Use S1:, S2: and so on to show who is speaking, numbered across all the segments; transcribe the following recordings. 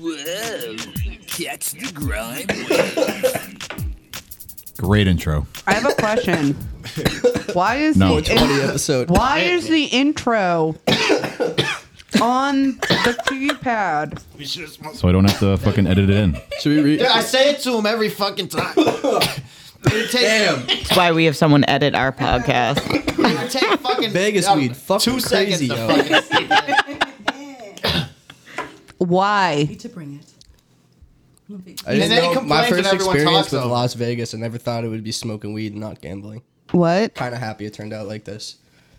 S1: Whoa. Catch the grime.
S2: Great intro.
S3: I have a question. Why is
S2: No.
S3: the
S4: Funny episode.
S3: why is the intro on the keypad?
S2: So I don't have to fucking edit it in.
S4: Should we read?
S5: I say it to him every fucking time. It take-
S4: Damn.
S6: That's why we have someone edit our podcast.
S5: I take fucking
S4: Vegas weed. Fucking
S5: two
S4: crazy,
S5: seconds to
S4: yo.
S5: fucking see that.
S3: Why?
S7: to bring it.
S4: I didn't
S5: And then he
S4: know my
S5: complains when
S4: first
S5: everyone
S4: experience
S5: talks
S4: with
S5: to him.
S4: Las Vegas, I never thought it would be smoking weed and not gambling.
S3: What?
S4: Kind of happy it turned out like this.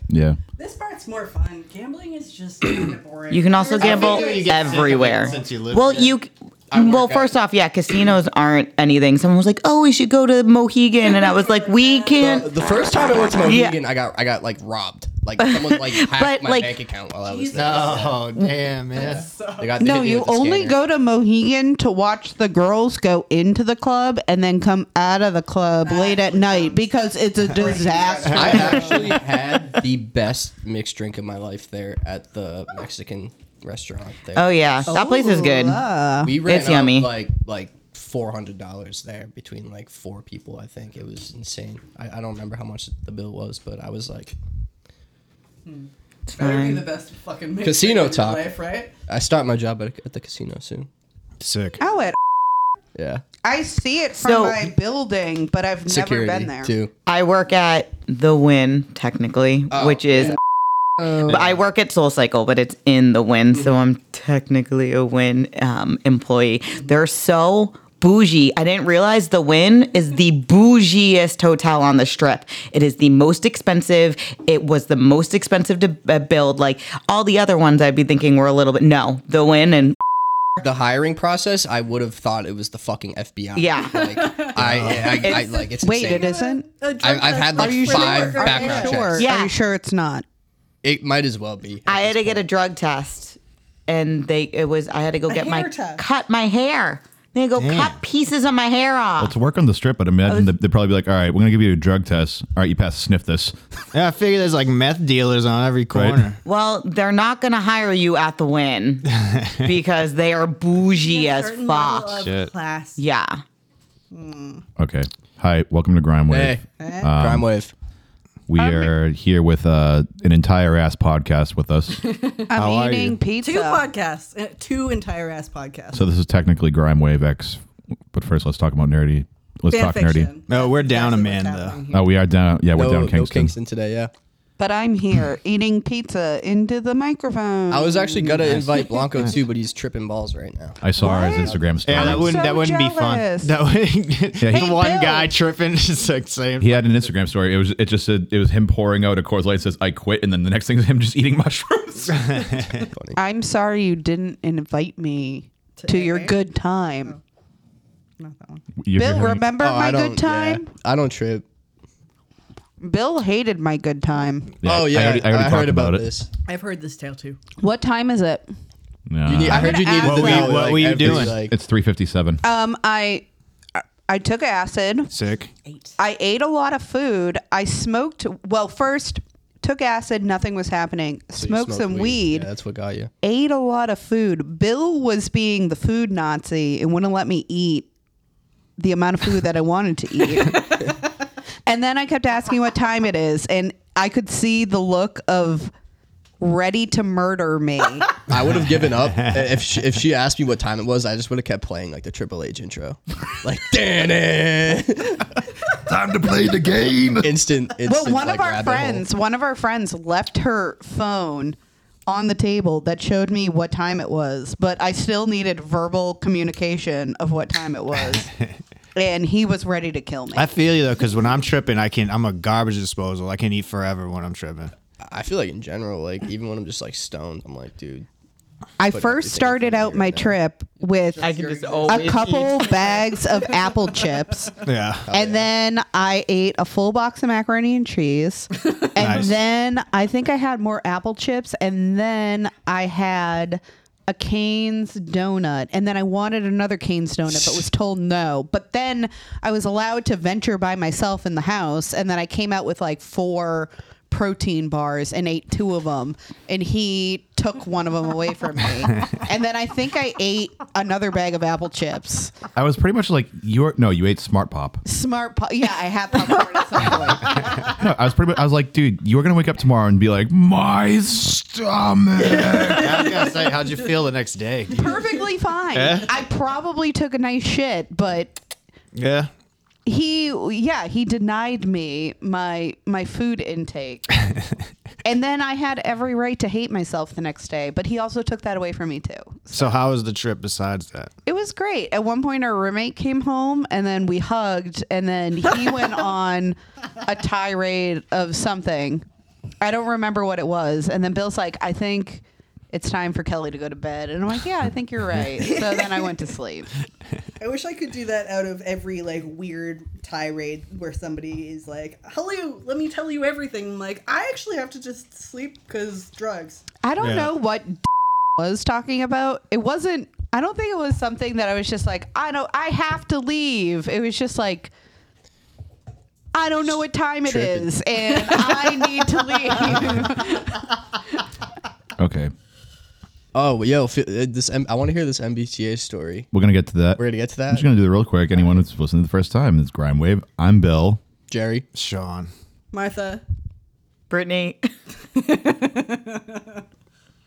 S2: Yeah.
S7: This part's more fun. Gambling is just kind of boring.
S6: You can also gamble
S5: figure you get sick of it
S6: everywhere.
S5: since you live
S6: Well,
S5: there.
S6: you.
S5: work
S6: Well,
S5: out.
S6: first off, yeah, casinos aren't anything. Someone was like, "Oh, we should go to Mohegan," and I was like, "We
S4: Uh,
S6: can't."
S4: the first time I went to
S6: Yeah.
S4: Mohegan, I got I got like robbed. Like someone like hacked
S6: But,
S4: my
S6: like-
S4: bank account while I was
S7: Jesus.
S4: there.
S5: Oh damn, man!
S4: They got, they
S3: No,
S4: hit me
S3: you
S4: with the
S3: only
S4: scanner.
S3: go to Mohegan to watch the girls go into the club and then come out of the club late at night because it's a disaster.
S4: I actually had the best mixed drink of my life there at the Mexican restaurant there.
S6: Oh yeah, that place is good.
S4: we ran
S6: it's
S4: up,
S6: yummy.
S4: like like four hundred dollars there between like four people. I think it was insane. I, I don't remember how much the bill was, but I was like,
S6: It's
S7: Better be the
S6: fine.
S7: best fucking mix
S4: Casino
S7: of your
S4: talk.
S7: life, right?
S4: I start my job at, at the casino soon.
S1: Sick.
S3: Oh, it.
S4: Yeah,
S3: I see it from
S6: So-
S3: my building, but I've
S4: security
S3: never been there.
S4: too.
S6: I work at the Win technically,
S4: Oh,
S6: which is. Oh.
S4: yeah.
S6: But I work at Soul Cycle, but it's in the Win,
S4: Mm-hmm.
S6: so I'm technically a Win um, employee. They're so bougie. I didn't realize the Win is the bougiest hotel on the Strip. It is the most expensive. It was the most expensive to uh, build. Like all the other ones, I'd be thinking were a little bit. No, the Win and
S4: The hiring process, I would have thought it was the fucking FBI.
S6: Yeah.
S4: like I, I, I, like it's
S3: Wait,
S4: insane.
S3: it isn't.
S4: I've, I've had like
S3: Are you
S4: five
S3: sure? Are
S4: background
S3: you sure?
S4: checks.
S6: Yeah.
S3: Are you sure it's not?
S4: It might as well be.
S6: I had to get a drug test, and they it was I had to go get my
S7: hair test.
S6: cut my hair. They go cut pieces of my hair off.
S2: To work on the strip, I'd
S7: Uh,
S2: imagine that they'd probably be like, all right, we're going to give you a drug test. All right, you pass, sniff this.
S5: Yeah, I figure there's like meth dealers on every corner.
S6: Well, they're not going to hire you at the win because they are bougie as
S7: Certain
S6: fuck.
S7: level of
S5: Shit.
S7: Class.
S6: yeah.
S2: Okay. Hi, welcome to Grime Wave.
S4: Hey,
S3: Eh?
S2: Um,
S4: crime wave.
S2: We are here with uh, an entire ass podcast with us.
S3: I'm
S5: are
S3: eating
S5: you?
S3: pizza.
S7: Two podcasts, uh, two entire ass podcasts.
S2: so this is technically Grime Wave X, but first let's talk about nerdy. Let's
S7: Fan
S2: talk nerdy.
S7: fiction.
S5: No, we're down a
S7: That's
S5: man
S7: what's
S5: though.
S7: happening here.
S2: Oh, we are down. Yeah, we're
S4: No,
S2: down Kingston.
S4: no Kingston today. Yeah.
S3: But I'm here eating pizza into the microphone.
S4: I was actually
S3: Mm,
S4: gonna invite Blanco too, but he's tripping balls right now.
S2: I saw her his Instagram story.
S5: Yeah, that wouldn't
S3: so
S5: that wouldn't
S3: jealous.
S5: be fun. That would
S2: Yeah, he-
S5: the one
S3: Bill.
S5: guy tripping is like saying
S2: He had an Instagram story. It was it just said it was him pouring out a Coors Light. Says I quit, and then the next thing is him just eating mushrooms.
S3: I'm sorry you didn't invite me to Oh. your good time.
S7: Not that one.
S2: You
S3: Bill,
S2: hear me?
S3: remember
S4: Oh,
S3: my
S4: I don't-
S3: good time?
S4: yeah, I don't trip.
S3: Bill hated my good time.
S2: I-
S4: oh
S2: I
S4: yeah, I,
S2: already- I already talked
S4: heard about,
S2: about it.
S4: this.
S7: I've heard this tale too.
S3: What time is it?
S2: Nah.
S4: You need, I heard Uh, you needed
S3: What
S4: the
S3: were you-
S4: know,
S5: what
S4: like,
S5: were you
S4: every,
S5: doing?
S4: Like,
S2: it's three fifty seven.
S3: Um, I I took acid.
S5: sick.
S3: I ate a lot of food. I smoked. Well, first took acid. Nothing was happening.
S4: you
S3: smoked,
S4: smoked
S3: some weed.
S4: Yeah, that's what got you.
S3: Ate a lot of food. Bill was being the food Nazi and wouldn't let me eat the amount of food that I wanted to eat. and then I kept asking what time it is, and I could see the look of ready to murder me.
S4: I would have given up if she, if she asked me what time it was. I just would have kept playing like the Triple H intro, like damn it,
S2: Time to play the game.
S4: instant. instant
S3: Well, one
S4: like,
S3: of our
S4: rabbit hole.
S3: friends, one of our friends left her phone on the table that showed me what time it was, but I still needed verbal communication of what time it was. and he was ready to kill me.
S5: I feel you though, because when I'm tripping, I can I'm a garbage disposal. I can eat forever when I'm tripping.
S4: I feel like in general, like even when I'm just like stoned, I'm like, dude,
S3: I
S4: put
S3: first
S4: everything
S3: started
S4: in front of
S3: out
S4: you
S3: my
S4: right now.
S3: trip with
S6: I can just
S3: a
S6: always
S3: couple bags of apple chips.
S5: Oh, Yeah.
S3: and then I ate a full box of macaroni and cheese. and
S5: Nice.
S3: then I think I had more apple chips. And then I had a Cane's donut. And then I wanted another Cane's donut, but was told no. But then I was allowed to venture by myself in the house. And then I came out with like four protein bars and ate two of them and he took one of them away from me and then i think i ate another bag of apple chips
S2: I was pretty much like you were no, you ate Smart Pop.
S3: smart po- yeah i had popcorn at some point
S2: No, I was pretty much I was like, dude, you were gonna wake up tomorrow and be like, my stomach.
S5: I was gonna say, how'd you feel the next day?
S3: perfectly fine i probably took a nice shit but
S5: Yeah.
S3: he yeah he denied me my my food intake and then i had every right to hate myself the next day but he also took that away from me too
S5: So how was the trip besides that?
S3: it was great at one point our roommate came home and then we hugged and then he went on a tirade of something i don't remember what it was and then bill's like i think it's time for kelly to go to bed and i'm like yeah i think you're right so then i went to sleep
S7: I wish I could do that out of every like weird tirade where somebody is like, "Hello, let me tell you everything." I'm like, I actually have to just sleep because drugs.
S3: I don't
S5: Yeah.
S3: know what d- was talking about. It wasn't. I don't think it was something that I was just like, I don't. I have to leave. It was just like, I don't know what time it
S4: Tripping.
S3: is, and I need to leave.
S2: okay.
S4: Oh, yo, fi- uh, this M- I want to hear this MBTA story.
S2: We're gonna get to that.
S4: We're gonna get to
S2: I'm
S4: that.
S2: just gonna do it real quick. Anyone who's listening the first time, it's Grime Wave. I'm Bill.
S4: Jerry,
S5: Sean.
S7: Martha,
S6: Brittany.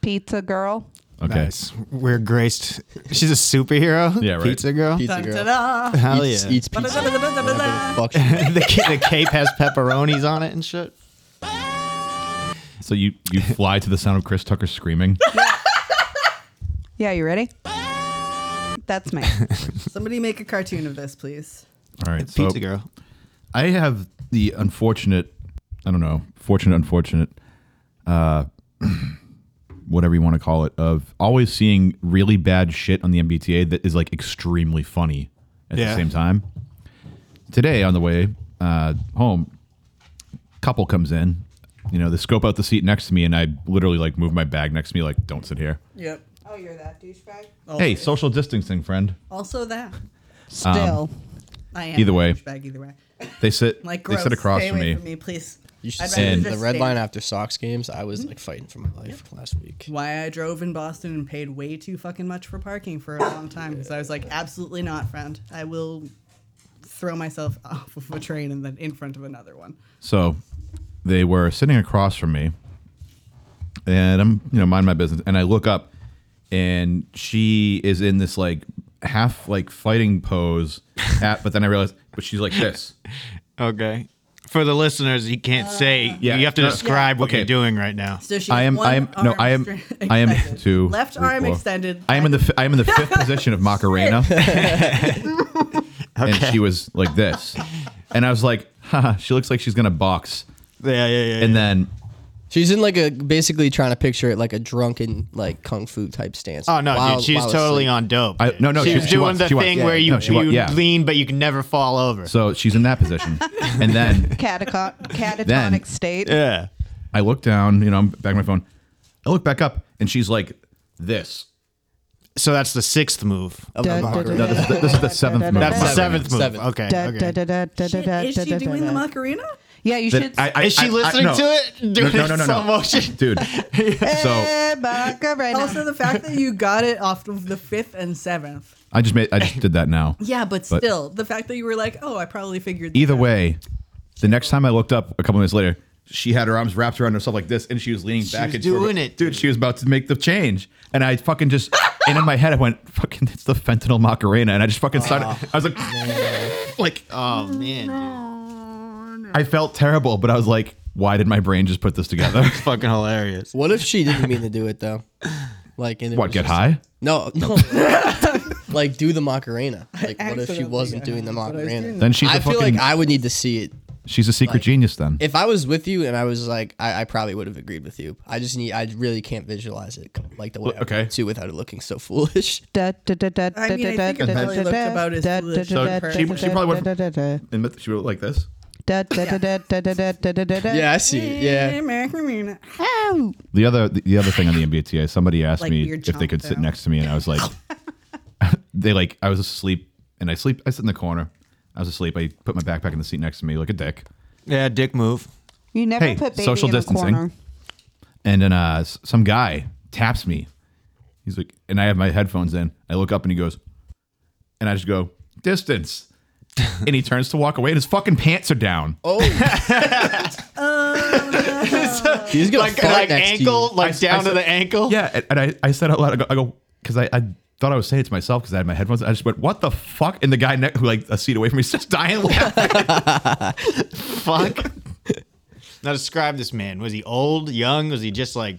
S3: Pizza girl.
S2: Okay.
S5: Nice. We're graced. She's a superhero.
S2: Yeah, right.
S5: Pizza girl.
S4: pizza
S7: dun,
S4: girl,
S7: da, da.
S5: Hell
S4: eats,
S5: yeah.
S4: eats pizza. Fuck you.
S5: the, ca- the cape has pepperonis on it and shit.
S2: So you you fly to the sound of Chris Tucker screaming.
S3: Yeah, you ready? That's me.
S7: Somebody make a cartoon of this, please.
S2: All right. So
S5: Pizza girl.
S2: I have the unfortunate, I don't know, fortunate, unfortunate, uh, whatever you want to call it, of always seeing really bad shit on the MBTA that is like extremely funny at the
S5: Yeah.
S2: same time. Today on the way uh, home, couple comes in. You know, they scope out the seat next to me, and I literally like move my bag next to me, like, don't sit here.
S7: Yep.
S3: Oh, you're that douchebag.
S2: Hey, social distancing, friend.
S7: Also that.
S3: Still,
S7: I am
S2: Either way.
S7: Bag either way.
S2: They sit,
S7: Like gross.
S2: they sit across
S7: Stay
S2: from
S7: away
S2: me.
S7: From me, please.
S4: You should
S7: I'd
S4: see
S7: rather
S4: the
S7: just
S4: red
S7: stay-
S4: line after Sox games. I was like fighting for my life last week.
S7: Why I drove in Boston and paid way too fucking much for parking for a long time because I was like, absolutely not, friend. I will throw myself off of a train and then in front of another one.
S2: So they were sitting across from me, and I'm you know mind my business, and I look up, and she is in this like half like fighting pose, at, but then I realize, but she's like this.
S5: Okay. For the listeners, you can't say.
S2: Yeah.
S5: You have to
S2: No.
S5: describe what
S2: Okay.
S5: you're doing right now.
S7: So she
S2: I
S7: has
S2: am.
S7: one
S2: I am. No.
S7: arm
S2: I am.
S7: stra-
S2: I am
S7: extended.
S2: two.
S7: Left
S2: three,
S7: arm
S2: four.
S7: extended.
S2: I am in the. fi- I am in the fifth position of Macarena, and she was like this, and I was like, Haha, she looks like she's gonna box,
S5: Yeah, yeah, yeah.
S2: and then
S4: She's in like a basically trying to picture it like a drunken like kung fu type stance.
S5: Oh no,
S4: While-
S5: dude, she's
S4: while
S5: totally
S4: asleep.
S5: on dope.
S2: I no no
S5: she, was
S2: she,
S5: doing
S2: wants,
S5: the
S2: she wants.
S5: thing
S2: Yeah.
S5: where you,
S2: No, she wa-
S5: you
S2: yeah.
S5: lean but you can never fall over.
S2: So she's in that position, and then
S3: cataco- catatonic
S2: Then-
S3: state.
S5: yeah.
S2: I look down, you know, I'm back on my phone. I look back up and she's like this.
S5: So that's the sixth move.
S3: Da- da- da-
S2: No, this is the, this is the seventh move.
S5: That's the
S2: Macarena.
S5: seventh move.
S4: Seventh.
S5: Okay.
S3: da-
S5: okay.
S3: da- da- da- da-
S7: Shit,
S3: da-
S7: is
S3: da-
S7: she
S3: da-
S7: doing
S3: da-
S7: the Macarena?
S3: Yeah, you
S2: That-
S3: should.
S2: I- I-
S5: Is
S2: I-
S5: she
S2: I-
S5: listening
S2: no.
S5: to it? Doing
S2: No, no, no, no,
S5: slow
S2: no.
S5: motion.
S2: Dude. so
S3: Eh, Macarena.
S7: Also, the fact that you got it off of the fifth and seventh.
S2: I just made I just did that now.
S7: Yeah, but,
S2: But-
S7: still, the fact that you were like, oh, I probably figured.
S2: Either
S7: that out.
S2: way, the next time I looked up a couple minutes later, she had her arms wrapped around herself like this and she was leaning back
S5: was
S2: and
S5: doing it,
S2: Dude, she was about to make the change. And I fucking just and in my head I went, fucking it's the fentanyl Macarena. And I just fucking started I was like like
S5: Oh man,
S2: I felt terrible, but I was like, why did my brain just put this together?
S5: dude. fucking hilarious.
S4: What if she didn't mean to do it though? Like and it
S2: what,
S4: was
S2: get
S4: just-
S2: high?
S4: No, no. like do the Macarena. Like what if she
S7: accidentally-
S4: wasn't doing the Macarena?
S2: Then she's a
S4: I feel
S2: fucking
S4: like I would need to see it.
S2: she's a secret genius then.
S4: If I was with you and I was like, I, I probably would have agreed with you. I just need, I really can't visualize it like the way I
S2: okay.
S4: want to without it looking so foolish.
S3: I mean,
S7: I think it probably looked about as foolish as her.
S2: She- she probably and but she wrote like this.
S4: Yeah, I see. it.
S7: Eh,
S4: Yeah.
S7: Macarena.
S3: Ow.
S2: The other the other thing on the MBTA, somebody asked
S7: Like
S2: me
S7: weird
S2: if they could sit
S7: chomp
S2: next to me, and I was like, they like I was asleep, and I sleep I sit in the corner. I was asleep. I put my backpack in the seat next to me like a dick,
S5: Yeah, dick move.
S3: You never
S2: Hey,
S3: put baby
S2: social
S3: in a
S2: distancing.
S3: corner.
S2: And then uh, s- some guy taps me. He's like, and I have my headphones in. I look up and he goes, and I just go, distance. and he turns to walk away and his fucking pants are down. Oh,
S4: He's gonna
S5: Like,
S4: fart
S5: like
S4: next
S5: ankle,
S4: To
S5: like
S2: I-
S5: down
S2: I
S5: to
S2: said-
S5: the ankle.
S2: yeah. And, and I, I said out loud, I go, I go, because I, I thought I was saying it to myself because I had my headphones. I just went, what the fuck? And the guy ne- who like a seat away from me is just dying laughing.
S5: Fuck. now describe this man. Was he old, young? Was he just like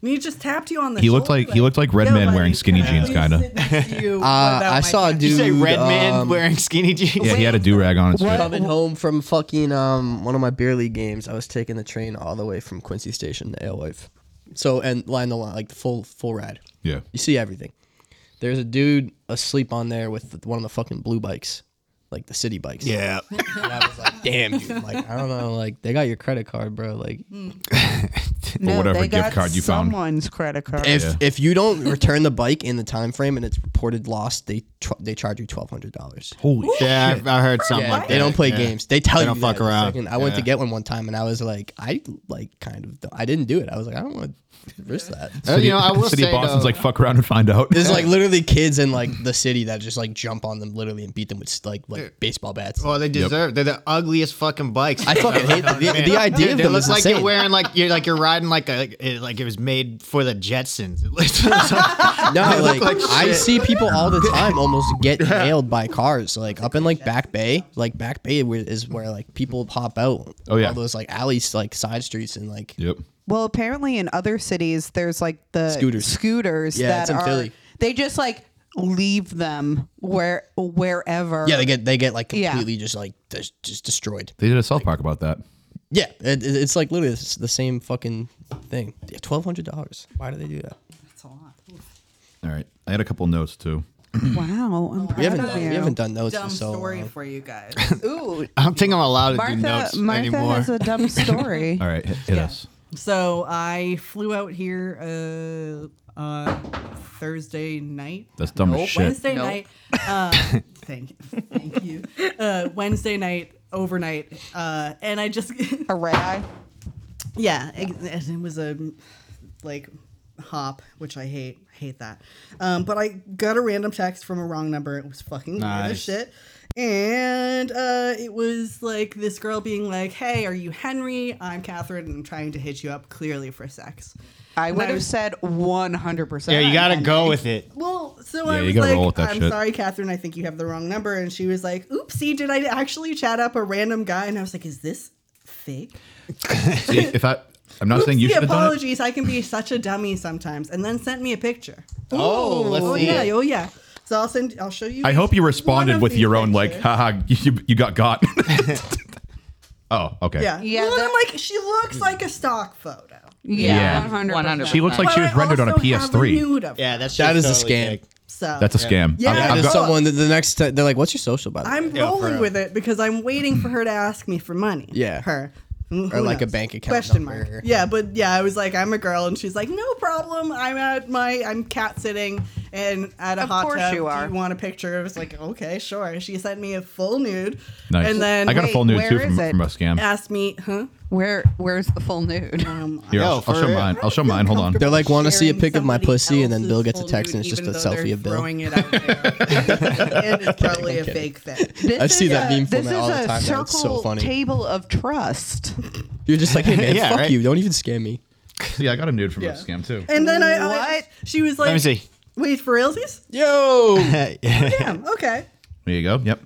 S8: And he just tapped you on the.
S2: He looked like- he looked like Red Man wearing skinny jeans, kinda.
S8: of.
S4: Uh, I saw a dude.
S5: you say red man
S4: um,
S5: wearing skinny jeans?
S2: yeah, he had a do rag on. His face.
S4: coming home from fucking um one of my beer league games. I was taking the train all the way from Quincy Station to Alewife. So and line the line like the full full ride.
S2: Yeah.
S4: You see everything. There's a dude asleep on there with one of the fucking blue bikes, like the city bikes.
S5: Yeah.
S4: And I was like, damn, dude. Like I don't know. Like they got your credit card, bro. Like
S5: Hmm.
S3: No,
S2: whatever
S3: they
S2: gift
S3: got
S2: card you found.
S3: Someone's credit card.
S4: if if you don't return the bike in the time frame and it's reported lost, they tr- they charge you twelve hundred dollars.
S2: Holy shit.
S5: Yeah, I- I heard something like that.
S4: they don't play
S5: yeah.
S4: games. They tell
S5: They
S4: you
S5: don't fuck
S4: that.
S5: around.
S4: Fucking- I went to
S5: Yeah.
S4: get one one time, and I was like, I like kind of. I didn't do it. I was like, I don't want to risk that.
S5: Uh, you know, I will
S2: City
S5: say,
S2: of Boston's
S5: though-
S2: like fuck around and find out.
S4: There's like literally kids in like the city that just like jump on them literally and beat them with like like baseball bats.
S5: Well, they deserve. They're the ugliest fucking bikes.
S4: I fucking hate the, the, the idea of
S5: Dude, it
S4: them.
S5: looks
S4: Is
S5: like
S4: insane.
S5: you're wearing like you're like you're riding like a it- like it was made for the Jetsons. It looks
S4: No, like,
S5: like
S4: I
S5: shit.
S4: see people all the time almost get nailed by cars. Like up in like Back Bay, like Back Bay where- is where like people pop out.
S2: Oh, yeah.
S4: all those like alleys, like side streets, and like
S2: yep.
S3: Well, apparently in other cities, there's like the
S4: Scooters.
S3: Scooters
S4: Yeah,
S3: that
S4: it's in
S3: are
S4: Philly.
S3: they just like leave them where wherever.
S4: yeah, they get they get like
S3: Yeah.
S4: completely just like des- just destroyed.
S2: They did a South Park about that.
S4: Yeah, it, it- it's like literally it's the same fucking thing. Yeah, twelve hundred dollars. Why do they do that?
S2: All right. I had a couple notes too.
S3: wow, I'm proud
S4: We haven't
S3: of
S4: we
S3: you.
S4: haven't done those
S8: Dumb
S4: in so
S8: story
S4: long.
S8: for you guys.
S3: Ooh,
S5: I don't think I'm allowed to
S3: Martha,
S5: do notes
S3: Martha
S5: anymore.
S3: has a dumb story.
S2: All right. Hit, hit us.
S8: so I flew out here uh, on Thursday night.
S2: That's dumb as shit.
S8: Wednesday night. Uh, thank, thank you. Uh, Wednesday night, overnight, uh, and I just
S3: A red eye.
S8: yeah, ex- it was a like hop, which I hate. I hate that. Um, but I got a random text from a wrong number. It was fucking weird as
S5: Nice.
S8: shit. And uh, it was like this girl being like, "Hey, are you Henry? I'm Catherine, and I'm trying to hit you up clearly for sex."
S3: I would
S8: I
S3: have
S8: was-
S3: said 100. percent
S5: yeah, you gotta go with it.
S8: Well, so
S2: Yeah,
S8: I
S2: you
S8: was
S2: gotta
S8: like,
S2: roll with that
S8: "I'm
S2: shit.
S8: sorry, Catherine. I think you have the wrong number." And she was like, "Oopsie, did I actually chat up a random guy?" And I was like, "Is this fake?"
S2: See, if I, I'm not saying you
S8: Oopsie,
S2: should have done it.
S8: apologies. I can be such a dummy sometimes. And then sent me a picture.
S5: Oh, let's
S8: Oh
S5: see
S8: yeah,
S5: it.
S8: oh yeah. So I'll send. I'll show you.
S2: I
S8: guys
S2: hope you
S8: one
S2: responded
S8: of
S2: with
S8: these
S2: your own like,
S8: pictures.
S2: haha, you, you got got. oh, okay.
S8: Yeah.
S3: Yeah,
S8: Yeah. Well,
S3: that-
S8: I'm like, she looks like a stock photo.
S2: Yeah.
S3: Yeah,
S6: 100%.
S3: 100.
S2: She looks like she was rendered on a PS3.
S5: Yeah, that's
S4: That is a scam.
S8: So
S2: That's a scam.
S8: uh, Yeah,
S2: I've-
S4: Yeah,
S2: I've
S4: there's
S2: got-
S4: someone that the next t- they're like, "What's your social?" By the way,
S8: I'm
S5: Yeah, for
S8: rolling
S5: real.
S8: with it because I'm waiting for her to ask me for money.
S4: Yeah.
S8: Her. Who
S4: Or like a
S8: knows?
S4: bank account
S8: Question
S4: number.
S8: mark. Yeah, but yeah, I was like, I'm a girl, and she's like, no problem. I'm at my, I'm cat sitting and at a
S3: Of
S8: hot
S3: course
S8: tub.
S3: you are.
S8: Do you want a picture? I was like, okay, sure. She sent me a full nude.
S2: Nice.
S8: And then
S2: I got a
S3: Wait,
S2: full nude too
S3: where
S2: from,
S3: is it?
S2: from a scam.
S8: asked me, huh?
S3: Where where's the full nude?
S8: Um,
S2: Here,
S5: Yo,
S2: I'll, I'll
S5: for
S2: show
S5: real.
S2: mine. I'll show mine. Hold on.
S4: They're like, "Wanna see a pic of my
S8: Sharing
S4: pussy?" And then
S8: somebody
S4: Bill gets a
S8: else's
S4: text and it's
S8: full
S4: just a
S8: nude,
S4: selfie
S8: even
S4: of Bill.
S8: though they're Throwing it out there. and it's probably a fake thing.
S3: This
S4: I see
S3: is
S4: that
S3: a-
S4: meme
S3: This is
S4: format all the time
S3: a
S4: now.
S3: circle
S4: It's so funny.
S3: table of trust.
S4: you're just like, "Hey man,
S5: Yeah,
S4: fuck
S5: right.
S4: you! Don't even scam me."
S2: Yeah, I got a nude from a scam too.
S8: And then I, I
S3: What?
S8: she was like,
S5: Let me see.
S8: Wait for realsies?
S4: Yo,
S8: Damn. Okay.
S2: There you go. Yep.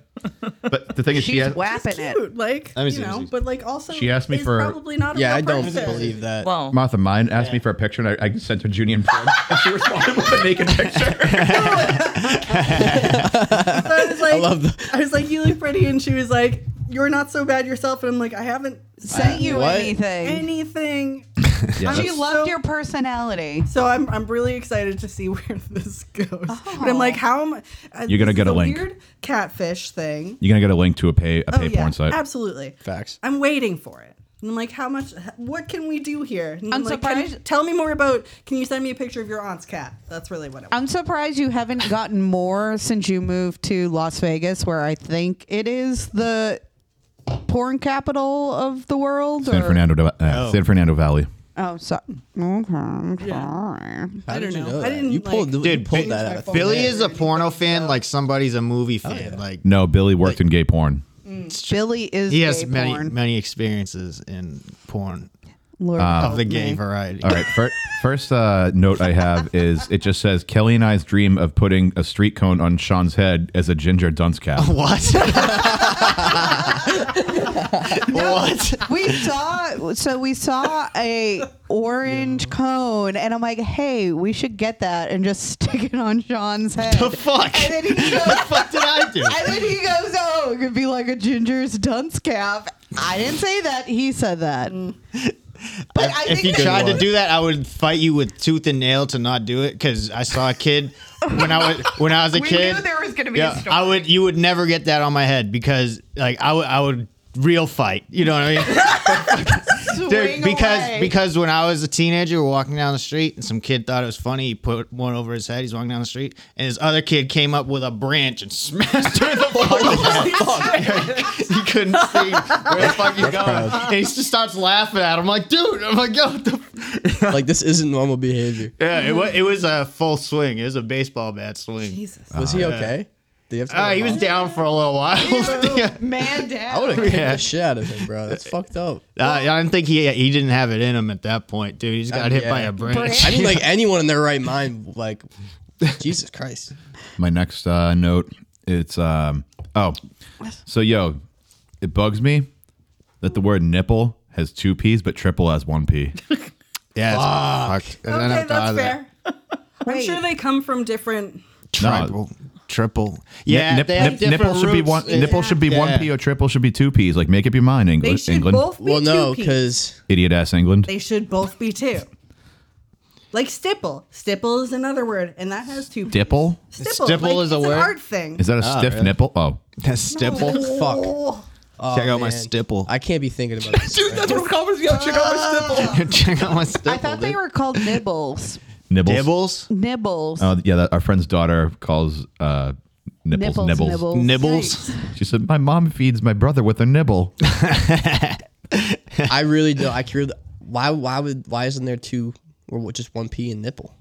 S2: But the thing is, she
S3: She's
S2: has,
S3: whapping it.
S8: Cute. Like
S5: Let me
S8: you
S5: see, let me
S8: know,
S5: see.
S8: but like also
S2: She asked me
S8: is
S2: for-
S8: probably not. A
S4: yeah,
S8: real
S4: I don't
S8: person.
S4: believe that.
S6: Well,
S2: Martha mine asked me for a picture, and I, I sent her Junian porn, and she responded with a naked picture.
S8: So I was like, I,
S4: love the-
S8: was like, you look pretty, and she was like, you're not so bad yourself. And I'm like, I haven't
S3: Sent you
S4: What?
S3: anything?
S8: anything.
S2: Yeah,
S3: She
S2: that's-
S3: loved
S8: So-
S3: your personality.
S8: So I'm I'm really excited to see where this goes. But I'm like, how am I? uh,
S2: You're gonna
S8: this
S2: get
S8: is
S2: a link.
S8: Weird catfish thing.
S2: You're gonna get a link to a pay a pay
S8: Oh, yeah,
S2: porn site.
S8: Absolutely.
S4: Facts.
S8: I'm waiting for it. And I'm like, how much? What can we do here? And
S3: I'm
S8: like, can you-
S3: surprised-
S8: Tell me more about. Can you send me a picture of your aunt's cat? That's really what I want.
S3: I'm surprised you haven't gotten more since you moved to Las Vegas, where I think it is the porn capital of the world?
S2: San
S3: or-
S2: Fernando, uh, San Fernando Valley.
S3: Oh, so okay, I'm sorry.
S4: How
S7: I
S4: did
S7: don't
S4: you
S7: know.
S4: know
S7: I
S4: that?
S7: didn't,
S4: You pulled,
S7: like-
S4: the, you
S5: Dude,
S4: pulled
S5: Bi-
S4: that out of thin
S5: Billy
S4: air.
S5: is a porno fan like somebody's a movie fan. Like
S2: No, Billy worked in gay porn.
S3: Billy is
S5: he has
S3: gay
S5: many
S3: porn.
S5: many experiences in porn
S3: Lord
S5: of
S3: help
S5: the gay
S3: me.
S5: variety.
S2: All right. Fir- first uh, note I have is it just says Kelly and I's dream of putting a street cone on Sean's head as a ginger dunce cap.
S5: What? what?
S3: we saw so we saw a orange cone and i'm like hey we should get that and just stick it on sean's head
S5: The fuck?
S3: and then he goes
S5: the fuck did I do?
S3: and then he goes oh it could be like a ginger's dunce cap i didn't say that he said that but i
S5: if
S3: think
S5: you
S3: that-
S5: tried to do that, I would fight you with tooth and nail to not do it because I saw a kid when I was when I was a
S3: we
S5: kid.
S3: knew there was going to be a
S5: yeah,
S3: story
S5: I would. You would never get that on my head because like I would. I would real fight. You know what I mean?
S3: Swing
S5: Dude, because
S3: away.
S5: because when I was a teenager, we're walking down the street and some kid thought it was funny. He put one over his head. He's walking down the street, and his other kid came up with a branch and smashed her in the fucking head. he couldn't see where the fuck he's going.
S4: proud.
S5: And he just starts laughing at him. I'm like, dude. I'm like, yo. What the f-?
S4: like this isn't normal behavior.
S5: Yeah, it was, it was a full swing. It was a baseball bat swing.
S7: Jesus.
S4: Was he okay? Did he have to?
S5: Uh, Ah, he was down for a little while. Yeah.
S3: man
S4: I
S3: down
S4: would have kicked
S5: Yeah.
S4: the shit out of him, bro. That's fucked up.
S5: Uh, I don't think he he didn't have it in him at that point, dude. He just got
S4: Uh,
S5: hit
S4: yeah.
S5: by a branch.
S4: I mean, like anyone in their right mind, like Jesus Christ.
S2: My next uh, note, it's um, oh, so yo, it bugs me that the word nipple has two p's but triple has one p.
S5: yeah, it's fucked. And then
S7: Okay,
S5: I thought
S7: that's
S5: of that.
S7: fair. I'm
S3: Wait.
S7: sure they come from different.
S5: Triple. triple. Yeah,
S2: nip,
S5: they have
S2: nip-
S5: different
S2: nipple should be
S5: roots.
S2: one.
S5: Yeah.
S2: Nipple should be one
S5: Yeah.
S2: p or triple should be two p's. Like make up your mind,
S7: They
S2: England.
S7: should
S2: England,
S7: both be
S4: Well,
S7: two
S4: no,
S7: peas.
S4: because
S2: idiot ass England.
S7: they should both be two. Like stipple. Stipple is another word, and that has two. peas.
S2: Dipple
S7: Stipple,
S5: Stipple
S7: like,
S5: is a
S7: it's an
S5: word?
S7: art thing.
S2: is that a stiff nipple? Oh,
S5: That stipple.
S4: fuck.
S3: Oh,
S5: Check out my
S4: man.
S5: stipple.
S4: I can't be thinking about this. Dude, that's what
S5: Check out my
S3: i
S5: stipple.
S3: thought they were called nibbles
S2: nibbles.
S5: Dibbles.
S3: nibbles
S2: Uh, yeah, that, our friend's daughter calls uh, nipples,
S3: Nipples,
S2: nibbles.
S3: nibbles.
S5: Nibbles.
S2: She said, "My mom feeds my brother with a nibble."
S4: I really don't. I really. Why? Why would? Why isn't there two or what, just one P and nipple?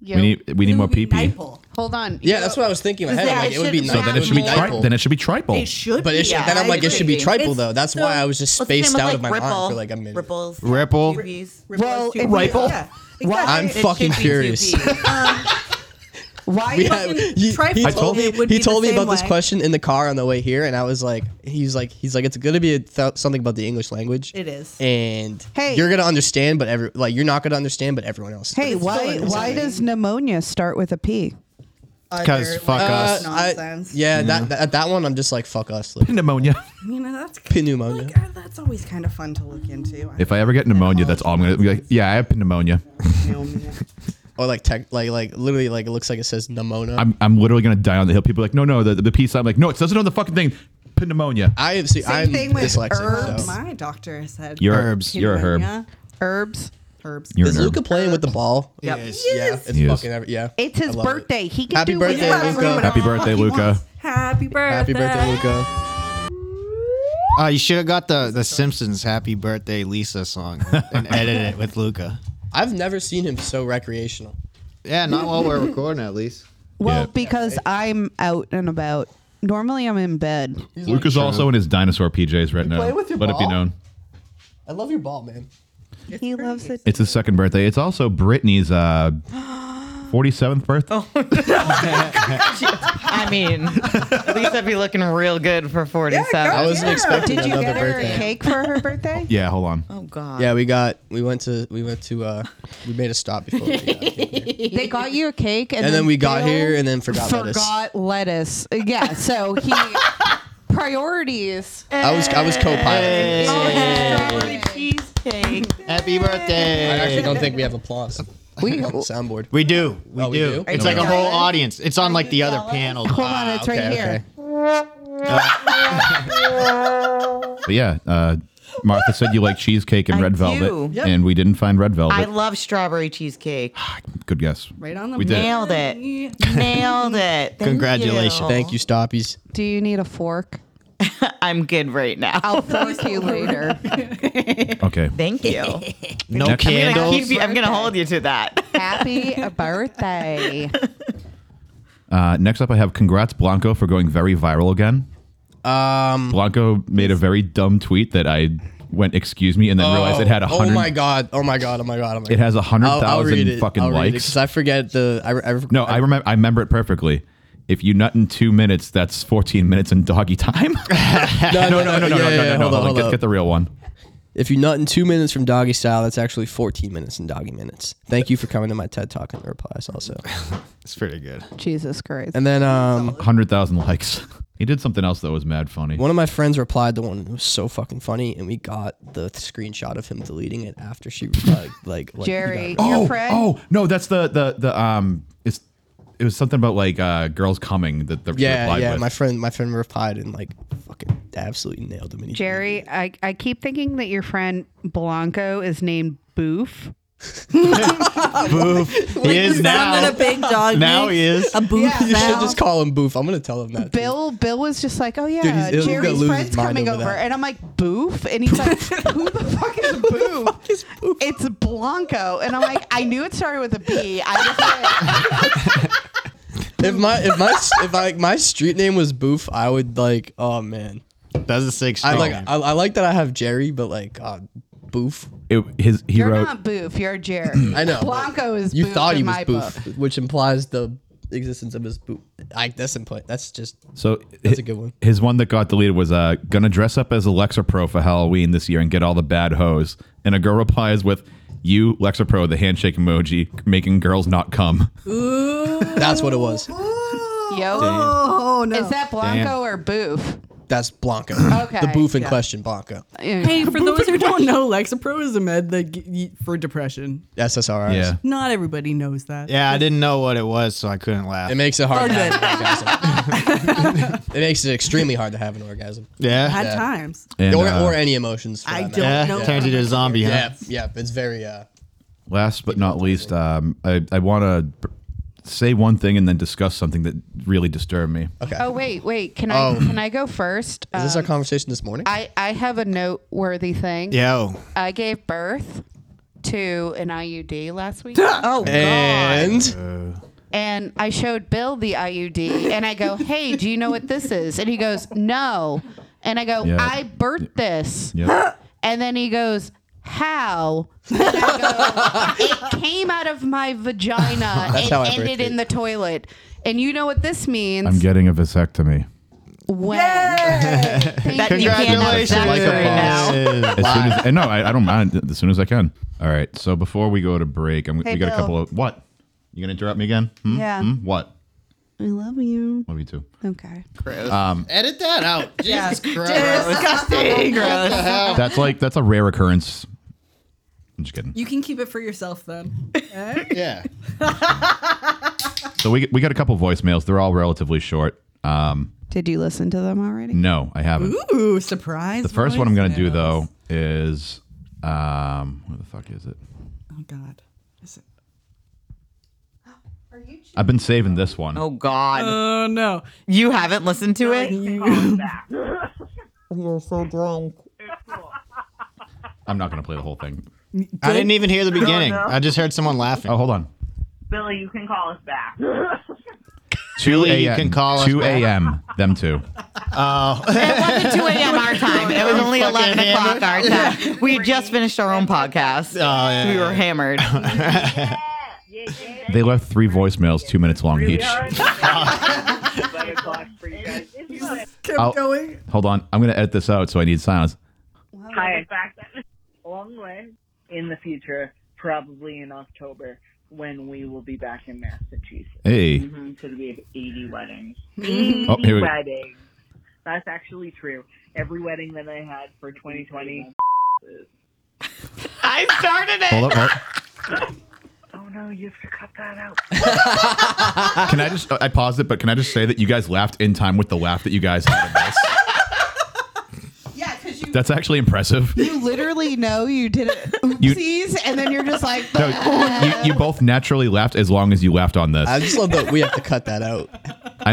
S2: we need we need more pee pee.
S7: Nipple.
S3: hold on
S4: Yeah, that's what I was thinking. In my head. I'm
S7: Yeah,
S4: like,
S7: I
S4: it would be
S7: should-
S4: nice.
S2: So then it should be tri-
S4: nipple.
S2: then it should be triple.
S7: It should
S4: But
S7: be.
S4: it should, then I'm
S6: I
S4: like, it should be
S6: agree.
S4: triple
S7: It's-
S4: though. That's
S7: so-
S4: why I was just
S6: What's the name
S4: spaced
S6: of,
S4: out
S6: like,
S4: of my mind for like a minute.
S6: Ripples.
S5: Ripple.
S6: Ripples.
S3: Well,
S7: two
S3: it-
S7: peas.
S3: Rifle?
S7: Yeah, exactly.
S4: I'm
S7: It-
S4: fucking furious.
S3: why
S4: We
S3: you
S4: have-
S7: fucking
S4: he,
S7: trifle,
S4: he told me
S7: it would
S4: he
S7: be the
S4: told me
S7: same
S4: about this
S7: way.
S4: question in the car on the way here, and I was like, he's like, he's like, it's gonna be a th- something about the English language.
S7: It is.
S4: and
S3: Hey.
S4: you're gonna understand, but every like you're not gonna understand, but everyone else.
S3: Hey,
S4: does.
S3: why why does pneumonia start with a P?
S5: 'Cause
S7: Other,
S5: fuck
S7: like,
S5: us.
S4: Uh, I-
S7: Nonsense.
S4: yeah, that, that that one I'm just like fuck us. Like,
S2: Pneumonia.
S7: You know, that's
S4: Pneumonia.
S7: Like, uh, that's always kind of fun to look into.
S2: If I ever get pneumonia, that's all I'm gonna be like. Yeah, I have pneumonia.
S7: pneumonia.
S4: or like tech, like like literally like it looks like it says pneumonia.
S2: I'm, I'm literally gonna die on the hill. People are like, no, no, the, the peace. I'm like, no, it doesn't on the fucking thing. Pneumonia.
S4: I have see,
S7: Same
S4: I'm
S7: thing with
S4: dyslexic.
S7: herbs.
S4: so.
S7: My doctor said
S2: You're
S5: Herbs.
S2: You're a herb.
S7: pneumonia,
S3: Herbs.
S7: Herbs.
S2: You're
S4: Is
S2: an herb.
S4: Luca playing with the ball?
S7: Yep.
S5: Yes.
S4: Yeah,
S7: Yes.
S4: it's
S2: He is.
S4: fucking every, yeah.
S3: It's his
S4: I love it.
S3: birthday. He can
S4: Happy
S3: do
S4: birthday,
S3: whatever.
S4: Luca.
S2: Happy birthday, Luca.
S7: Happy birthday.
S4: Happy birthday, Luca.
S5: Oh, you should have got the the Simpsons "Happy Birthday Lisa" song and edited it with Luca.
S4: I've never seen him so recreational.
S5: Yeah, not while we're recording, at least.
S3: Well,
S2: Yeah.
S3: because I'm out and about. Normally I'm in bed.
S2: Luca's also in his dinosaur PJs right now.
S4: play with your
S2: Let it be
S4: ball?
S2: known.
S4: I love your ball, man.
S3: he loves it.
S2: It's his second birthday. It's also Brittany's uh, 47th birthday.
S6: I mean, at least I'd be looking real good for 47.
S4: I wasn't expecting
S3: Did you
S4: another
S3: get her a
S4: birthday.
S3: cake for her birthday?
S2: Yeah, hold on.
S6: oh, God.
S4: Yeah, we got we went to we went to uh we made a stop before we got here.
S3: They got you a cake and,
S4: And then we got
S3: Bill
S4: here and then forgot about us.
S3: forgot lettuce. Uh, Yeah, so he priorities.
S4: I was I was co-pilot.
S6: Strawberry cheesecake.
S5: Happy birthday!
S4: I actually don't think we have applause.
S3: We
S4: on the soundboard.
S5: we do. We
S4: Oh, we do?
S5: do. It's
S4: No,
S5: like
S4: we
S5: a
S4: don't.
S5: whole audience. It's on like the other panel. Ah,
S3: hold on, it's right here.
S2: But yeah, uh, Martha said you like cheesecake and
S6: I
S2: red
S6: do.
S2: velvet,
S6: Yep.
S2: and we didn't find red velvet.
S6: I love strawberry cheesecake.
S2: Good guess.
S7: Right on the
S2: We did.
S7: money.
S6: Nailed it. Nailed it. Thank
S5: Congratulations.
S4: Thank you, Stoppies.
S3: Do you need a fork?
S6: I'm good right now.
S3: I'll force you later.
S2: Okay.
S6: Thank you.
S5: No
S2: Next-
S6: I'm gonna,
S5: candles.
S6: keep you- I'm gonna hold you to that.
S3: Happy birthday.
S2: Uh, next up, I have congrats Blanco for going very viral again.
S4: Um,
S2: Blanco made a very dumb tweet that I went, excuse me, and then realized it had a
S4: Oh
S2: hundred.
S4: my god! Oh my god! Oh my god! Oh my god!
S2: It has a hundred
S4: I'll- I'll read
S2: thousand
S4: it.
S2: fucking
S4: I'll read it,
S2: likes.
S4: 'cause I forget the. I, I,
S2: No, I remember. I remember it perfectly. If you nut in two minutes, that's fourteen minutes in doggy time.
S4: no, yeah,
S2: no, no, no, no, no,
S4: yeah,
S2: no,
S4: yeah, Hold
S2: no, no.
S4: on, hold
S2: Get,
S4: on.
S2: get the real one.
S4: If you nut in two minutes from doggy style, that's actually 14 minutes in doggy minutes. Thank you for coming to my TED talk and the replies also.
S5: It's pretty good.
S3: Jesus Christ.
S4: And then um,
S2: Hundred thousand likes. He did something else that was mad funny.
S4: one of my friends replied to one that was so fucking funny, and we got the screenshot of him deleting it after she replied. Like, like
S3: Jerry,
S4: we got it.
S3: your
S2: oh,
S3: friend.
S2: oh no, that's the the the um. It's it was something about like uh girls coming that the she
S4: yeah,
S2: replied
S4: yeah.
S2: with.
S4: My friend, my friend replied and like fucking absolutely nailed him. And he Mm-hmm.
S3: Jerry, I, I keep thinking that your friend Blanco is named Boof.
S5: Boof. he is
S8: Not
S5: now.
S8: a big dog.
S5: Now
S8: name?
S5: he is.
S8: a booth
S4: You should
S8: now.
S4: just call him Boof. I'm gonna tell him that.
S3: Bill Bill was just like, oh yeah,
S4: he's- he's gonna
S3: Jerry's
S4: lose his
S3: friend's
S4: mind
S3: coming
S4: over
S3: over,
S4: that.
S3: and I'm like, Boof, and he's like, who the fuck is Boof? It's Blanco, and I'm like, I knew it started with a B. I just
S4: If my if my if I, my street name was Boof, I would like. Oh man,
S5: That's a six.
S2: Oh,
S4: I like
S5: string.
S4: I, I like that I have Jerry, but like uh, Boof.
S2: It- his he
S3: you're
S2: wrote
S3: not Boof, you're Jerry.
S4: I know. but
S3: Blanco is
S4: You
S3: Boof
S4: thought
S3: in
S4: he was
S3: my
S4: Boof,
S3: book.
S4: which implies the existence of his Boof. I that's impl- That's just
S2: so
S4: That's a good one.
S2: His one that got deleted was uh gonna dress up as a Lexapro for Halloween this year and get all the bad hoes. And a girl replies with you Lexapro the handshake emoji making girls not come.
S4: that's what it was.
S3: Yo,
S7: Oh no!
S3: is that Blanco or Boof?
S4: That's Blanco.
S3: Okay,
S4: the Boof in
S3: yeah.
S4: question, Blanco.
S8: Hey, for those who don't know, Lexapro is a med that g- y- for depression.
S4: SSRIs.
S2: Yeah.
S8: Not everybody knows that.
S5: yeah, I didn't know what it was, so I couldn't laugh.
S4: It makes it hard. to
S8: good.
S4: have an orgasm. it makes it extremely hard to have an orgasm,
S5: yeah.
S8: At times.
S2: And,
S4: or,
S2: uh,
S4: or any emotions. For
S8: I
S4: that
S8: don't
S4: matter.
S5: Yeah.
S8: know.
S5: Turns you to a zombie, huh?
S4: Yeah, yeah. It's very. Uh,
S2: last but not least, um, I I want to say one thing and then discuss something that really disturbed me.
S4: okay.
S3: Oh wait, wait. Can I can I go first?
S4: Is this
S3: Um,
S4: our conversation this morning?
S3: I I have a noteworthy thing.
S5: Yo.
S3: I gave birth to an IUD last week.
S6: Oh,
S4: and
S3: and I showed Bill the IUD and I go, "Hey, do you know what this is?" And he goes, "No." And I go,
S2: Yeah.
S3: "I birthed this."
S2: Yep.
S3: And then he goes, "How?" And I go, "It came out of my vagina and
S4: how I
S3: ended
S4: birthed
S3: in
S4: it.
S3: the toilet." And you know what this means?
S2: I'm getting a vasectomy.
S3: when Thank
S6: That-
S3: you.
S6: you can't have
S5: Congratulations.
S6: sex
S4: Like a
S6: right
S4: boss.
S2: As
S6: now.
S2: soon as, and no, I, I don't mind. As soon as I can. All right. So before we go to break, I'm,
S3: Hey,
S2: we got
S3: Bill.
S2: a couple of what? You gonna interrupt me again? Hmm?
S3: Yeah.
S2: Hmm? What?
S3: I love you.
S2: Love you too.
S3: Okay.
S5: Edit that out. Jesus Christ.
S6: Disgusting. Gross.
S2: That's like that's a rare occurrence. I'm just kidding.
S7: You can keep it for yourself then.
S5: Yeah.
S2: So we we got a couple voicemails. They're all relatively short. Um,
S3: Did you listen to them already?
S2: no, I haven't.
S7: Ooh, surprise!
S2: The first one I'm gonna do though is um, where the fuck is it?
S7: Oh God. Is it-
S2: I've been saving this one.
S6: Oh God.
S7: Oh no!
S6: you haven't listened to it?
S2: I'm not gonna play the whole thing.
S5: I didn't even hear the beginning. I just heard someone laughing.
S2: Oh, hold on.
S9: Billy, you can call us back.
S2: Two
S5: Billy, you
S2: a.m.
S5: can call us
S2: Two
S5: back.
S2: a.m. Them two.
S6: It wasn't 2 a.m. our time. It was only 11
S5: fucking
S6: o'clock our time. We had just finished our own podcast.
S5: Oh, yeah,
S6: we were hammered.
S9: Yeah, yeah.
S2: They left three voicemails, two minutes long each.
S7: Kept
S2: I'll-
S7: going.
S2: Hold on. I'm gonna edit this out, so I need silence.
S9: Hi. Long way in the future, probably in October, when we will be back in Massachusetts.
S2: Hey.
S9: hmm So we have 80 weddings.
S6: Mm-hmm.
S2: Oh, here we go.
S9: Weddings. That's actually true. Every wedding that I had for 2020.
S6: I started it.
S2: Hold up. Hold up.
S9: Oh no, you have to cut that out.
S2: Can I just? I paused it, but can I just say that you guys laughed in time with the laugh that you guys had in this?
S3: Yeah, because you
S2: That's actually impressive.
S3: you literally know you did it oopsies and then you're just like
S2: No, you, you both naturally laughed as long as you laughed on this.
S4: I
S2: I,
S4: just love that we have to cut that out.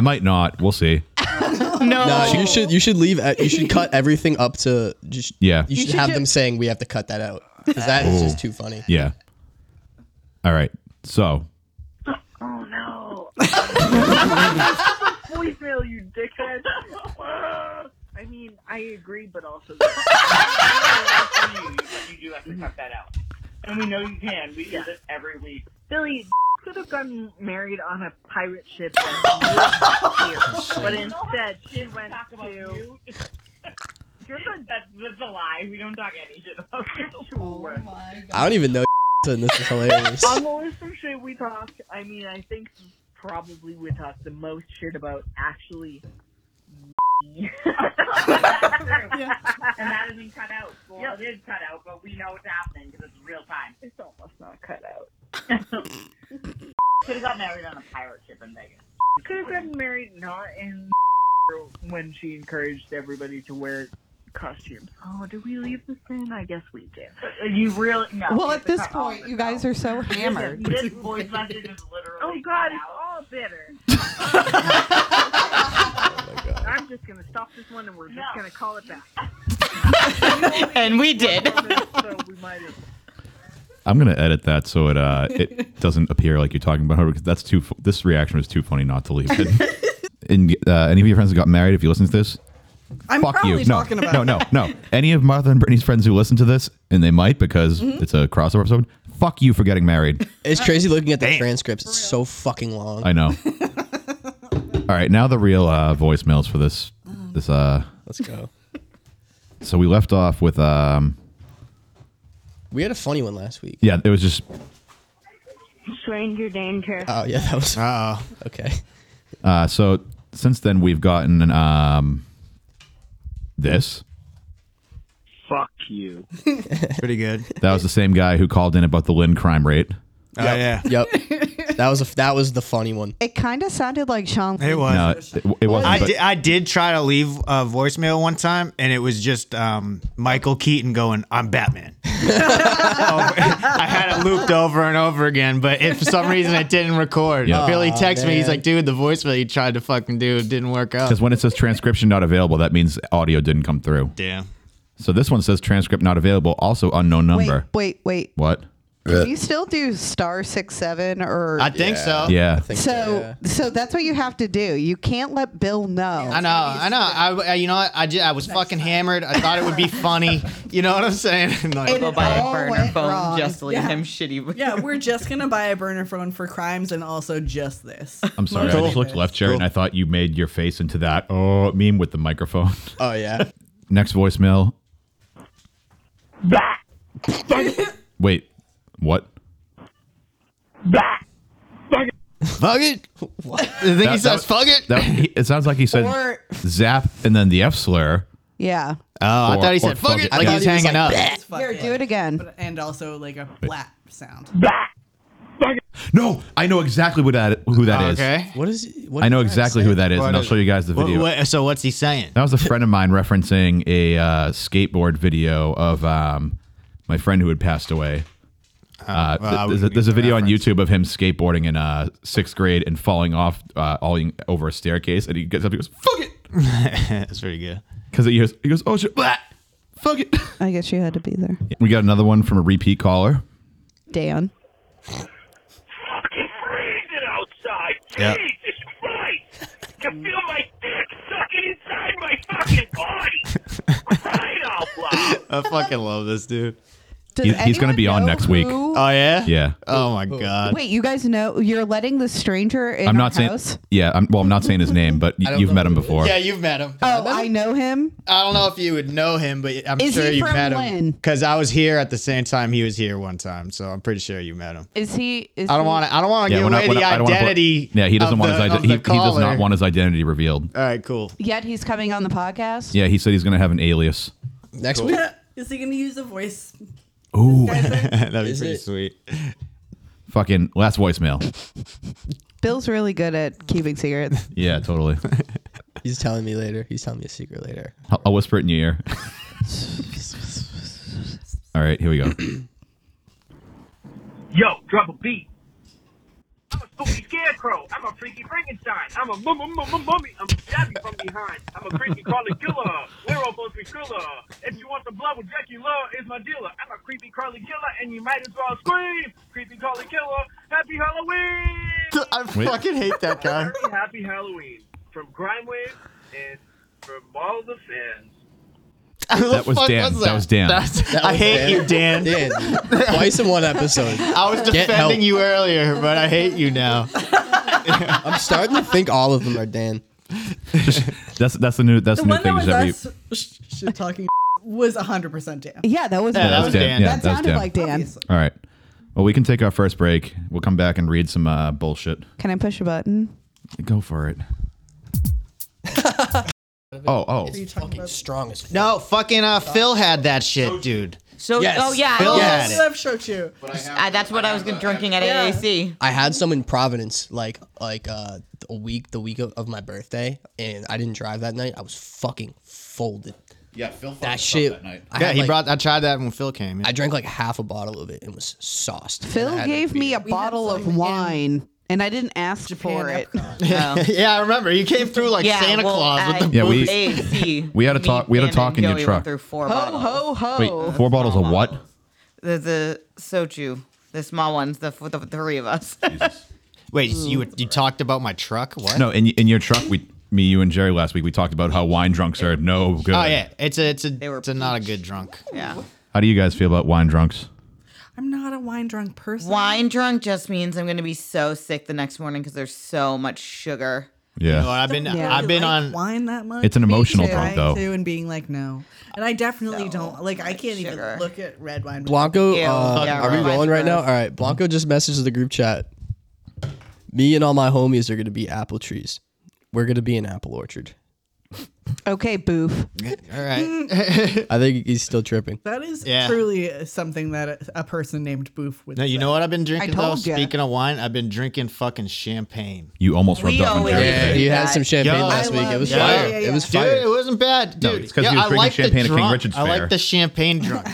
S2: might not. We'll see.
S6: no.
S4: Nah, you should you should leave. At, you should cut everything up to. You should,
S2: Yeah. Oh.
S4: you should have them saying we have to cut that out because that is just too funny.
S2: Yeah. All right. So
S9: Oh no. Voicemail, you dickhead. I mean, I agree, but also. you do have to cut that out. And we know you can. We do this every week. Billy could have gotten married on a pirate ship, and here. but instead she went to.
S10: That's, that's a lie. We don't talk any shit about
S9: Sure.
S4: I don't even know. And this is hilarious.
S9: On the list of shit we talk, I mean, I think probably we talk the most shit about actually.
S10: And that isn't cut out. Well,
S9: Yep.
S10: it is cut out, but we know it's happening because it's real time.
S9: It's almost not cut out.
S10: Could have got married on a pirate ship in Vegas.
S9: Could have gotten married not in when she encouraged everybody to wear costumes. Oh, did we leave this in? I guess we did.
S10: Uh, You really no.
S3: Well, at this point, you guys are so hammered.
S10: This voice message is literally.
S9: Oh God,
S10: cut
S9: it's
S10: out. Oh
S9: all bitter. I'm just gonna stop this one and we're just
S10: No.
S9: gonna call it back.
S6: and we did.
S9: so we might have.
S2: I'm gonna edit that so it uh it doesn't appear like you're talking about her because that's too. fu- This reaction was too funny not to leave it. and uh, any of your friends who got married, if you listen to this,
S8: I'm
S2: fuck
S8: probably
S2: you. No,
S8: talking about
S2: no, no, no. Any of Martha and Brittany's friends who listen to this, and they might because
S8: Mm-hmm.
S2: it's a crossover episode. Fuck you for getting married.
S4: It's crazy looking at the transcripts. It's so fucking long.
S2: I know. All right, now the real uh, voicemails for this this uh.
S4: Let's go.
S2: So we left off with um
S4: We had a funny one last week.
S2: yeah it was just
S9: Stranger danger.
S4: Oh yeah, that was
S5: Uh oh.
S4: okay.
S2: Uh, so since then we've gotten an, um this.
S10: Fuck you.
S5: Pretty good.
S2: That was the same guy who called in about the Lynn crime rate.
S5: Oh yeah.
S4: Yep. That was a, that was the funny one.
S3: It kind of sounded like Sean.
S5: It was.
S2: No, it, it wasn't.
S5: I
S2: but-
S5: did, I did try to leave a voicemail one time, and it was just um, Michael Keaton going, "I'm Batman." Over- I had it looped over and over again, but if for some reason it didn't record,
S2: Yeah.
S5: Billy
S4: Aw,
S5: texted me. He's
S4: man.
S5: like, "Dude, the voicemail you tried to fucking do didn't work out."
S2: Because when it says transcription not available, that means audio didn't come through.
S5: Damn.
S2: So this one says transcript not available, also unknown
S3: Wait,
S2: number.
S3: wait, wait.
S2: What?
S3: Do you still do star six seven or?
S5: I think so.
S2: Yeah.
S4: I think
S3: so so that's what you have to do. You can't let Bill know.
S5: I know, I know. I, I- you know, what? I, ju- I was fucking hammered. I thought it would be funny. You know what I'm saying? And like,
S6: Go buy
S3: all
S6: a burner
S3: went
S6: phone
S3: wrong.
S6: just to leave him shitty.
S8: Yeah, we're just gonna buy a burner phone for crimes and also just this.
S2: I'm sorry. I just looked left, Jared, and I thought you made your face into that oh meme with the microphone.
S4: Oh yeah.
S2: Next voicemail.
S10: Back.
S2: Wait, what?
S10: Back.
S5: fuck it. I think he
S2: That-
S5: says,
S2: that-
S5: "Fuck it."
S2: That, he, it sounds like he said
S8: Or-
S2: zap and then the F slur.
S3: Yeah.
S5: oh, I
S2: Or-
S5: thought he
S2: or
S5: said, "Fuck
S2: fuck
S5: it,"
S2: it.
S5: like
S4: I
S5: he was
S4: thought he was
S5: hanging up.
S4: like,
S8: Fuck
S3: Here, do it again.
S8: But- And also like a flat sound.
S10: Back.
S2: No, I know exactly what that who that is.
S5: Oh, Okay.
S4: What is? What
S2: I know
S4: is that
S2: exactly who
S4: saying?
S2: that is, and I'll
S5: is-
S2: show you guys the
S5: What-
S2: video.
S5: what- so what's he saying?
S2: That was a friend of mine referencing a uh, skateboard video of um, my friend who had passed away. Uh, th-
S5: well,
S2: there's,
S5: I
S2: a,
S5: wouldn't
S2: there's
S5: use
S2: a
S5: the
S2: video on
S5: reference.
S2: YouTube of him skateboarding in uh, sixth grade and falling off uh, all in- over a staircase, and he gets up, he goes, "Fuck it,"
S5: That's pretty good.
S2: because he goes, he goes, "Oh shit, blah, fuck it."
S3: I guess you had to be there.
S2: We got another one from a repeat caller.
S3: Dan.
S10: Fucking freezing outside.
S5: Yep.
S10: Jesus Christ. I can feel my dick sucking inside my fucking body. Crying out loud.
S5: I fucking love this dude.
S3: Does
S2: He- he's gonna be
S3: anyone
S2: on
S3: know
S2: next week.
S3: who-
S5: Oh yeah.
S2: Yeah,
S5: Oh my god.
S3: Wait, you guys know you're letting the stranger in
S2: I'm
S3: our
S2: not saying.
S3: house?
S2: Yeah, I'm, well, I'm not saying his name, but y-
S4: don't
S2: you've
S4: know
S2: met him
S4: who it is.
S2: before.
S5: Yeah, you've met him.
S3: Oh, I know him.
S5: I don't know if you would know him, but I'm
S3: Is
S5: sure
S3: he
S5: you
S3: from
S5: met him
S3: Lynn?
S5: because I was here at the same time he was here one time, so I'm pretty sure you met him.
S3: Is he? Is
S5: I don't want to. I don't want to
S2: Yeah,
S5: give
S2: we're
S5: away
S2: not- we're
S5: the
S2: not- I don't wanna put-
S5: identity.
S2: yeah, he doesn't
S5: of
S2: want
S5: the-
S2: his
S5: of
S2: identity.
S5: the
S2: He, he does
S5: caller.
S2: not want his identity revealed.
S5: All right, cool.
S3: Yet he's coming on the podcast.
S2: Yeah, he said he's gonna have an alias.
S4: Next week.
S8: Is he gonna use a voice?
S2: Ooh,
S5: That'd be
S4: Is
S5: pretty
S4: it-
S5: sweet.
S2: fucking last voicemail.
S3: Bill's really good at keeping secrets.
S2: Yeah, totally.
S4: He's telling me later. He's telling me a secret later.
S2: I'll, I'll whisper it in your ear. All right, here we go.
S10: Yo, drop a beat. I'm a
S9: spooky scarecrow. I'm a freaky Frankenstein. I'm a mum mum mum mummy. I'm stabbing from behind. I'm a creepy Carly killer. We're all supposed to be killer. If you want the blood with Dracula, is my dealer. I'm a creepy Carly killer, and you might as well scream. Creepy Carly killer. Happy Halloween.
S4: I
S2: Wait.
S4: fucking hate that guy.
S9: Very happy Halloween from Grimewave and from all the fans.
S2: That was Dan. That? was Dan.
S4: That
S5: I
S4: was
S5: hate you, Dan.
S4: Dan, twice in one episode.
S5: I was
S4: Get help.
S5: defending you earlier, but I hate you now.
S4: I'm starting to think all of them are Dan.
S2: that's that's the new that's
S7: The
S2: the new
S7: one that
S2: thing.
S7: was
S2: is that we-
S7: us sh- shit talking was 100% Dan.
S3: Yeah, that was
S2: that
S5: Yeah, that
S3: Dan.
S2: was
S5: was
S2: Dan.
S5: Dan.
S2: Yeah,
S3: that
S2: that was
S3: sounded
S2: Dan.
S3: like Dan.
S7: Obviously.
S2: All right. Well, we can take our first break. We'll come back and read some uh, bullshit.
S3: Can I push a button?
S2: Go for it. oh, oh.
S4: Fucking strong as fuck.
S5: No, fucking uh, Phil had that shit, dude.
S6: So,
S4: Yes.
S6: oh yeah,
S5: Phil
S6: I-
S5: had
S7: I
S5: it.
S7: love Shochu.
S6: I- that's what I was drinking at
S7: Yeah.
S6: AAC.
S4: I had some in Providence, like like uh, a week, the week of, of my birthday, and I didn't drive that night. I was fucking folded.
S2: Yeah, Phil.
S4: That shit. I
S5: Yeah,
S4: had,
S5: he
S4: like-
S5: brought. I tried that when Phil came. yeah.
S4: I drank like half a bottle of it and was sauced. And I
S3: Phil
S4: had a
S3: gave me
S4: beer.
S3: a bottle of wine, and I didn't ask for it.
S6: Oh.
S5: yeah, I remember. You came through like
S6: Yeah,
S5: Santa
S6: well, uh,
S5: Claus
S6: at
S5: with the
S2: Yeah, we-
S6: AAC,
S2: we had a
S6: me,
S2: talk- we had a
S6: Dan, and
S2: talk in your
S6: Joey went
S2: truck.
S6: Through four
S3: Ho
S6: bottles.
S3: ho
S2: Wait,
S3: ho!
S2: four bottles of what?
S6: The the soju, the small ones, the the, the three of us.
S5: Wait, you you talked about my truck? What?
S2: No, in in your truck, we, me, you, and Jerry last week, we talked about how wine drunks are no good.
S5: Oh yeah, it's a it's a
S6: were
S5: it's a not a good drunk.
S6: yeah.
S2: How do you guys feel about wine drunks?
S7: I'm not a wine drunk person.
S6: Wine drunk just means I'm gonna be so sick the next morning because there's so much sugar.
S5: No,
S2: Yeah,
S5: I've been
S3: Yeah.
S5: I've been
S7: like
S5: on.
S7: wine that much.
S2: It's an emotional
S7: trying
S2: drunk, though.
S7: To and being like no, and I definitely don't like. I can't
S6: sugar.
S7: even look at red wine.
S4: Blanco,
S6: Ew,
S4: uh,
S6: yeah,
S4: are we
S6: right.
S4: rolling right now?
S6: Gross.
S4: All right, Blanco just messaged the group chat. Me and all my homies are gonna be apple trees. We're gonna be an apple orchard.
S3: Okay, boof.
S5: All right.
S4: I think he's still tripping.
S7: That is
S5: Yeah.
S7: truly something that a, a person named Boof would.
S5: No, you know what I've been drinking though.
S3: told ya.
S5: Speaking of wine, I've been drinking fucking champagne.
S2: you almost rubbed
S6: We
S2: off on
S6: always-
S2: Jerry.
S6: Yeah.
S2: today.
S4: He had some champagne
S5: Yo,
S4: last
S5: I
S4: week. It
S7: love-
S4: was
S7: Yeah,
S4: fire.
S7: yeah,
S4: It was
S7: yeah.
S5: Dude,
S4: fire.
S5: it wasn't bad, dude.
S2: No, it's 'cause he was
S5: I
S2: drinking
S5: like the
S2: champagne at King
S5: drunk.
S2: Richard's
S5: I
S2: Fair.
S5: like the champagne drunk.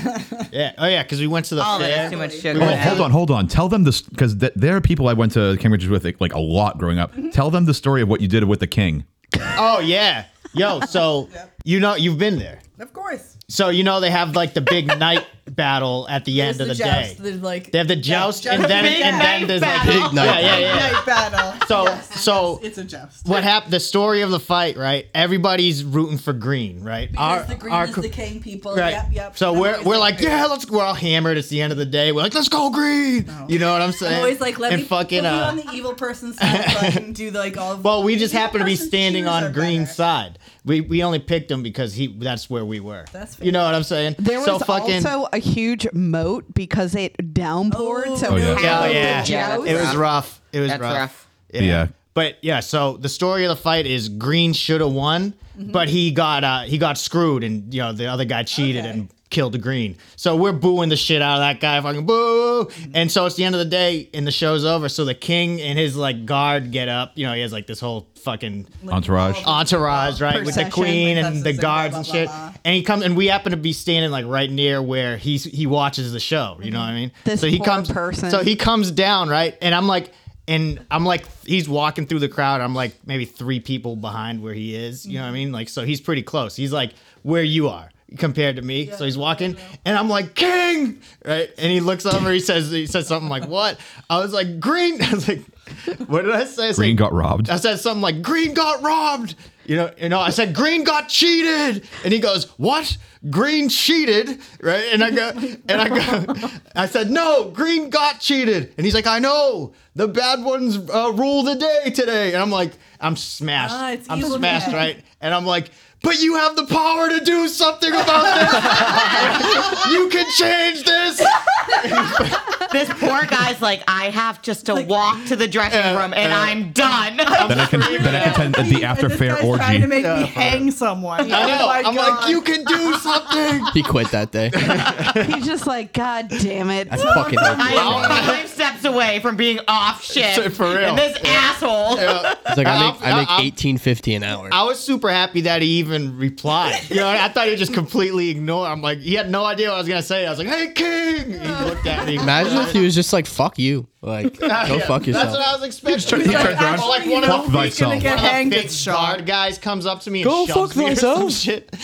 S5: yeah. Oh yeah, because we went to the
S6: Oh,
S5: fair.
S6: that's too much sugar.
S2: Oh, hold on, hold on. Tell them this because th- there are people I went to Cambridge with like, like a lot growing up. Tell them the story of what you did with the king.
S5: Oh yeah. Yo, so you know you've been there.
S7: of course.
S5: So you know they have like the big night battle at the end
S7: There's
S5: of the,
S7: the joust,
S5: day.
S7: there's, like-
S5: they have the
S7: yeah,
S5: joust,
S7: joust.
S5: and then
S6: Big
S5: and
S6: night
S5: then there's like
S6: battle.
S4: Big night
S5: Yeah, yeah, yeah.
S7: Night battle.
S5: So so
S7: It's a joust.
S5: what happened? The story of the fight, right? Everybody's rooting for green, right?
S7: Because the green is
S5: co-
S7: the king, people.
S5: Right.
S7: Yep, yep.
S5: So
S7: I'm
S5: we're,
S7: always
S5: we're like, yeah, let's. We're all hammered. It's the end of the day. We're like, let's go green. You know what I'm saying?
S7: I'm always like, let
S5: and
S7: me
S5: fucking.
S7: put me on
S5: Uh,
S7: the evil person's side so I can do like all. Of
S5: well, we just
S7: Evil
S5: happened to be
S7: person's
S5: standing
S7: shoes
S5: on
S7: are
S5: green
S7: better.
S5: side. We we only picked him because he. That's where we were.
S7: That's fair.
S5: You know what I'm saying?
S3: There
S5: so
S3: was
S5: fucking.
S3: also a huge moat because it downpoured.
S7: Oh.
S3: so
S7: Oh, yeah.
S3: half
S5: Oh
S3: of the
S5: yeah,
S6: Yeah,
S3: joust-
S5: it was rough. It was
S6: That's
S5: rough.
S6: rough.
S5: Yeah.
S2: Yeah.
S5: but yeah. So the story of the fight is Green should have won,
S6: Mm-hmm.
S5: but he got uh, he got screwed, and you know the other guy cheated and killed Green. So we're booing the shit out of that guy, fucking boo.
S6: Mm-hmm.
S5: And so it's the end of the day, and the show's over. So the king and his like guard get up. You know, he has like this whole fucking
S2: Entourage.
S5: entourage, right, with the
S7: Procession,
S5: queen and the
S7: procession,
S5: guards
S7: blah,
S5: and
S7: blah,
S5: shit.
S7: blah.
S5: And he comes, and we happen to be standing like right near where he's he watches the show. You know what I mean?
S3: This
S5: so he
S3: poor
S5: comes,
S3: person.
S5: so he comes down, right, and I'm like. And I'm like, he's walking through the crowd. I'm like, maybe three people behind where he is. You know what I mean? Like, so he's pretty close. He's like where you are compared to me. so he's walking, and I'm like, King, right? And he looks over. He says, he says something like, "What?" I was like, "Green." I was like, "What did I say?" I said,
S2: Green got robbed.
S5: I said something like Green got robbed. You know, you know, I said Green got cheated. And he goes, What? Green cheated? Right? And I go and I go I said, No, Green got cheated. And he's like, I know. The bad ones uh, rule the day today. And I'm like, I'm smashed.
S7: Ah, it's
S5: I'm
S7: evil
S5: smashed,
S7: man.
S5: right? And I'm like, but you have the power to do something about this. you can change this.
S6: This poor guy's like, I have just to walk to the dressing
S2: uh,
S6: room and I'm done.
S2: Then I can then I can attend at the after
S7: This
S2: fair
S7: guy's Trying to make
S2: orgy.
S7: me hang someone.
S5: I know.
S7: Oh my
S5: I'm
S7: God.
S5: like, you can do something.
S4: He quit that day.
S3: He's just like, God damn it.
S4: That's fucking.
S6: I am five steps away from being off shit.
S5: For real.
S6: And this asshole.
S4: It's like I make I
S5: I'll-
S4: make
S5: I'll-
S4: eighteen fifty an hour.
S5: I was super happy that he even replied. You know, I thought he just completely ignored. I'm like, he had no idea what I was gonna say. I was like, "Hey, King!" He looked at me.
S4: Imagine if he was just like, "Fuck you." Like, go
S5: Yeah,
S4: fuck yourself.
S5: That's what I was
S4: Just try
S5: expecting.
S4: to turn it around.
S5: Or like one of
S4: Fuck
S5: those one
S4: thyself.
S5: of the
S4: Gonna get hanged
S5: big
S4: at
S5: guard guys comes up to me and
S4: Go
S5: shoves
S4: fuck
S5: me or some
S4: thyself.
S5: shit.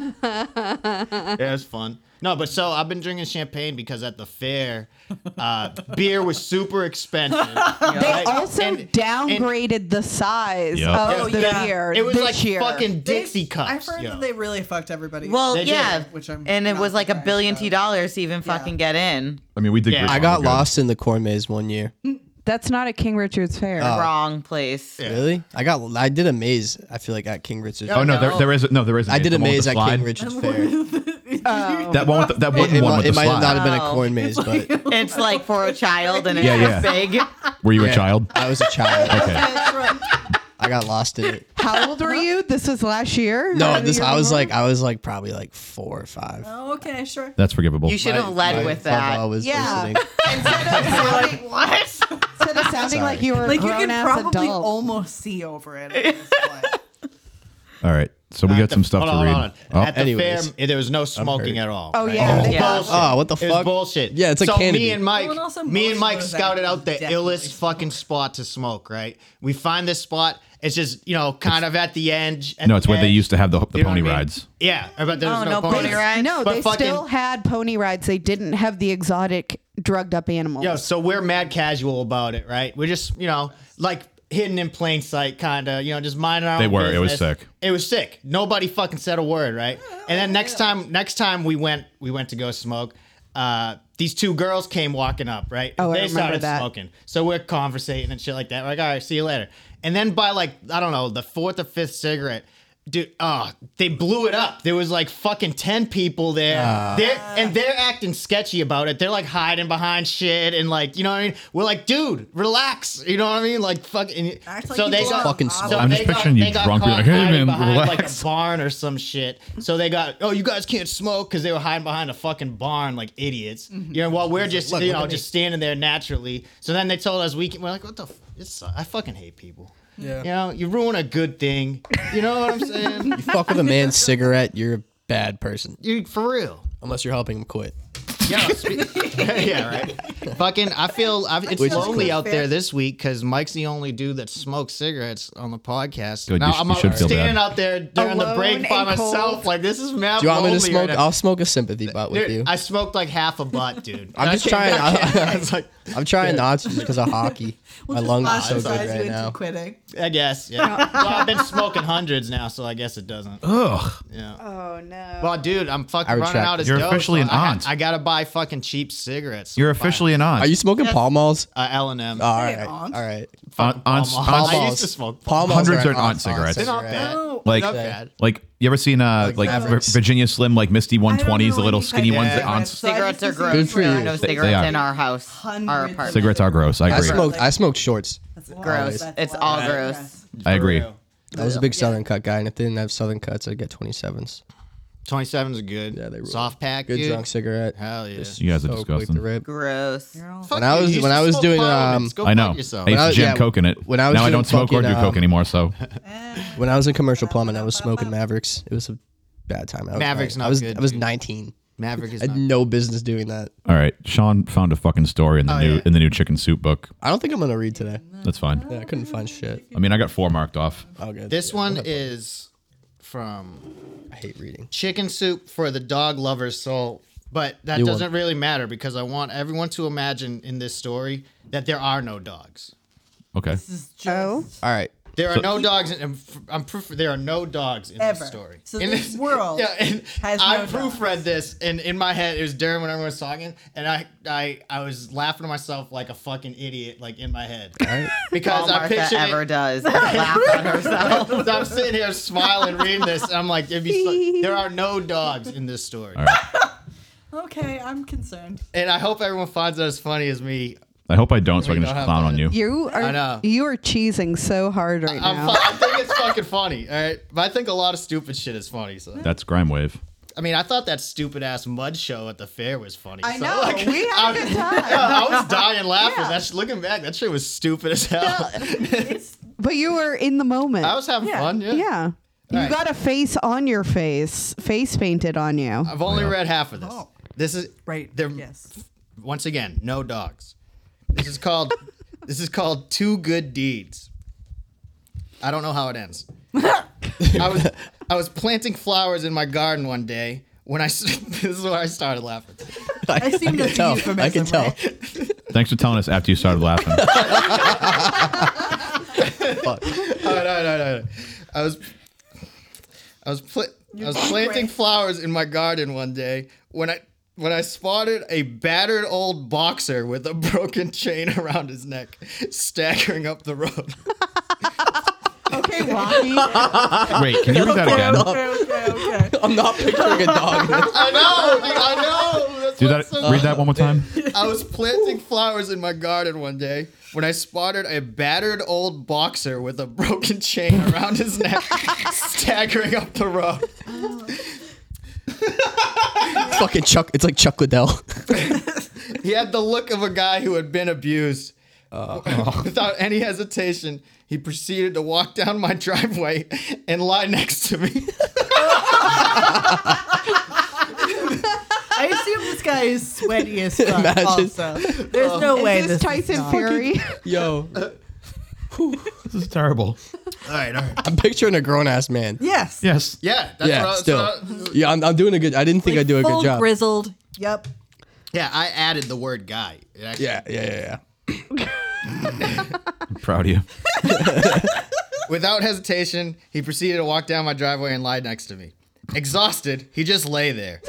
S5: yeah. yeah, it's fun. No, but so I've been drinking champagne because at the fair, uh, beer was super expensive.
S3: They also downgraded the size
S5: Yep.
S3: of
S5: Yeah,
S3: the
S5: Oh, yeah.
S3: beer.
S5: It was
S3: Oh, this
S5: like
S3: year.
S5: fucking
S7: Dixie cups. I've heard that they really fucked everybody.
S6: Well,
S7: They did,
S6: yeah,
S7: which I'm
S6: and it
S7: not
S6: was like a
S7: surprised
S6: billion
S7: about.
S6: T dollars to even fucking get in.
S2: I mean, we did.
S6: Yeah.
S4: I got lost in the corn maze one year.
S3: That's not at King Richard's Fair.
S4: Oh.
S6: Wrong place.
S4: Really? I got. I did a maze. I feel like at King Richard's.
S2: Oh no, there, there is no, there is.
S4: I did a maze at
S2: at
S4: King Richard's Fair.
S3: Oh.
S2: That one, with the, that wooden
S4: it,
S2: one
S4: mi-
S2: with
S4: it
S2: the
S4: might
S2: slide.
S4: not have been a
S7: Oh.
S4: corn maze, but
S6: It's like for a child and it's
S2: Yeah, yeah.
S6: big.
S2: Were you a
S4: Yeah,
S2: child?
S4: I was a child.
S2: Okay.
S4: I got lost in it.
S3: How old were you? This was last year.
S4: No,
S3: Or the
S4: this
S3: year
S4: I was
S3: before?
S4: like I was like probably like four or five.
S7: Oh, okay, sure.
S2: That's forgivable.
S6: You should
S4: My-
S6: have led
S4: my
S6: with that.
S4: papa was
S3: Yeah.
S4: listening.
S7: like what?
S3: Instead of
S4: Sorry.
S3: sounding like you were a
S7: like you
S3: grown
S7: can
S3: ass
S7: probably
S3: adult.
S7: almost see over it. at this point.
S2: All right, so we
S5: At
S2: got
S5: the-
S2: some stuff
S5: hold
S2: to
S5: on,
S2: read.
S5: hold on.
S2: Oh.
S5: At the
S4: Anyways.
S5: fair, there was no smoking at all.
S3: Oh, yeah,
S5: It was
S3: they got-
S5: bullshit.
S4: Oh, what the
S5: It was
S4: fuck?
S5: bullshit.
S4: Yeah, it's like
S5: so
S4: candy.
S5: me and Mike,
S7: Well, and also
S5: me and
S7: most
S5: Mike
S7: of those
S5: scouted out the
S7: definitely
S5: illest fucking spot to smoke. Right, we find this spot. It's just you know kind of at the edge. at
S2: No,
S5: the
S2: it's where they
S5: edge.
S2: used to have the
S5: You
S2: the
S5: know what I
S2: pony
S5: mean?
S2: rides.
S5: Yeah, but there was
S6: Oh,
S5: no,
S6: no pony rides?
S3: No,
S5: But
S3: they
S5: fucking-
S3: still had pony rides. They didn't have the exotic drugged up animals.
S5: Yo, so we're mad casual about it, right? We're just, you know, like hidden in plain sight, kind of, you know, just minding our
S2: They
S5: own
S2: were. It was
S5: business.
S2: sick.
S5: It was sick. Nobody fucking said a word, right? And then next time, next time we went, we went to go smoke. Uh, these two girls came walking up, right?
S3: Oh, I
S5: they
S3: remember
S5: started
S3: that.
S5: smoking. So we're conversating and shit like that. We're like, all right, see you later. And then by like, I don't know, the fourth or fifth cigarette, dude, oh, they blew it up. There was like fucking 10 people there. They're, and they're acting sketchy about it. They're like hiding behind shit and like, you know what I mean? We're like, dude, relax. You know what I mean? Like, fucking.
S7: Act like
S5: so
S7: you
S5: they
S7: belong.
S5: got,
S4: Fucking
S5: so
S4: smoke.
S2: I'm
S5: they
S2: just
S5: got-
S2: picturing you
S5: they got
S2: drunk, you're
S5: caught
S2: like, "Hey, man,
S5: hiding behind, like, a
S2: relax."
S5: barn or some shit. So they got, oh, you guys can't smoke because they were hiding behind a fucking barn like idiots. You know, while we're just,
S4: "Look,
S5: you
S4: look
S5: know,
S4: at me."
S5: just standing there naturally. So then they told us we can, we're like, what the, f- it's, I fucking hate people.
S4: Yeah.
S5: You know, you ruin a good thing. You know what I'm saying?
S4: You fuck with a man's cigarette, you're a bad person.
S5: Dude, for real.
S4: Unless you're helping him quit.
S5: Yeah, spe- yeah, right. Fucking, I feel i it's
S4: Which is
S5: lonely
S4: fair.
S5: out there this week because Mike's the only dude that smokes cigarettes on the podcast.
S2: Good, you
S5: now
S2: sh-
S5: I'm
S2: you
S5: out-
S2: should feel bad.
S5: standing out there during the
S3: Alone
S5: break by
S3: and cold.
S5: myself. Like this is mad.
S4: Do you want me to
S5: lonely right
S4: smoke?
S5: now.
S4: I'll smoke a sympathy butt with
S5: Dude,
S4: you.
S5: I smoked like half a butt, dude.
S4: I'm
S5: I
S4: just
S5: came
S4: trying.
S5: back in, I
S4: I,
S5: was like,
S4: am trying not to because of hockey.
S7: We'll
S4: My
S7: just
S4: lungs are so
S7: ostracize
S4: good
S7: you
S4: right
S7: into
S4: now.
S7: Quitting.
S5: I guess. Yeah. well, I've been smoking hundreds now, so I guess it doesn't.
S2: Ugh.
S5: Yeah.
S3: Oh no.
S5: Well, dude, I'm
S4: I
S5: fucking
S4: retract.
S5: running out of
S2: You're
S5: dough,
S2: officially
S5: so
S2: an
S5: I ha-
S2: aunt.
S5: I, gotta buy fucking cheap cigarettes.
S2: You're officially an aunt.
S4: Are you smoking Pall Malls?
S5: uh, L and M.
S4: Oh, all right, all
S7: aunt.
S4: right.
S2: Aunt- aunts-
S5: Pall
S2: aunts-
S5: Malls. I used to smoke
S4: Pall Malls
S2: Hundreds
S4: an
S2: aren't aunt cigarettes.
S5: They're not
S4: cigarette.
S5: bad.
S7: Oh,
S2: Like-
S5: not bad.
S2: Like you ever seen uh like Vir-
S4: Mavericks.
S2: Virginia Slim like Misty 120s, the
S7: know
S2: little
S7: any
S2: skinny
S5: type
S2: ones
S5: of
S2: that
S7: cigarette.
S2: aunts.
S7: So I
S6: Cigarettes
S7: just
S6: are
S7: assume
S6: gross.
S4: Good for
S6: there are
S4: you.
S6: no
S2: They- they
S6: cigarettes
S2: are.
S6: in our house, our
S7: Hundreds.
S6: apartment.
S2: Cigarettes are gross. I
S4: I
S2: agree.
S4: smoked. I smoked shorts.
S6: Gross.
S7: That's
S6: It's
S7: a lot.
S6: all
S7: Yeah.
S6: gross.
S2: I agree.
S4: I was a big Southern Cut guy, and if they didn't have Southern Cuts, I'd get 27s.
S5: 27's are good.
S4: Yeah, they rule.
S5: Soft pack.
S4: Good
S5: dude.
S4: drunk cigarette.
S5: Hell yeah.
S4: Just
S2: You guys are
S4: so quick
S2: disgusting.
S4: to rip.
S6: Gross.
S5: Fuck
S4: when I
S5: you,
S4: was-
S5: you used
S4: when
S5: to
S4: I was
S5: smoke
S4: doing,
S5: Parliaments.
S4: um,
S5: Go
S2: I know.
S5: fuck yourself.
S2: I used
S4: When I
S2: to
S4: was-
S2: jam
S4: yeah,
S2: coke in it.
S4: when I was
S2: now I
S4: doing
S2: don't smoke or do
S4: fucking,
S2: coke
S4: um,
S2: anymore. So
S4: When I was in commercial plumbing, I was smoking Mavericks. It was a bad time. I was
S5: Mavericks
S4: like-
S5: not
S4: I was,
S5: good,
S4: I was
S5: dude.
S4: 19.
S5: Maverick is
S4: I had no business doing that.
S2: all right, Sean found a fucking story
S4: Oh,
S2: in the new in the new chicken soup book.
S4: I don't think I'm gonna read today.
S2: That's fine.
S4: Yeah, I couldn't find shit.
S2: I mean, I got four marked off.
S4: Oh, good.
S5: This one is from
S4: I hate reading.
S5: Chicken Soup for the Dog Lover's Soul. But that
S4: New one.
S5: doesn't really matter because I want everyone to imagine in this story that there are no dogs.
S2: Okay.
S3: oh,
S4: All right.
S5: There are no dogs. In, I'm, f- I'm proof. There are no dogs in
S7: Ever.
S5: this story.
S7: So
S5: in
S7: this world
S5: yeah, and
S7: has
S5: I
S7: no dogs.
S5: proofread this, and in my head it was during when everyone was talking, and I, I, I was laughing to myself like a fucking idiot, like in my head, because
S6: All
S5: I
S6: Martha
S5: pictured it-
S6: ever does. is laugh at herself.
S5: so I'm sitting here smiling, reading this, and I'm like, it'd be so- there are no dogs in this story,
S7: Okay, I'm concerned.
S5: and I hope everyone finds it as funny as me.
S2: I hope I don't, so I can
S5: We
S2: just
S5: don't have
S2: clown on
S5: that.
S2: you.
S3: you are
S5: know.
S3: you are cheesing so hard right
S5: I'm
S3: now.
S5: fu- I think it's fucking funny, all right. But I think a lot of stupid shit is funny. So
S2: That's grime wave.
S5: I mean, I thought that stupid ass mud show at the fair was funny.
S3: I
S5: so,
S3: know.
S5: like,
S3: we had a
S5: I'm-
S3: good time,
S5: I was dying laughing. That's looking back. That shit was stupid as hell.
S3: but you were in the moment.
S5: I was having fun. Yeah.
S3: yeah. You
S5: Alright.
S3: got a face on your face, face painted on you.
S5: I've Oh. only read half of this. This is
S7: Right.
S5: They're
S7: yes.
S5: once again no dogs. This is called this is called two good deeds. I don't know how it ends. I was I was planting flowers in my garden one day when I s- this is where I started laughing.
S8: I seem to see you from I can tell.
S2: Thanks for telling us after you started laughing.
S5: All right, all right, all right, all right. I was I was pl- I was planting flowers in my garden one day when I when I spotted a battered old boxer with a broken chain around his neck staggering up the road.
S7: Okay, Rocky.
S2: Wait, can you read that again?
S4: I'm not picturing a dog.
S5: I know, dude, I know. That's
S2: Do
S5: what's
S2: that.
S5: so-
S2: Read that one more time.
S5: I was planting flowers in my garden one day when I spotted a battered old boxer with a broken chain around his neck staggering up the road.
S4: Fucking Chuck. It's like Chuck Liddell.
S5: He had the look of a guy who had been abused.
S4: Uh,
S5: Without any hesitation, he proceeded to walk down my driveway and lie next to me.
S8: I assume this guy is sweaty as fuck.
S4: Imagine.
S8: Also, there's no
S3: Is
S8: way
S3: this Tyson Fury?
S4: Yo,
S2: This is terrible.
S5: all right, all right.
S4: I'm picturing a grown ass man.
S8: Yes.
S2: Yes.
S5: Yeah, that's
S4: yeah,
S5: what I was
S4: still.
S5: that's what I-
S4: yeah, I'm, I'm doing a good. I didn't think I'd do a
S8: Full
S4: good job.
S8: grizzled. Yep.
S5: yeah, I added the word guy. It actually-
S4: Yeah, yeah, yeah, yeah.
S2: I'm proud of you.
S5: Without hesitation, he proceeded to walk down my driveway and lie next to me. Exhausted, he just lay there.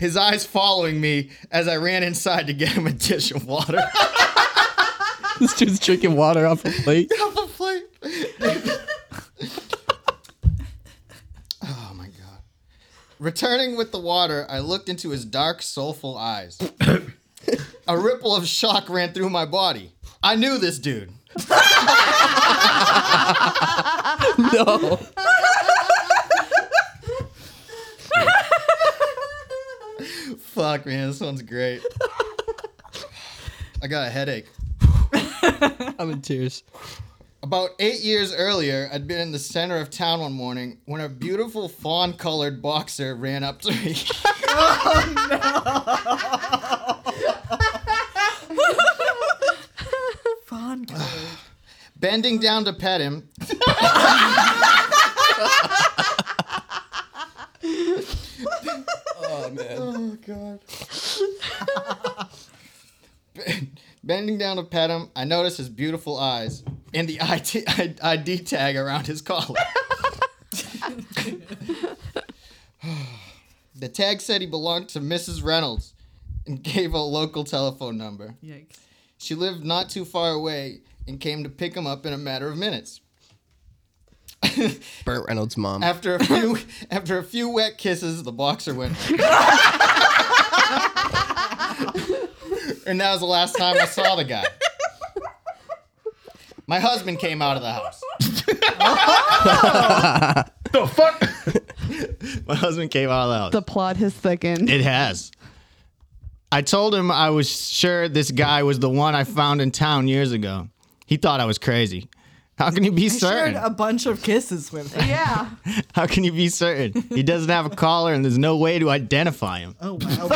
S5: His eyes following me as I ran inside to get him a dish of water.
S4: This dude's drinking water off a plate.
S5: Off a plate. oh my god. Returning with the water, I looked into his dark, soulful eyes. a ripple of shock ran through my body. I knew this dude.
S4: No.
S5: Fuck, man, this one's great. I got a headache.
S4: I'm in tears.
S5: About eight years earlier, I'd been in the center of town one morning when a beautiful fawn colored boxer ran up to me.
S8: Fawn.
S5: Bending down to pet him.
S4: Oh man.
S5: Oh, God. Ben- Bending down to pet him, I noticed his beautiful eyes and the IT I- ID tag around his collar. the tag said he belonged to Mrs. Reynolds and gave a local telephone number.
S8: Yikes.
S5: She lived not too far away and came to pick him up in a matter of minutes.
S4: Burt Reynolds' mom.
S5: After a few after a few wet kisses, the boxer went. and that was the last time I saw the guy. My husband came out of the house.
S2: The fuck.
S5: My husband came out of the house.
S3: The plot has thickened.
S5: It has. I told him I was sure this guy was the one I found in town years ago. He thought I was crazy. How can you be
S8: Shared
S5: certain?
S8: a bunch of kisses with him.
S3: yeah.
S5: How can you be certain? He doesn't have a collar and there's no way to identify him.
S8: Oh wow.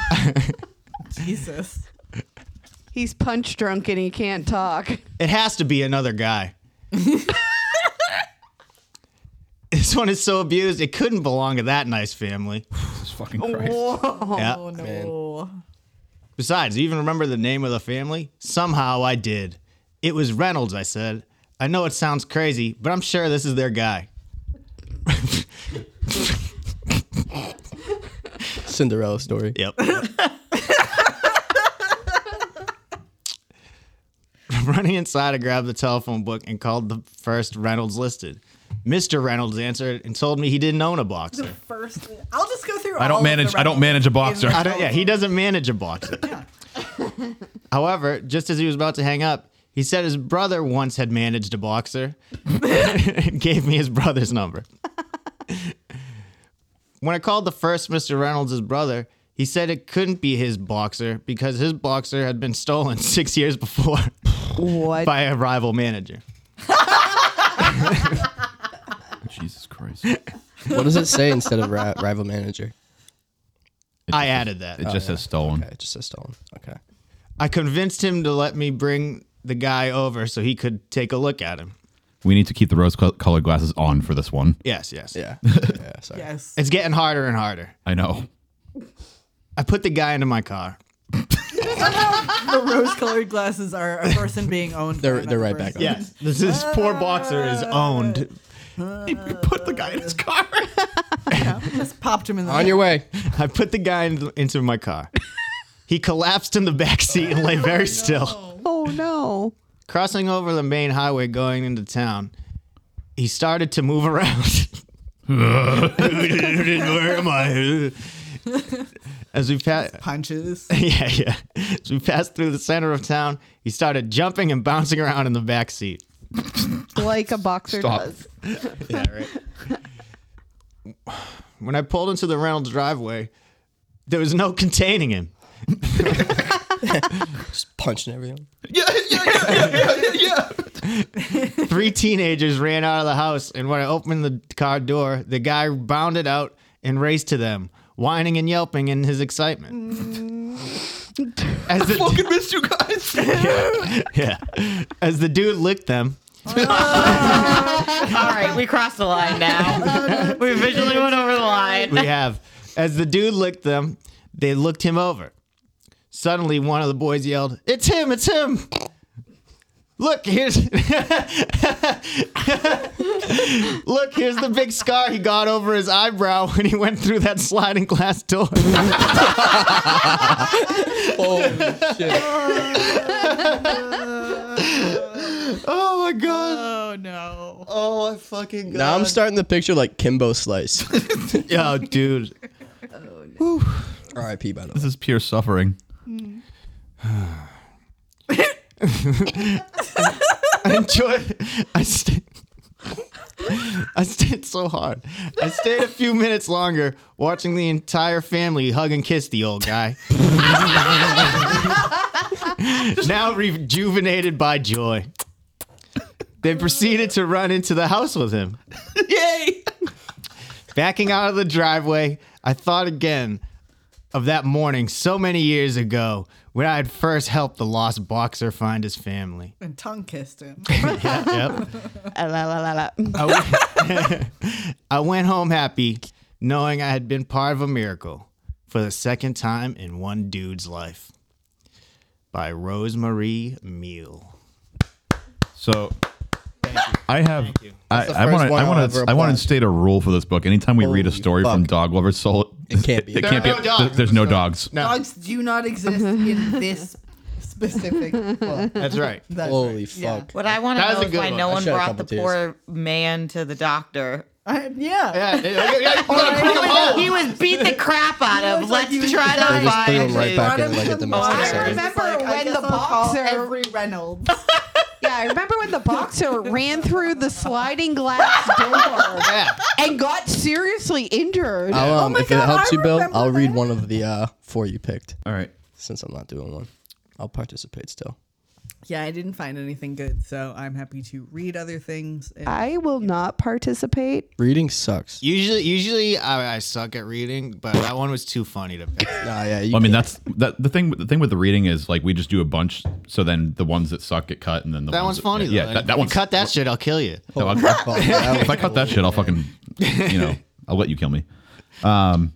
S8: word. Jesus.
S3: He's punch drunk and he can't talk.
S5: It has to be another guy. this one is so abused, it couldn't belong to that nice family.
S2: Jesus fucking Christ.
S8: Oh
S5: Yeah.
S8: no.
S5: Besides, do you even remember the name of the family? Somehow I did. It was Reynolds, I said. I know it sounds crazy, but I'm sure this is their guy.
S4: Cinderella story.
S5: Yep. Running inside, I grabbed the telephone book and called the first Reynolds listed. Mr. Reynolds answered and told me he didn't own a boxer.
S8: First, I'll just go through.
S2: I
S8: all
S2: don't
S8: of the
S2: manage. I don't
S8: rounds.
S2: manage a boxer.
S5: I don't, yeah, he doesn't manage a boxer. However, just as he was about to hang up, he said his brother once had managed a boxer and gave me his brother's number. When I called the first Mr. Reynolds' his brother, he said it couldn't be his boxer because his boxer had been stolen six years before
S3: What?
S5: by a rival manager.
S2: Jesus Christ.
S4: What does it say instead of ri- rival manager?
S5: I added that.
S4: Oh,
S2: It just says stolen.
S4: Okay, it just says stolen. Okay.
S5: I convinced him to let me bring the guy over so he could take a look at him.
S2: We need to keep the rose-colored glasses on for this one.
S5: Yes, yes.
S4: Yeah.
S5: yeah
S4: sorry.
S8: Yes.
S5: It's getting harder and harder.
S2: I know.
S5: I put the guy into my car.
S8: the rose-colored glasses are a person being owned.
S4: They're-
S8: by another
S4: they're right back
S8: person.
S4: on.
S5: Yes. This is poor boxer is owned.
S2: Put the guy in his car.
S8: Just popped him in the.
S4: On your way.
S5: I put the guy in, into my car. He collapsed in the back seat and lay very still.
S3: Oh no.
S5: Crossing over the main highway going into town, he started to move around. Where am I? As we passed,
S8: punches.
S5: yeah, yeah. As we passed through the center of town, he started jumping and bouncing around in the back seat.
S3: Like a boxer
S2: Stop.
S3: does.
S5: Yeah, right. when I pulled into the Reynolds driveway, there was no containing him.
S4: Just punching everyone.
S2: Yeah, yeah, yeah, yeah, yeah, yeah.
S5: Three teenagers ran out of the house, and when I opened the car door, the guy bounded out and raced to them, whining and yelping in his excitement. As the,
S2: Fucking missed you guys.
S5: yeah, as the dude licked them,
S6: All right, we crossed the line now. we visually went over the line.
S5: we have. As the dude licked them, they looked him over. Suddenly, one of the boys yelled, "It's him! It's him!" Look, here's Look, here's the big scar he got over his eyebrow when he went through that sliding glass door.
S4: Oh, shit.
S5: oh my god.
S8: Oh no.
S5: Oh my fucking god.
S4: now I'm starting to picture like Kimbo Slice.
S5: Yo, Oh, dude.
S4: R.I.P. By the way.
S2: This is pure suffering.
S5: I enjoy. I st- I stayed so hard. I stayed a few minutes longer, watching the entire family hug and kiss the old guy. now rejuvenated by joy, they proceeded to run into the house with him.
S8: Yay!
S5: Backing out of the driveway, I thought again of that morning so many years ago when I had first helped the lost boxer find his family.
S8: And tongue kissed him.
S5: Yep.
S3: Ah, la, la, la, la.
S5: I went- I went home happy, knowing I had been part of a miracle for the second time in one dude's life. By Rosemarie Meal.
S2: So I have.
S4: the
S2: I, I
S4: first
S2: want to.
S4: one
S2: I
S4: I'll
S2: want
S4: ever
S2: to. I want
S4: apply.
S2: to state a rule for this book. Anytime we read a
S4: Holy
S2: story from
S4: fuck.
S2: Dog Lovers Soul,
S4: It can't be.
S2: It, can't
S5: There are
S2: be.
S5: no dogs
S2: th- there's no dogs.
S7: Dogs do not exist in this specific book.
S5: That's right.
S8: That's
S4: Holy
S8: right. Yeah.
S4: fuck.
S6: What I want to
S5: That was
S6: know
S5: a
S6: is
S5: good
S6: why
S5: one.
S6: no
S5: I
S6: one
S4: shed a
S6: brought the
S4: couple
S6: poor man to the doctor.
S8: I-
S5: Yeah,
S8: yeah.
S5: yeah, yeah, come on, bring 'em home.
S6: He was beat the crap out of. Let's
S8: like,
S6: try
S4: They just
S6: to
S4: threw
S6: find
S4: him right
S6: his-
S4: back in like at the
S6: I
S4: Mexican
S3: I
S4: center.
S3: remember
S8: Like, I
S3: when
S8: guess
S3: the
S8: I'll call
S3: boxer.
S8: every Reynolds.
S3: yeah, I remember when the boxer ran through the sliding glass door
S5: Yeah. Oh.
S3: and got seriously injured.
S4: I'll, um,
S8: Oh my
S4: if it
S8: God,
S4: helps
S8: I
S4: you, Bill,
S8: remember
S4: I'll read
S8: that.
S4: one of the uh, four you picked
S2: All right.
S4: since I'm not doing one. I'll participate still.
S8: yeah, I didn't find anything good, so I'm happy to read other things. And
S3: I will not participate.
S4: Reading sucks.
S5: Usually, usually I, I suck at reading, but that one was too funny to pick.
S4: Nah, yeah, you
S2: I mean,
S4: can't.
S2: that's that. The thing. The thing with the reading is like we just do a bunch. So then the ones that suck get cut, and then the
S5: That
S2: ones
S5: one's funny
S2: That,
S5: though.
S2: yeah,
S5: Like,
S2: that, that
S5: if you
S2: one's
S5: Cut that shit. I'll kill you.
S2: No, I'll-
S4: Oh, that
S2: if I
S4: was-
S2: cut that shit, I'll fucking, you know, I'll let you kill me. Um,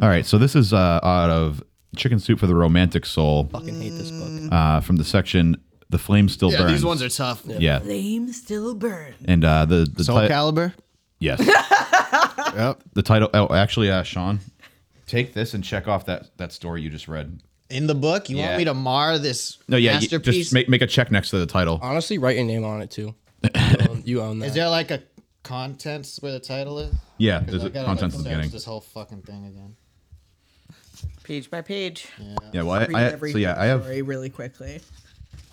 S2: all right, so this is uh, out of Chicken Soup for the Romantic Soul
S4: I fucking hate this book.
S2: uh, from the section "The Flame Still
S5: Yeah,
S2: Burns."
S5: these ones are tough.
S2: yeah,
S8: Flame still burn.
S2: and uh, the the
S5: Soul
S2: ti-
S5: Caliber.
S2: yes,
S5: Yep.
S2: the title. Oh, actually, uh, Sean, take this and check off that that story you just read.
S5: In the book, you
S2: Yeah.
S5: want me to mar this
S2: No, yeah, you,
S5: masterpiece? Uh,
S2: just make make a check next to the title.
S4: Honestly, write your name on it too. You own, you own that.
S5: Is there like a contents where the title is?
S2: yeah, there's a
S5: I gotta,
S2: contents
S5: like,
S2: is
S5: search
S2: getting.
S5: this whole fucking thing again.
S6: Page by page.
S2: Yeah, well,
S8: Read
S2: I, I so
S8: every
S2: yeah, I have
S8: story really quickly.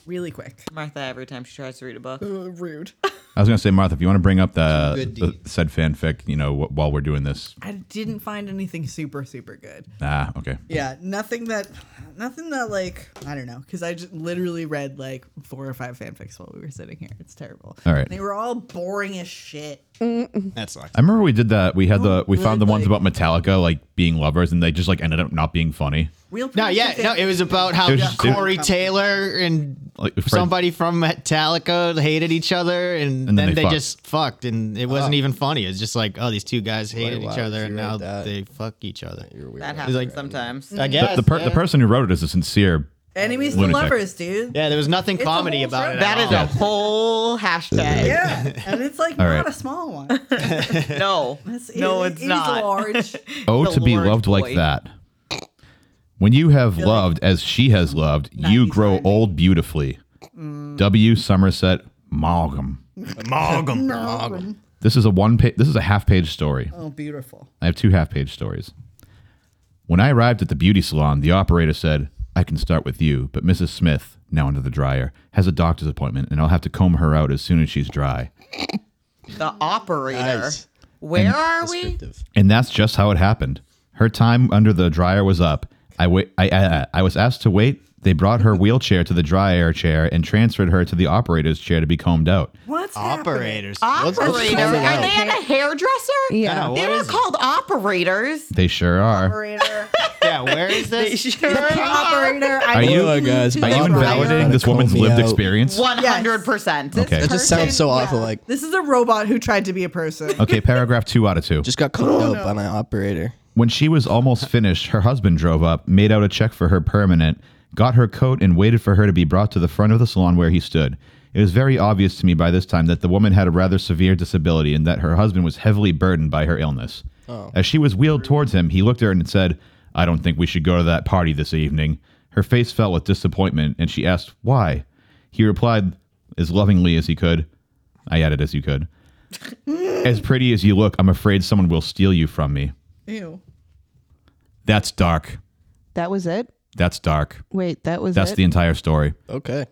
S8: Really quick.
S6: Martha, every time she tries to read a book.
S8: Uh, rude.
S2: I was gonna say, Martha, if you want to bring up
S8: Good
S2: the, the said fanfic, you know, wh- while we're doing this,
S7: I didn't find anything super super good.
S2: ah, okay,
S7: Yeah, nothing that, nothing that like I don't know, because I just literally read like four or five fanfics while we were sitting here. It's terrible.
S2: All right.
S7: they were all boring as shit.
S5: That's like
S2: I remember we did that. We had the we found the
S7: good,
S2: ones about Metallica like being lovers, and they just like ended up not being funny.
S7: real.
S5: No, yeah, no. It was about how
S2: It was just-
S5: Corey Taylor and
S2: Like, Fred-
S5: somebody from Metallica hated each other,
S2: And
S5: and,
S2: then
S5: then,
S2: they
S5: they,
S2: fucked.
S5: just fucked, and it wasn't even funny. It's just like, oh, these two guys hated
S4: why
S5: each
S4: would
S5: other,
S4: Oh. you
S5: and
S4: write
S5: now
S4: that?
S5: they fuck each other.
S6: That happens
S5: like-
S6: sometimes.
S2: The,
S5: I guess
S2: the, per-
S5: yeah.
S2: the person who wrote it is a sincere.
S7: Enemies to
S2: Lunatic.
S7: lovers, dude.
S5: Yeah, there was nothing
S7: a
S5: comedy
S7: whole
S5: about it.
S7: show.
S5: at
S6: That is
S5: all.
S6: a whole hashtag.
S7: Yeah, and it's like
S2: All
S7: not
S2: right.
S7: a small one.
S6: No,
S7: It's,
S6: no,
S7: it-
S6: it's
S7: it is
S6: not.
S7: large.
S2: Oh,
S6: The
S2: to be
S6: Lord
S2: loved like
S6: boy.
S2: that. When you have loved as she has loved, you grow old beautifully.
S6: Mm.
S2: W. Somerset Maugham.
S5: Malcolm.
S2: This is a one page. This is a half page story.
S7: Oh, beautiful.
S2: I have two half page stories. When I arrived at the beauty salon, the operator said, I can start with you, but Mrs. Smith, now under the dryer, has a doctor's appointment and I'll have to comb her out as soon as she's dry.
S6: The operator.
S4: Nice.
S6: Where are we?
S4: Descriptive.
S2: And that's just how it happened. Her time under the dryer was up. I, wait, I, I, I was asked to wait. They brought her wheelchair to the dryer chair and transferred her to the operator's chair to be combed out.
S7: What's happening?
S5: Operators.
S6: Operators? Are they at a hairdresser?
S5: Yeah, what
S6: They're
S5: is it?
S6: called operators.
S2: They sure are.
S7: Operator.
S5: Yeah, where is this?
S7: operator. I
S2: Are you, uh,
S4: Hello, guys.
S2: are you
S4: Bob
S2: invalidating
S4: Brown.
S2: this woman's
S4: Comb me
S2: lived
S4: out.
S2: experience?
S6: One hundred percent.
S2: Okay.
S4: That just sounds so awful. Like
S7: This is a robot who tried to be a person.
S2: Okay, paragraph two out of two.
S4: just got cooked up by my operator.
S2: When she was almost finished, her husband drove up, made out a check for her permanent, got her coat, and waited for her to be brought to the front of the salon where he stood. It was very obvious to me by this time that the woman had a rather severe disability and that her husband was heavily burdened by her illness. As she was wheeled towards him, he looked at her and said, I don't think we should go to that party this evening. Her face fell with disappointment, and she asked, Why? He replied as lovingly as he could. I added, as you could. as pretty as you look, I'm afraid someone will steal you from me.
S7: Ew.
S2: That's dark.
S3: That was it.
S2: That's dark.
S3: Wait, that was
S2: That's
S3: it.
S2: the entire story.
S4: Okay.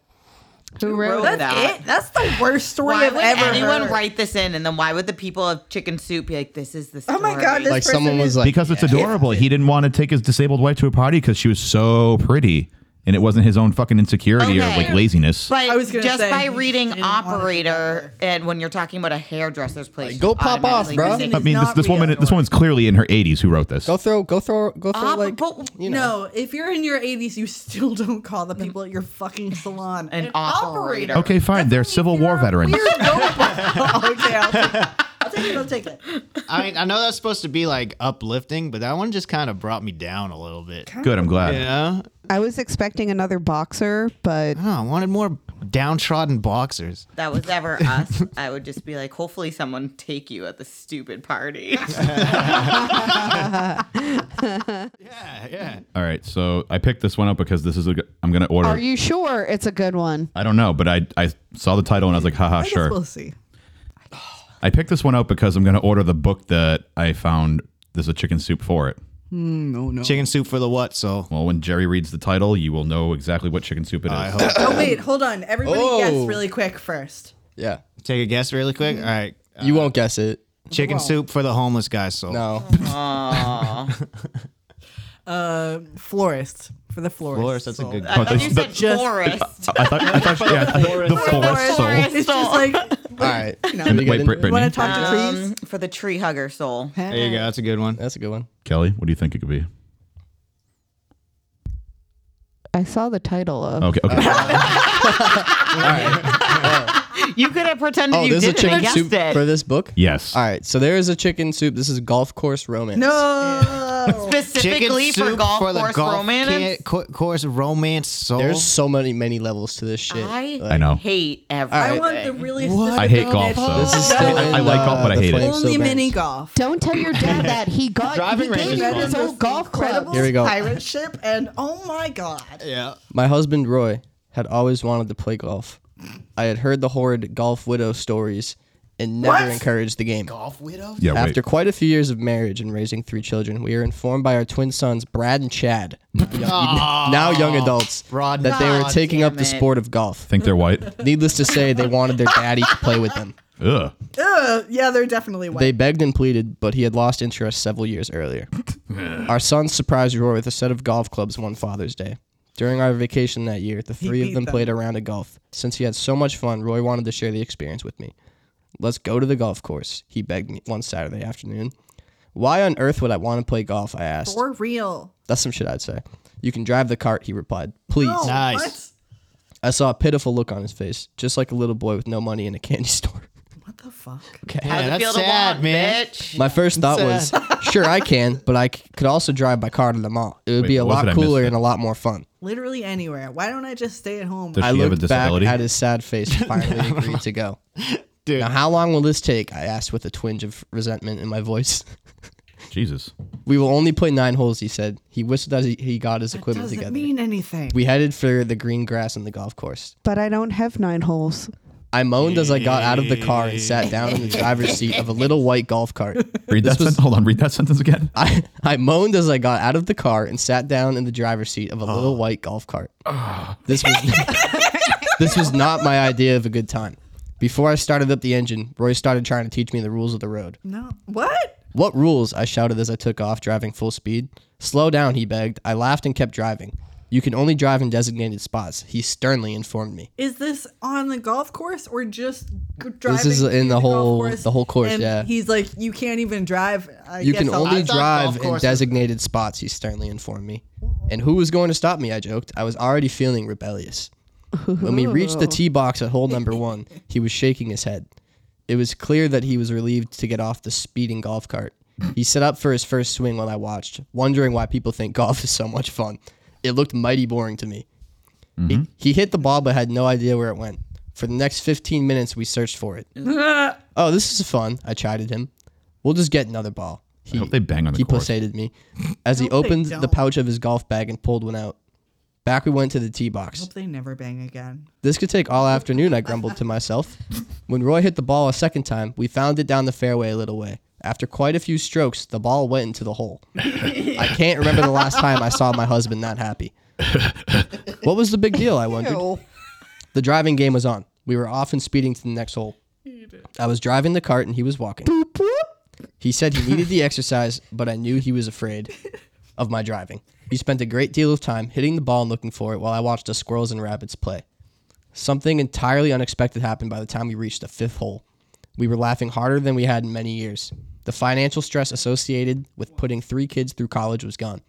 S3: Who wrote
S6: That's
S3: that?
S7: That's it. That's the worst story
S6: Why
S7: I've
S6: would
S7: ever
S6: anyone
S7: heard.
S6: write this in? And then why would the people of Chicken Soup be like, "This is the story"?
S7: Oh my God, this
S4: Like
S7: person
S4: someone
S7: is-
S4: was like,
S2: Because it's adorable. He didn't want to take his disabled wife to a party because she was so pretty. And it wasn't his own fucking insecurity or
S6: Okay.
S2: like laziness.
S6: But
S7: I was gonna
S6: just
S7: say,
S6: by
S7: he
S6: reading
S7: didn't want to
S6: operator, and when you're talking about a hairdresser's place,
S4: Like, go
S6: you
S4: pop off,
S6: automatically
S4: bro.
S6: think
S2: I
S6: it's
S2: mean, this,
S6: not
S2: this
S6: real.
S2: woman, this woman's clearly in her 80s who wrote this.
S4: go throw, go throw, go throw.
S6: Op-
S4: like
S6: but-
S4: you know,
S7: No, if you're in your 80s, you still don't call the people at your fucking salon
S6: An operator.
S2: Okay, fine. They're Civil War veterans.
S7: okay, I'll take it. I'll take it. I'll take it.
S5: I mean, I know that's supposed to be like uplifting, but that one just kind of brought me down a little bit.
S2: Good, I'm glad.
S5: You know?
S3: I was expecting another boxer, but
S5: Oh, I wanted more downtrodden boxers.
S6: that was ever us, I would just be like, hopefully someone take you at the stupid party.
S5: Yeah, yeah.
S2: All right, so I picked this one up because this is a. good- I'm gonna order.
S3: are you sure it's a good one?
S2: I don't know, but I I saw the title and I was like, haha,
S7: I
S2: sure.
S7: guess we'll see.
S2: I picked this one up because I'm gonna order the book that I found. There's a chicken soup for it.
S8: No, no.
S5: Chicken soup for the what? So
S2: Well, when Jerry reads the title, you will know exactly what chicken soup it is.
S5: I hope.
S7: Oh wait, hold on. Everybody
S4: Oh.
S7: guess really quick first.
S4: yeah.
S5: Take a guess really quick. All right. Uh,
S4: You won't guess it.
S5: Chicken soup for the homeless guy. So
S4: No.
S7: Uh, florist for the florist.
S5: Florist, that's a
S7: soul.
S5: good
S6: I thought you
S2: the-
S6: said forest.
S2: I thought, I thought yeah, I thought the forest soul.
S6: Forest.
S7: It's just like
S4: All right.
S2: And wait, Brit-
S7: want to
S2: Brittany,
S7: talk to trees.
S6: Um, for the tree hugger soul.
S5: there you go. That's a good one.
S4: That's a good one.
S2: Kelly, what do you think it could be?
S3: I saw the title of.
S2: Okay, okay.
S6: You could have pretended
S4: Oh,
S6: you
S4: there's a
S6: didn't and
S4: chicken
S6: guessed
S4: soup
S6: it.
S4: for this book.
S2: yes.
S4: All right. So there is a chicken soup. This is golf course romance.
S7: No.
S6: Specifically for golf
S5: the
S6: course
S5: golf
S6: romance.
S5: kid- co- course romance soul.
S4: There's so many many levels to this shit.
S6: I,
S2: I know.
S6: hate everything.
S7: I want the really.
S2: I hate golf, though.
S4: This is
S2: I-
S4: still
S2: I,
S4: in,
S2: I like golf,
S4: uh,
S2: but I
S4: the
S2: hate
S4: flames.
S2: it.
S7: Only
S4: so bad.
S7: mini golf.
S3: Don't tell your dad that he got
S5: Driving
S3: he gave
S5: range is
S3: you
S5: fun.
S3: his whole golf club.
S7: Incredible
S4: Here we go.
S7: Pirate ship, and oh my god.
S5: yeah.
S4: My husband Roy had always wanted to play golf. I had heard the horrid golf widow stories and never encouraged the game.
S2: Yeah, wait.
S4: After quite a few years of marriage and raising three children, we are informed by our twin sons, Brad and Chad, now young adults,
S5: Brad.
S4: that they were
S5: Aw,
S4: taking up
S6: damn
S4: the
S6: it.
S4: sport of golf.
S2: think they're white.
S4: Needless to say, they wanted their daddy to play with them.
S2: Ugh.
S7: Ugh, yeah, they're definitely white.
S4: They begged and pleaded, but he had lost interest several years earlier. our son surprised Roy with a set of golf clubs one Father's Day. During our vacation that year, the
S7: He
S4: three of
S7: beat
S4: them,
S7: them.
S4: played a round of golf. Since he had so much fun, Roy wanted to share the experience with me. Let's go to the golf course, he begged me one Saturday afternoon. Why on earth would I want to play golf? I asked.
S7: For real.
S4: That's some shit I'd say. You can drive the cart, he replied. Please.
S7: No, Nice. what?
S4: I saw a pitiful look on his face, just like a little boy with no money in a candy store.
S7: What the fuck?
S4: Okay.
S5: Yeah, that's sad, man.
S4: My first thought was,
S5: Sad.
S4: sure, I can, but I c- could also drive my car to the mall. It would
S2: Wait,
S4: be a
S2: what
S4: lot
S2: did I miss
S4: cooler
S2: then?
S4: and a lot more fun.
S7: Literally anywhere. Why don't I just stay at home?
S2: Does
S4: I
S2: she have a
S4: looked back
S2: disability?
S4: at his sad face and finally agreed to go.
S5: Dude.
S4: Now, how long will this take? I asked with a twinge of resentment in my voice.
S2: Jesus.
S4: we will only play nine holes, he said. He whistled as he, he got his equipment
S7: Doesn't
S4: together.
S7: mean anything.
S4: we headed for the green grass and the golf course.
S3: But I don't have nine holes.
S4: I moaned as I got out of the car and sat down in the driver's seat of a little white golf cart.
S2: Read that sentence. Hold on. Read that sentence again.
S4: I, I moaned as I got out of the car and sat down in the driver's seat of a little white golf cart. This was this was not my idea of a good time. Before I started up the engine, Roy started trying to teach me the rules of the road.
S7: no. What?
S4: What rules? I shouted as I took off, driving full speed. Slow down, he begged. I laughed and kept driving. You can only drive in designated spots, he sternly informed me.
S7: Is this on the golf course or just g- driving?
S4: This is in
S7: to
S4: the
S7: golf
S4: whole- the whole course,
S7: and
S4: yeah.
S7: He's like, you can't even drive. I
S4: You can
S7: guess I'll-
S4: only
S5: I thought golf
S4: drive in
S5: courses-
S4: designated spots, he sternly informed me. And who was going to stop me? I joked. I was already feeling rebellious. When we reached the tee box at hole number one, he was shaking his head. It was clear that he was relieved to get off the speeding golf cart. He set up for his first swing while I watched, wondering why people think golf is so much fun. It looked mighty boring to me.
S2: Mm-hmm.
S4: He, he hit the ball but had no idea where it went. For the next 15 minutes, we searched for it. oh, this is fun. I chided him. We'll just get another ball. He,
S2: hope they bang on the
S4: He
S2: course.
S4: placated me as he
S7: hope they
S4: opened the
S7: don't.
S4: pouch of his golf bag and pulled one out. Back we went to the tee box.
S7: Hope they never bang again.
S4: This could take all afternoon, I grumbled to myself. When Roy hit the ball a second time, we found it down the fairway a little way. After quite a few strokes, the ball went into the hole. I can't remember the last time I saw my husband not happy. What was the big deal, I wondered. The driving game was on. We were off and speeding to the next hole. I was driving the cart and he was walking. He said he needed the exercise, but I knew he was afraid of my driving. He spent a great deal of time hitting the ball and looking for it while I watched the squirrels and rabbits play. Something entirely unexpected happened by the time we reached the fifth hole. We were laughing harder than we had in many years. The financial stress associated with putting three kids through college was gone.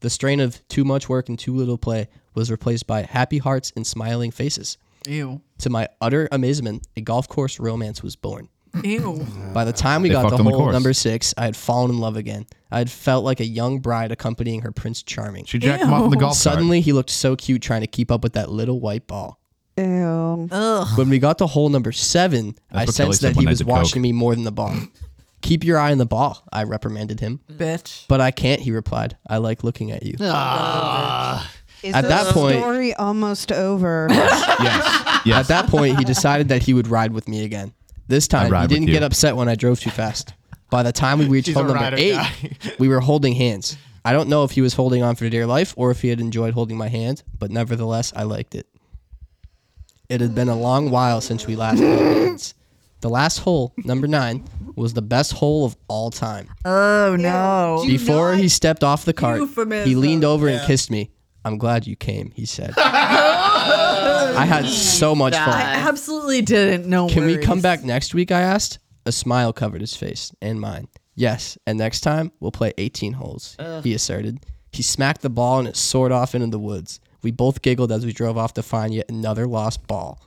S4: The strain of too much work and too little play was replaced by happy hearts and smiling faces.
S8: Ew.
S4: To my utter amazement, a golf course romance was born.
S8: Ew.
S4: By the time we
S2: They
S4: got
S2: fucked
S4: to
S2: on the
S4: hole
S2: course.
S4: number six, I had fallen in love again. I had felt like a young bride accompanying her Prince Charming.
S2: She jacked him off in the golf cart.
S4: Suddenly, he looked so cute trying to keep up with that little white ball.
S3: Ew.
S4: When we got to hole number seven, I
S2: what Kelly
S4: sensed
S2: said
S4: that he
S2: when I
S4: was
S2: did
S4: watching
S2: coke.
S4: me more than the ball. Keep your eye on the ball, I reprimanded him.
S8: Bitch.
S4: But I can't, he replied. I like looking at you.
S3: Is
S4: At
S3: the
S4: that point-
S3: story almost over?
S2: Yes.
S4: At
S2: Yes.
S4: that point, he decided that he would ride with me again. This time,
S2: ride
S4: he
S2: with
S4: didn't
S2: you.
S4: get upset when I drove too fast. By the time we reached
S5: She's
S4: hole
S5: a
S4: number
S5: rider
S4: eight,
S5: guy.
S4: we were holding hands. I don't know if he was holding on for dear life or if he had enjoyed holding my hand, but nevertheless, I liked it. It had been a long while since we last held hands. The last hole, number nine, was the best hole of all time.
S3: oh no.
S4: Before he stepped off the cart, he
S7: euphemism.
S4: leaned over and kissed me. I'm glad you came, he said. I had so much fun.
S7: I absolutely didn't. No
S4: Can we
S7: worries.
S4: come back next week? I asked. A smile covered his face and mine. Yes, and next time we'll play 18 holes, he asserted. He smacked the ball and it soared off into the woods. We both giggled as we drove off to find yet another lost ball.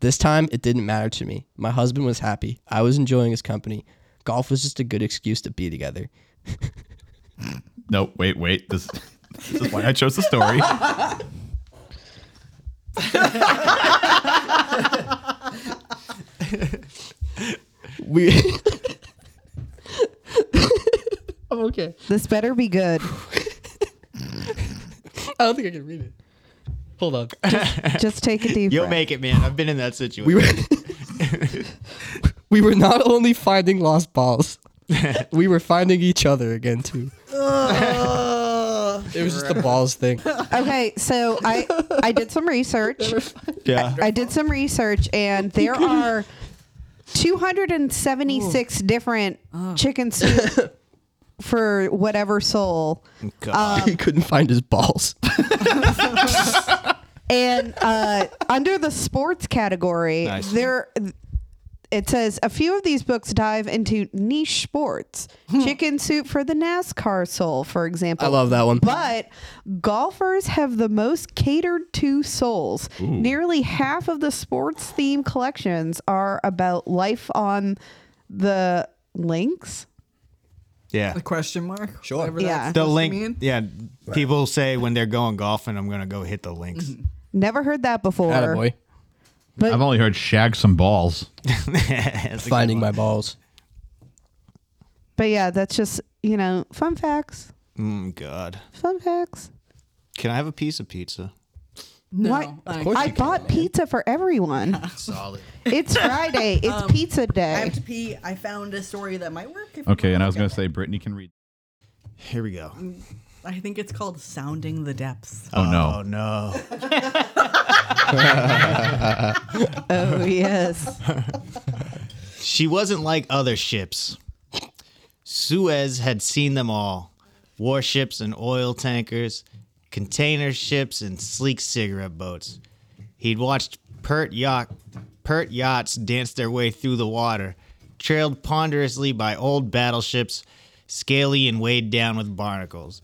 S4: This time it didn't matter to me. My husband was happy. I was enjoying his company. Golf was just a good excuse to be together.
S2: no. Wait. Wait. This. This is why I chose the story.
S4: We I'm okay.
S3: This better be good.
S4: I don't think I can read it. Hold on.
S3: Just take a deep
S5: You'll
S3: breath.
S5: make it, man. I've been in that situation.
S4: We were We were not only finding lost balls, we were finding each other again too. it was just the balls thing.
S3: okay, so I I did some research.
S5: yeah.
S3: I did some research, and there are 276 different chicken soup for whatever soul.
S5: Uh,
S4: God. he couldn't find his balls.
S3: And uh, under the sports category,
S4: Nice.
S3: there it says a few of these books dive into niche sports. Chicken Soup for the NASCAR soul, for example.
S4: I love that one.
S3: But golfers have the most catered to souls. Nearly half of the sports theme collections are about life on the links.
S5: Yeah.
S8: A question mark?
S4: Sure.
S8: Whatever
S3: Yeah.
S8: that's
S3: The
S5: The
S8: supposed to
S5: link.
S8: mean.
S5: Yeah. People say when they're going golfing, I'm going to go hit the links.
S3: Never heard that before.
S4: Attaboy.
S2: I've only heard shag some balls.
S5: That's a good
S4: Finding
S5: one.
S4: my balls.
S3: But yeah, that's just, you know, fun facts.
S5: Mm, God.
S3: Fun facts.
S5: Can I have a piece of pizza?
S8: No.
S3: Why-
S8: like-
S4: course
S3: I
S4: you can,
S3: bought pizza for everyone.
S5: Solid.
S3: It's Friday. It's pizza
S7: I
S3: day.
S7: have to pee. I found a story that might work. if you
S2: Okay, and I
S7: wanna
S2: was
S7: look
S2: gonna
S7: at
S2: say Brittany can read.
S5: Here we go.
S7: it. I think it's called Sounding the Depths.
S2: Oh no,
S5: Oh no.
S3: Oh yes.
S5: She wasn't like other ships. Suez had seen them all warships and oil tankers, container ships and sleek cigarette boats. He'd watched pert, yacht, pert yachts dance their way through the water, trailed ponderously by old battleships, scaly and weighed down with barnacles.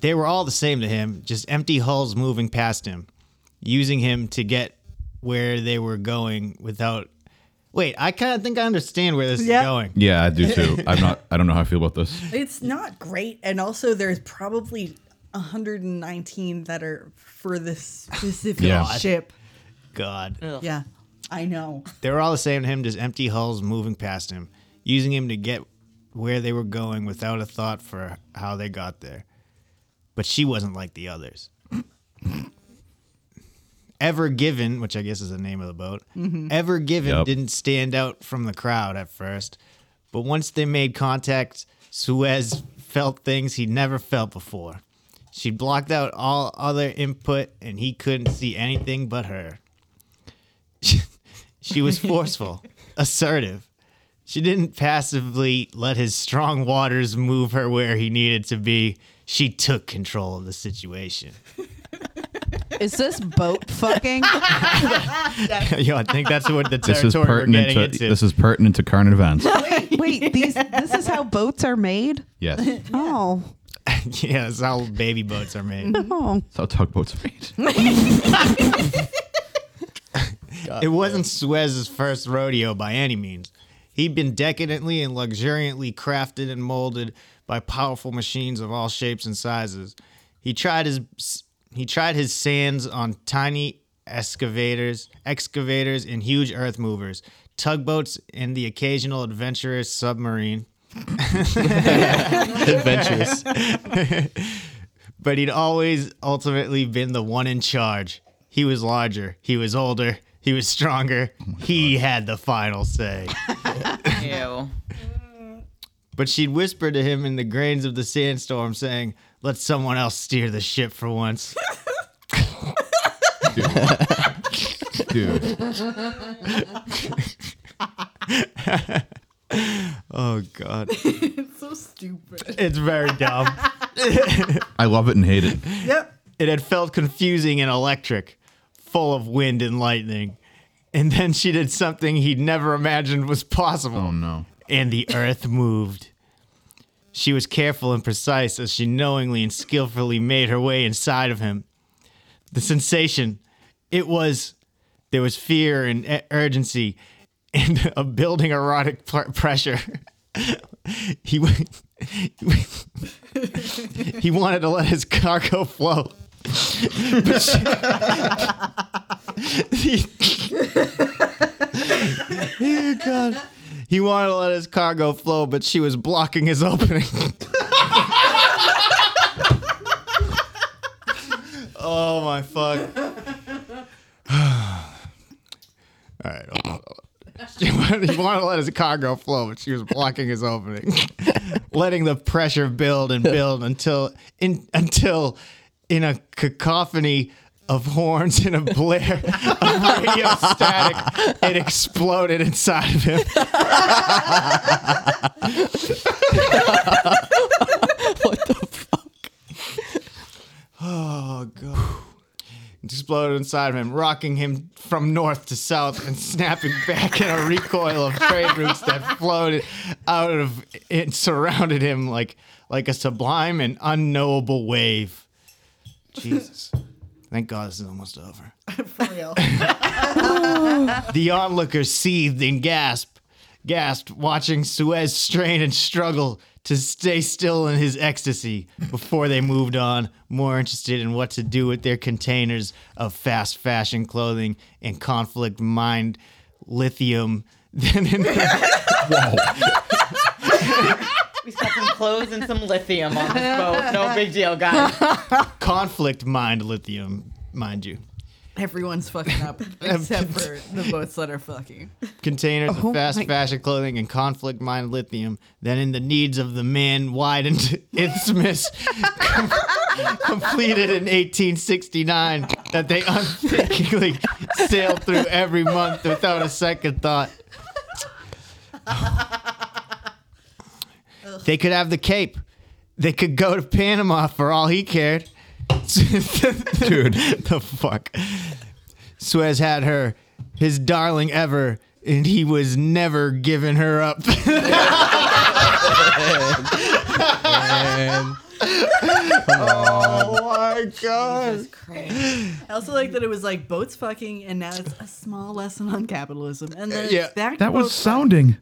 S5: They were all the same to him, just empty hulls moving past him, using him to get where they were going without. Wait, I kind of think I understand where this
S7: Yeah.
S5: is going.
S2: yeah, I do too. I'm not. I don't know how I feel about this.
S7: It's not great, and also there's probably 119 that are for this specific
S2: Yeah.
S7: ship.
S5: God.
S7: Yeah, I know.
S5: They were all the same to him, just empty hulls moving past him, using him to get where they were going without a thought for how they got there. But she wasn't like the others. Ever Given, which I guess is the name of the boat, Ever Given
S2: Yep.
S5: didn't stand out from the crowd at first. But once they made contact, Suez felt things he'd never felt before. She blocked out all other input, and he couldn't see anything but her. She was forceful, assertive. She didn't passively let his strong waters move her where he needed to be. She took control of the situation.
S3: Is this boat fucking?
S5: Yo, I think that's what the
S2: This is
S5: territory we're
S2: pertinent
S5: getting
S2: to.
S5: into.
S2: This is pertinent to current events.
S3: Wait, these this is how boats are made?
S2: yes, that's
S3: Oh.
S5: yeah, that's how baby boats are made.
S3: Oh.
S2: how tugboats are made.
S5: it wasn't Suez's first rodeo by any means. He'd been decadently and luxuriantly crafted and molded by powerful machines of all shapes and sizes. He tried his he tried his sands on tiny excavators, excavators and huge earth movers, tugboats and the occasional adventurous submarine.
S4: Adventures.
S5: but he'd always ultimately been the one in charge. He was larger, he was older, he was stronger. he had the final say.
S6: Ew.
S5: but she'd whisper to him in the grains of the sandstorm, saying, "Let someone else steer the ship for once."
S2: Dude,
S5: oh God,
S8: It's so stupid.
S5: it's very dumb.
S2: I love it and hate it.
S5: It had felt confusing and electric, full of wind and lightning. And then she did something he'd never imagined was possible.
S2: Oh no.
S5: and the earth moved. She was careful and precise as she knowingly and skillfully made her way inside of him. The sensation, it was, there was fear and e- urgency and a building erotic pr- pressure. he, w- he wanted to let his cargo flow. But she- Dear God. He wanted to let his cargo flow, but she was blocking his opening. oh my fuck. All right. hold on, hold on. She wanted- He wanted to let his cargo flow, but she was blocking his opening, letting the pressure build and build until in until in a cacophony of horns and a blare of radio static. It exploded inside of him.
S4: what the fuck?
S5: Oh god. It exploded inside of him, rocking him from north to south and snapping back in a recoil of trade routes that floated out of it surrounded him like like a sublime and unknowable wave. Jesus. Thank God this is almost over.
S7: For real.
S5: The onlookers seethed and gasped, gasped, watching Suez strain and struggle to stay still in his ecstasy before they moved on, more interested in what to do with their containers of fast fashion clothing and conflict mined lithium than in
S6: We got some clothes and some lithium on this boat. No big deal, guys.
S5: conflict mined lithium, mind you.
S8: Everyone's fucking up except for the boats that are fucking.
S5: containers
S3: Oh
S5: of fast
S3: my-
S5: fashion clothing and conflict mined lithium than in the needs of the man widened isthmus com- completed in 1869 that they unthinkingly sailed through every month without a second thought. they could have the Cape. They could go to Panama for all he cared. Dude, the fuck. Suez had her, his darling ever, and he was never giving her up.
S4: And
S5: oh my god.
S8: I also like that it was like boats fucking, and now it's a small lesson on capitalism, and then
S5: Yeah.
S8: it's back. to
S2: That was
S8: boats
S2: sounding.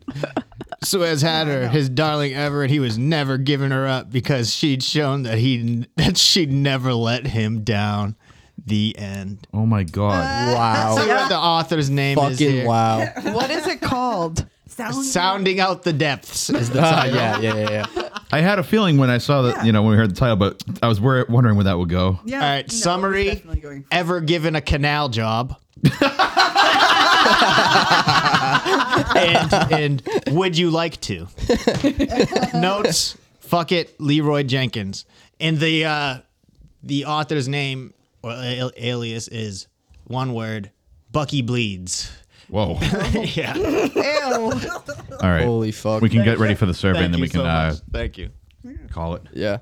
S5: Suez had her, his darling ever, and he was never giving her up because she'd shown that he that she'd never let him down. The end.
S2: Oh my god.
S5: See
S4: wow.
S5: what the author's name is
S4: Fucking
S5: here.
S4: wow.
S3: What is it called?
S8: sound-
S5: Sounding out the depths is the
S4: Ah,
S5: title.
S4: yeah, yeah, yeah, yeah.
S2: I had a feeling when I saw that, you know, when we heard the title, but I was wor- wondering where that would go.
S8: Yeah.
S5: All right,
S8: no,
S5: summary.
S8: it's definitely going-
S5: Ever given a canal job? and, and would you like to? Notes. Fuck it, Leroy Jenkins. And the uh, the author's name or al- alias is one word. Bucky bleeds.
S2: Whoa.
S5: yeah.
S2: All right.
S4: Holy fuck.
S2: we can get ready for the survey and then we can uh,
S5: Thank you.
S2: call it.
S4: yeah.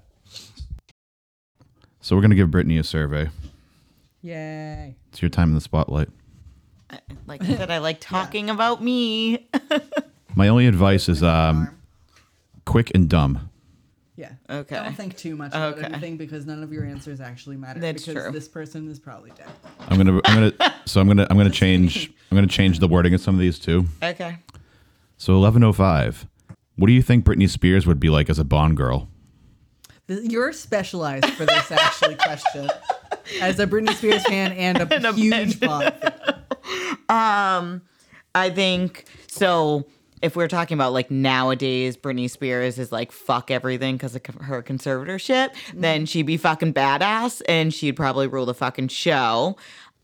S2: So we're going to give Brittany a survey.
S7: Yay.
S2: It's your time in the spotlight.
S6: Like I said, I like talking about me.
S2: My only advice is um, quick and dumb.
S7: Yeah.
S6: Okay.
S7: Don't think too much about
S6: Okay.
S7: anything because none of your answers actually matter.
S6: That's
S7: because
S6: true.
S7: this person is probably dead.
S2: I'm gonna, I'm gonna, so I'm gonna, I'm gonna change, I'm gonna change the wording of some of these too.
S6: Okay.
S2: So 1105. What do you think Britney Spears would be like as a Bond girl?
S8: Th- You're specialized for this actually question. As a Britney Spears fan and a huge Bond fan.
S6: I think so. If we're talking about like nowadays, Britney Spears is like fuck everything because of co- her conservatorship, then she'd be fucking badass and she'd probably rule the fucking show.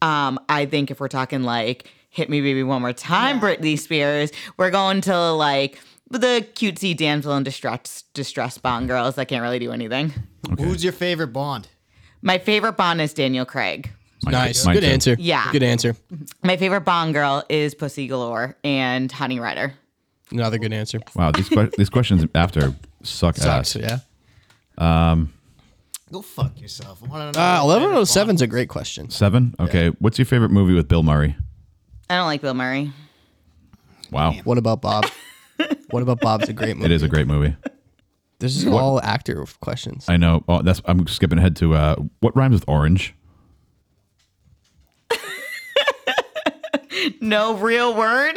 S6: Um, I think if we're talking like hit me baby one more time, Britney Spears, we're going to like the cutesy damsel in distress, distress bond girls that can't really do anything.
S5: Who's your favorite Bond?
S6: My favorite bond is Daniel Craig.
S2: Mine-
S4: Nice.
S2: mine
S4: Good
S2: too.
S4: answer.
S6: Yeah.
S4: Good answer.
S6: My favorite bond girl is Pussy Galore and Honey Rider.
S4: Another good answer.
S2: Wow, these que- these questions after suck
S4: Sucks.
S2: ass.
S4: Yeah. Uh,
S5: Go fuck yourself. I wanna know
S4: Uh,
S5: your favorite
S4: 1107 is a great question.
S2: Seven. Okay. What's your favorite movie with Bill Murray?
S6: I don't like Bill Murray.
S2: Wow,
S4: What about Bob? what about Bob's a great movie?
S2: it is a great movie.
S4: This is all actor questions.
S2: I know. Oh, that's. I'm skipping ahead to uh, what rhymes with orange.
S6: No real word.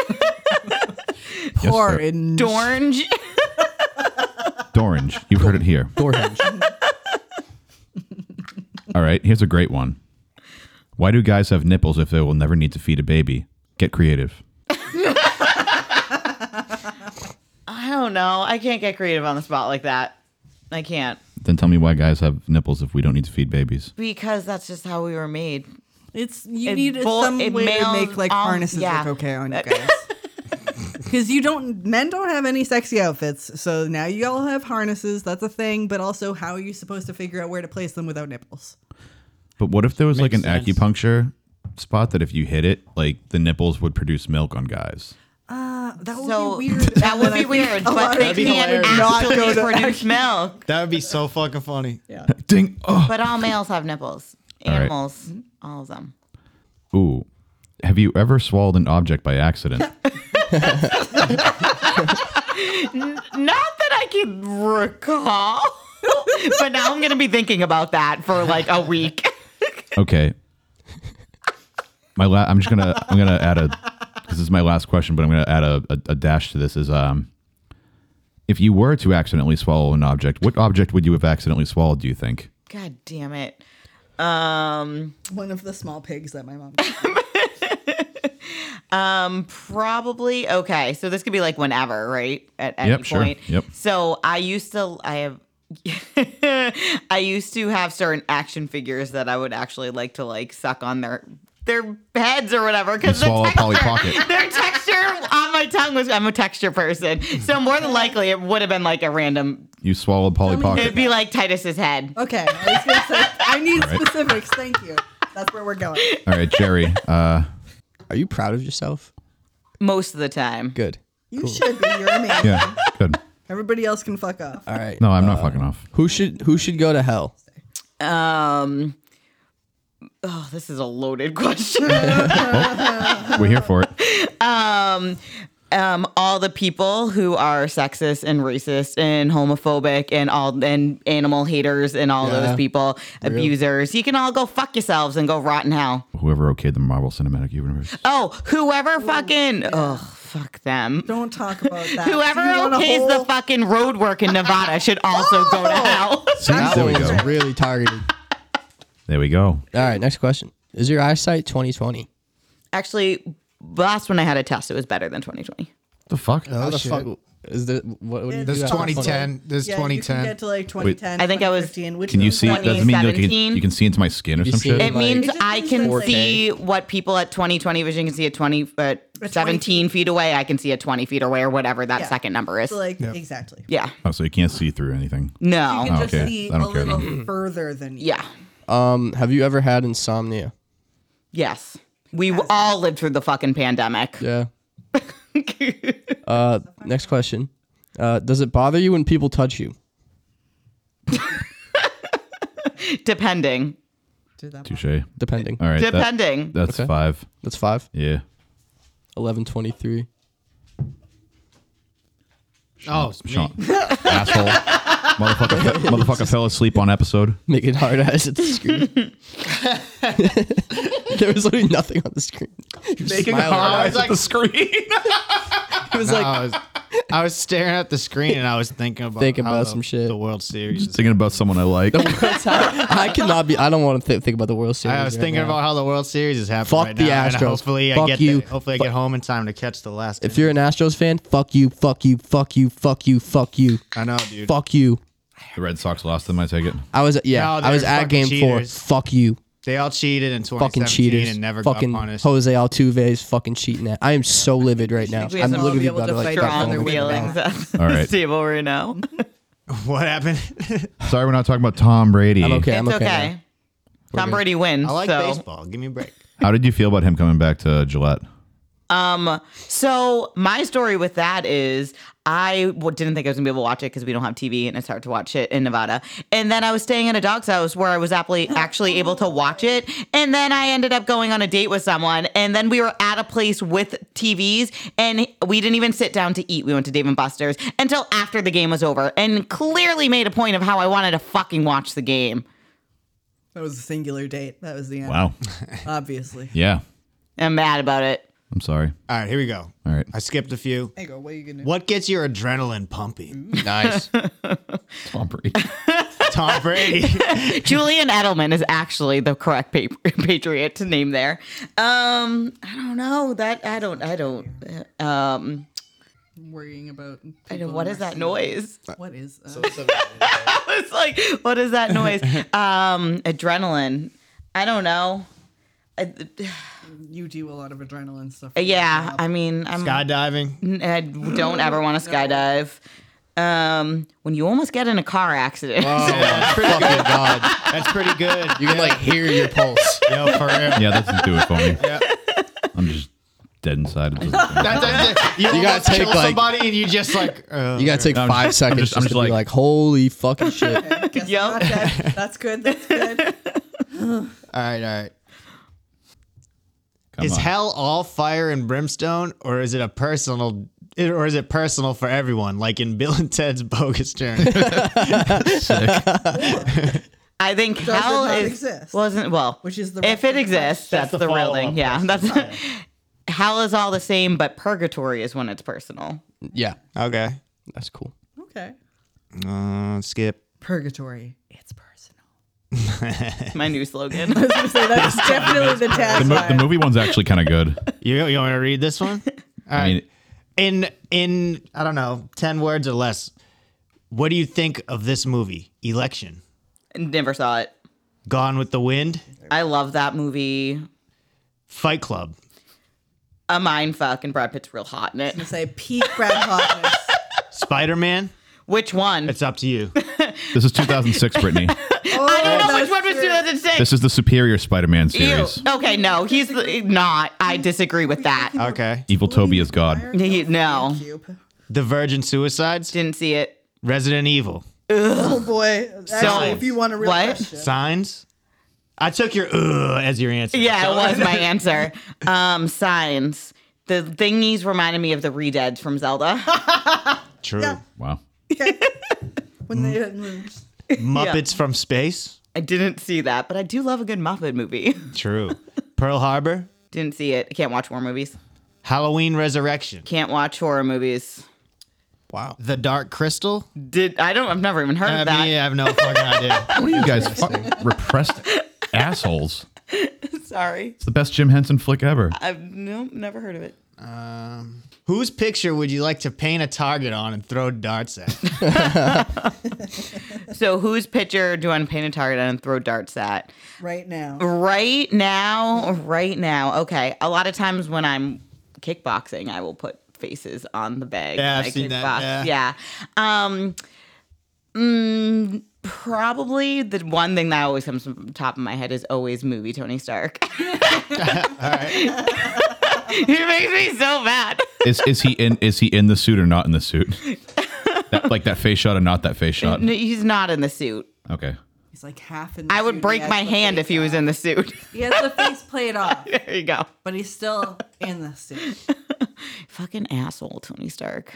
S2: Yes, sir.
S8: Orange.
S6: Dornge.
S2: Dorange. You've heard it here.
S4: Door hinge.
S2: All right. Here's a great one. Why do guys have nipples if they will never need to feed a baby? Get creative.
S6: I don't know. I can't get creative on the spot like that. I can't
S2: Then tell me why guys have nipples if we don't need to feed babies.
S6: because that's just how we were made.
S8: It's you
S6: It
S8: need
S6: bol-
S8: some
S6: it
S8: way to
S6: mails
S8: make like
S6: all-
S8: harnesses
S6: yeah. Uh,
S8: look okay on you guys. Because you don't, men don't have any sexy outfits, so now you all have harnesses. That's a thing, but also, how are you supposed to figure out where to place them without nipples?
S2: But what if there was like an
S5: Makes sense.
S2: acupuncture spot that if you hit it, like the nipples would produce milk on guys?
S7: Uh, that would
S6: So
S7: be weird.
S6: that would
S7: I
S6: be
S7: think
S6: weird,
S7: a lot
S6: but
S7: of
S6: they
S5: be
S7: people-
S6: can't
S5: hilarious.
S7: Not go
S6: actually
S7: to
S6: produce milk.
S5: That would be so fucking funny.
S2: Ding. Oh.
S6: But all males have nipples.
S2: All right.
S6: Animals, all of them.
S2: Ooh. Have you ever swallowed an object by accident?
S6: Not that I can recall, but now I'm gonna be thinking about that for like a week.
S2: Okay. My la- I'm just gonna I'm gonna add a because this is my last question, but I'm gonna add a, a, a dash to this is um if you were to accidentally swallow an object, what object would you have accidentally swallowed? Do you think?
S6: God damn it. Um,
S7: One of the small pigs that my mom.
S6: probably okay. So this could be like whenever, right? At any
S2: Yep, sure.
S6: point.
S2: Yep.
S6: So I used to. I have. I used to have certain action figures that I would actually like to like suck on their their heads or whatever
S2: You
S6: because the
S2: swallow Polly Pocket.
S6: their texture on my tongue was I'm a texture person. So more than likely it would have been like a random
S2: You swallowed Polly
S6: it'd
S2: Pocket.
S6: be like Titus's head.
S7: Okay, I, was gonna say, I need
S2: right.
S7: specifics. Thank you. That's where we're going.
S2: All right, Jerry. Uh,
S4: Are you proud of yourself?
S6: Most of the time.
S4: Good.
S7: You should be. You're amazing.
S2: yeah, Uh, good.
S7: Everybody else can fuck off.
S4: All right.
S2: No, I'm not fucking off.
S4: Who should who should go to hell?
S6: Um Oh, this is a loaded question.
S2: Oh, We're here for it.
S6: um, all the people who are sexist and racist and homophobic and all and animal haters and all
S4: Yeah.
S6: those people, abusers. You can all go fuck yourselves and go rot in hell.
S2: Whoever okayed the Marvel Cinematic Universe.
S6: Oh, whoever fucking oh fuck them.
S7: Don't talk about that.
S6: Whoever
S7: Do you want a
S6: okays
S7: whole-
S6: the fucking road work in Nevada should also go to hell.
S2: See,
S4: That
S2: there we
S4: one
S2: go.
S4: is really targeted.
S2: There we go.
S4: All right, next question. Is your eyesight 2020?
S6: Actually, last when I had a test, it was better than 2020.
S2: The fuck?
S4: How the
S5: Oh, shit.
S4: fuck is there what, what do you
S7: It's
S4: do
S5: This
S4: after
S5: 2010. This
S7: Yeah, you can
S5: 2010.
S7: get to like 2010.
S6: I think I was-
S7: 2015, which
S2: Can you
S7: means
S2: see?
S7: that
S2: Doesn't mean you can,
S6: 2017?
S2: you can see into my skin or
S4: You
S2: some
S4: see it?
S2: shit.
S6: It means
S7: just
S6: I
S7: means
S6: can
S7: like-
S6: see what people at 2020 vision can see at 20, uh, 17 feet away. I can see at 20 feet away or whatever that
S7: Yeah.
S6: second number is.
S7: So, like exactly.
S6: yeah.
S2: oh, so you can't see through anything.
S6: No.
S7: You can
S2: Oh,
S7: just
S2: okay.
S7: see
S2: I
S7: a
S2: don't care
S7: little further than you.
S6: yeah.
S4: Um, have you ever had insomnia?
S6: Yes. We w- all lived through the fucking pandemic.
S4: Yeah. Uh, next question. Uh, does it bother you when people touch you?
S6: Depending.
S2: Touche. All
S4: Depending.
S2: right. that-
S6: Depending.
S2: that's
S4: Okay.
S2: five.
S4: That's five.
S2: Yeah.
S4: Eleven twenty-three.
S5: Oh, it's me.
S2: Sean. Asshole. Motherfucker, fe- motherfucker fell asleep on episode.
S4: Make it hard eyes at the screen. there was literally nothing on the screen. Making
S5: I was like,
S4: It was like
S5: I was, I was staring at the screen and I was thinking about
S4: Thinking
S5: how
S4: about
S5: the-
S4: some shit.
S5: The World Series. is-
S2: Thinking about someone I like.
S4: I cannot be. I don't want to th- think about the World Series.
S5: I was
S4: right
S5: thinking
S4: now.
S5: about how the World Series is happening.
S4: Fuck
S5: right
S4: the
S5: now, and
S4: Astros.
S5: hopefully
S4: Fuck
S5: I get
S4: you.
S5: The, hopefully I get home in time to catch the last.
S4: If you're an Astros fan, fuck you, fuck you, fuck you, fuck you, fuck you,
S5: I know, dude.
S4: fuck you.
S2: the Red Sox lost them, I take it.
S4: I was yeah.
S5: No,
S4: I was
S5: they're
S4: at
S5: fucking
S4: game
S5: cheaters.
S4: four. Fuck you,
S5: They all cheated in 2017
S4: fucking cheaters.
S5: and never
S4: fucking
S5: got punished.
S4: Jose Altuve's fucking cheating. At. I am so livid right now.
S6: We
S4: I'm
S6: have to all
S4: literally
S6: be
S4: about
S6: able
S4: to
S6: to
S4: like
S6: fight
S4: start
S6: our own
S4: going with my
S6: feelings
S4: mouth.
S6: at
S2: All
S6: this
S2: right.
S6: table right now.
S5: what happened?
S2: Sorry, we're not talking about Tom Brady.
S4: I'm okay. I'm
S6: It's
S4: okay.
S6: okay. Tom Brady wins.
S5: I like
S6: so.
S5: baseball. Give me a break.
S2: How did you feel about him coming back to Gillette?
S6: So my story with that is I w- didn't think I was gonna be able to watch it because we don't have TV and it's hard to watch it in Nevada. And then I was staying at a dog's house where I was aptly, actually able to watch it. And then I ended up going on a date with someone. And then we were at a place with TVs and we didn't even sit down to eat. We went to Dave and Buster's until after the game was over and clearly made a point of how I wanted to fucking watch the game.
S7: That was a singular date. That was the end.
S2: Wow.
S7: Obviously.
S2: Yeah.
S6: I'm mad about it.
S2: I'm sorry.
S5: All right, here we go.
S2: All right.
S5: I skipped a few.
S7: There you go. What are you gonna do?
S5: What gets your adrenaline pumping?
S4: Nice.
S2: Tom Brady.
S5: Tom Brady.
S6: Julian Edelman is actually the correct pa- patriot to name there. Um, I don't know that I don't I don't um
S7: Worrying about.
S6: I don't, what is that noise?
S7: What is? Uh,
S6: I was like, what is that noise? Um, adrenaline. I don't know. I,
S7: you do a lot of adrenaline stuff.
S6: yeah, I mean, I'm
S5: Skydiving.
S6: I don't ever want to skydive. Um, when you almost get in a car accident.
S4: Oh my fucking god.
S5: That's pretty good.
S4: You can like hear your pulse.
S5: Yo, for real.
S2: Yeah, that doesn't do it for me.
S5: Yeah.
S2: I'm just dead inside. It doesn't do it.
S5: That- that- you,
S4: gotta
S5: almost
S4: take,
S5: kill
S4: like-
S5: somebody and you just like uh,
S4: You gotta take
S2: No, I'm
S4: five
S2: just- I'm
S4: seconds
S2: just-
S4: just,
S2: I'm just
S4: to be
S2: like-
S4: like, holy fucking shit.
S7: Guess
S6: Yep.
S7: not dead. That's good. That's good.
S5: All right, all right.
S2: Come
S5: is
S2: on.
S5: hell all fire and brimstone, or is it a personal, it- or is it personal for everyone, like in Bill and Ted's Bogus Journey?
S6: I think
S7: it
S6: hell
S7: not
S6: is
S7: exist?
S6: wasn't well.
S7: Which is the
S6: if it exists, that's,
S5: the
S6: the, real
S5: follow-up
S6: thing. Yeah, that's hell is all the same, but purgatory is when it's personal.
S4: Yeah,
S5: okay,
S4: that's cool.
S7: Okay.
S5: uh, skip.
S8: Purgatory. It's personal.
S6: It's my new slogan.
S7: So that's definitely the
S2: The,
S7: tagline.
S2: mo- the movie one's actually kind of good.
S5: You you want to read this one? All
S2: I
S5: right.
S2: mean,
S5: in in I don't know, ten words or less. What do you think of this movie? Election,
S6: Never saw it.
S5: Gone with the Wind,
S6: I love that movie.
S5: Fight Club.
S6: A mind fuck and Brad Pitt's real hot in it.
S7: Say peak Brad hotness.
S5: Spider Man,
S6: Which one?
S5: it's up to you.
S2: this is 2006, Brittany.
S6: I don't
S8: Oh,
S6: know which one was 2006.
S2: This is the superior Spider-Man series.
S6: Ew. Okay, no, he's not. I disagree with that.
S5: Okay.
S2: Evil Toby is God.
S6: He- no,
S7: Cube.
S5: The Virgin Suicides,
S6: didn't see it.
S5: Resident Evil,
S7: Oh boy. Actually, if you want a real
S6: What?
S7: question.
S5: Signs. I took your uh as your answer.
S6: Yeah, it
S5: So-
S6: was my answer. Um, signs. The thingies reminded me of the Redeads from Zelda.
S5: True.
S2: Wow.
S7: When they didn't
S5: Muppets from Space.
S6: I didn't see that, but I do love a good Muppet movie.
S5: True. Pearl Harbor,
S6: didn't see it. I can't watch war movies.
S5: Halloween Resurrection,
S6: Can't watch horror movies.
S4: Wow.
S5: The Dark Crystal.
S6: Did I don't? I've never even heard
S5: I
S6: of that.
S5: mean, I have no fucking idea.
S2: What are you guys fuck- repressed assholes?
S6: Sorry,
S2: It's the best Jim Henson flick ever.
S6: I've no, never heard of it.
S5: Whose picture would you like to paint a target on and throw darts at?
S6: So whose picture do I want to paint a target on and throw darts at?
S7: right now.
S6: Right now, right now. Okay. A lot of times when I'm kickboxing, I will put faces on the bag.
S5: Yeah,
S6: when
S5: I've
S6: I
S5: seen that,
S6: kickbox. Yeah. Um, mm, probably the one thing that always comes from the top of my head is always movie Tony Stark. it makes me so mad.
S2: Is is he in is he in the suit or not in the suit? That, like that face shot or not that face shot?
S6: No, He's not in the suit.
S2: Okay.
S8: He's like half in. The
S6: I would
S8: suit,
S6: break
S8: he
S6: my
S8: has the
S6: hand if
S8: face
S6: he was
S8: off.
S6: in the suit.
S8: He has the face plate off,
S6: there you go.
S8: but he's still in the suit.
S6: Fucking asshole, Tony Stark.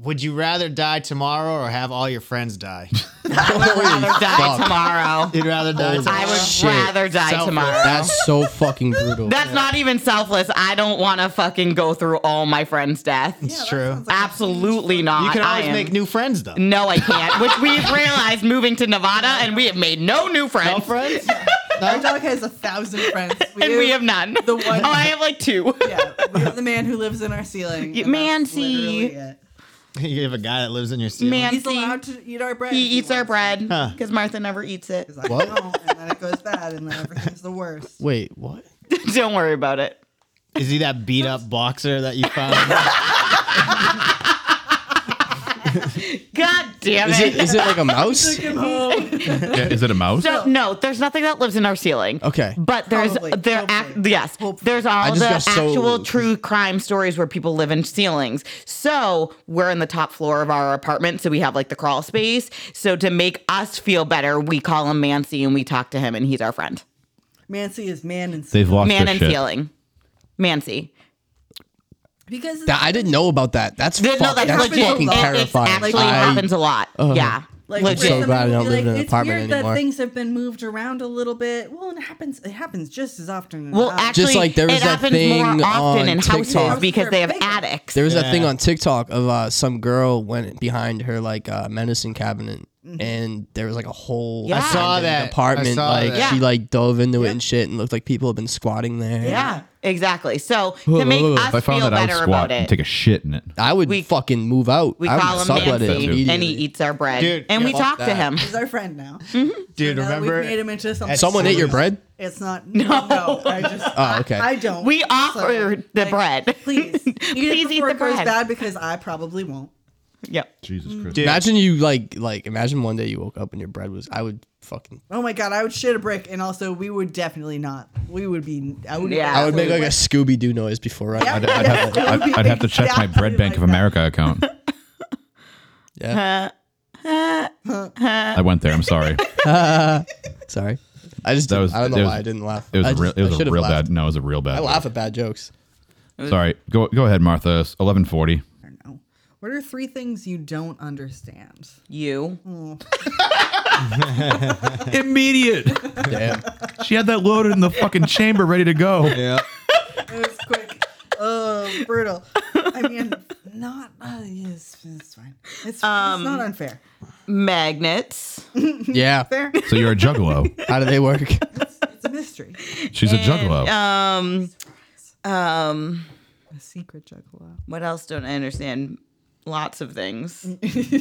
S5: Would you rather die tomorrow or have all your friends die?
S6: rather die tomorrow.
S5: You'd rather die tomorrow.
S6: I would
S4: Shit.
S6: rather die
S5: Selfless.
S6: tomorrow.
S4: That's so fucking brutal.
S6: That's not even selfless. I don't want to fucking go through all my friends' death.
S5: It's true.
S6: Absolutely not.
S5: You can
S6: I
S5: always
S6: am-
S5: make new friends though.
S6: No, I can't. Which we've realized moving to Nevada, and we have made no new
S5: No
S6: friends,
S5: friends?
S8: Our dog has a thousand friends. We
S6: and we have none.
S8: the one.
S6: Oh, I have like two.
S8: yeah, we have the man who lives in our ceiling. and that's
S6: Mancy.
S8: literally it.
S5: you have a guy that lives in your ceiling.
S6: Man,
S8: He's allowed to eat our bread.
S6: he
S8: if he
S6: eats our
S8: wants.
S6: bread
S5: Huh.
S6: because Martha never eats it.
S8: He's like, "No," and then it goes bad, and then everything's the worst.
S4: Wait, what?
S6: don't worry about it.
S5: Is he that beat up boxer that you found?
S6: God damn
S4: Is it
S6: it.
S4: is it like a mouse?
S2: Yeah, is it a mouse?
S6: So, no, there's nothing that lives in our ceiling.
S4: Okay.
S6: But there's
S7: Probably,
S6: there ac-
S7: hopefully,
S6: yes there's all
S4: just
S6: the
S4: got so-
S6: actual true crime stories where people live in ceilings. So we're in the top floor of our apartment, so we have like the crawl space. So to make us feel better, we call him Mancy and we talk to him, and he's our friend.
S7: Mancy is man and
S2: They've lost
S6: Man
S2: their
S6: and
S2: shit.
S6: ceiling, Mancy.
S8: Because
S4: That, I didn't know about that. That's,
S6: No,
S4: fuck,
S6: that's,
S4: that's,
S6: legit.
S4: fucking
S6: It- it's
S4: terrifying.
S6: actually
S4: I-
S6: happens a lot. yeah,
S7: when
S6: legit.
S4: so
S7: somebody
S4: glad I
S7: will
S4: don't
S7: be
S4: live in an
S7: it's
S4: apartment
S7: weird
S4: anymore."
S7: That things have been moved around a little bit. Well, and it happens. It happens just as often. In
S6: well,
S7: a house.
S6: actually,
S4: Just like there was
S6: it
S4: that
S6: happens
S4: thing
S6: more often
S4: on
S6: in houses
S4: TikTok.
S6: because they have
S7: They're bigger.
S6: attics.
S4: There was that thing
S5: Yeah.
S4: on TikTok of uh, some girl went behind her like uh, medicine cabinet,
S6: Mm-hmm.
S4: and there was like a whole
S6: I
S5: saw
S4: abandoned
S5: that. I
S4: apartment.
S5: saw
S4: like
S5: that.
S4: she like dove into it and shit, and looked like people have been squatting there.
S6: yeah, exactly. So to make us
S2: If I found
S6: feel
S2: that, I would
S6: better
S2: squat
S6: about
S2: and
S6: it,
S2: take a shit in it.
S4: I would
S6: We-
S4: fucking move out.
S6: We
S4: I would
S6: call him
S4: sublet it
S6: Nancy, and he
S4: immediately.
S6: eats our bread.
S5: Dude,
S6: and we
S5: yeah,
S6: talk
S4: fuck
S6: to
S4: that.
S6: him.
S7: he's our friend now.
S6: Mm-hmm.
S5: Dude,
S7: Now that
S5: remember?
S7: we've made him into something.
S4: Someone ate your bread?
S7: It's not. No, no I just.
S4: Oh, okay.
S7: I don't.
S6: We
S7: So,
S6: offer the bread.
S7: Please, eat
S6: Please
S7: it
S6: eat
S7: before
S6: the
S7: it goes
S6: bread.
S7: bad because I probably won't.
S6: Yep.
S2: Jesus Christ.
S4: Imagine you like like imagine one day you woke up and your bread was I would fucking
S8: Oh my god, I would shit a brick, and also we would definitely not. We would be. I would.
S6: Yeah.
S4: I would make like a Scooby Doo noise before running.
S8: Yeah.
S4: Yeah.
S2: I'd, I'd have,
S8: It would be
S2: I'd, I'd have to check my
S8: exactly
S2: Bread Bank
S8: like
S2: of
S8: that.
S2: America account. I went there. I'm sorry.
S4: Sorry, I just
S2: That was-
S4: I don't know
S2: it was-
S4: why I didn't laugh.
S2: It was
S4: I
S2: a
S4: just-
S2: real, it
S4: I
S2: was a
S4: should've
S2: real
S4: laughed.
S2: bad. No, it was a real bad.
S4: I laugh at bad jokes.
S2: Sorry. Go go ahead, Martha. It's 11:40.
S8: No. What are three things you don't understand?
S6: You.
S2: Immediate.
S4: Damn.
S2: She had that loaded in the fucking chamber, ready to go.
S5: Yeah.
S8: It was quick. Oh, brutal. I mean, not. Uh, yes, it's fine. It's, it's not unfair.
S6: Magnets.
S4: yeah.
S8: Fair.
S2: So you're a juggalo.
S4: How do they work?
S8: It's a mystery.
S2: She's a juggalo.
S6: Um. Um.
S8: A secret juggalo.
S6: What else don't I understand? Lots of things.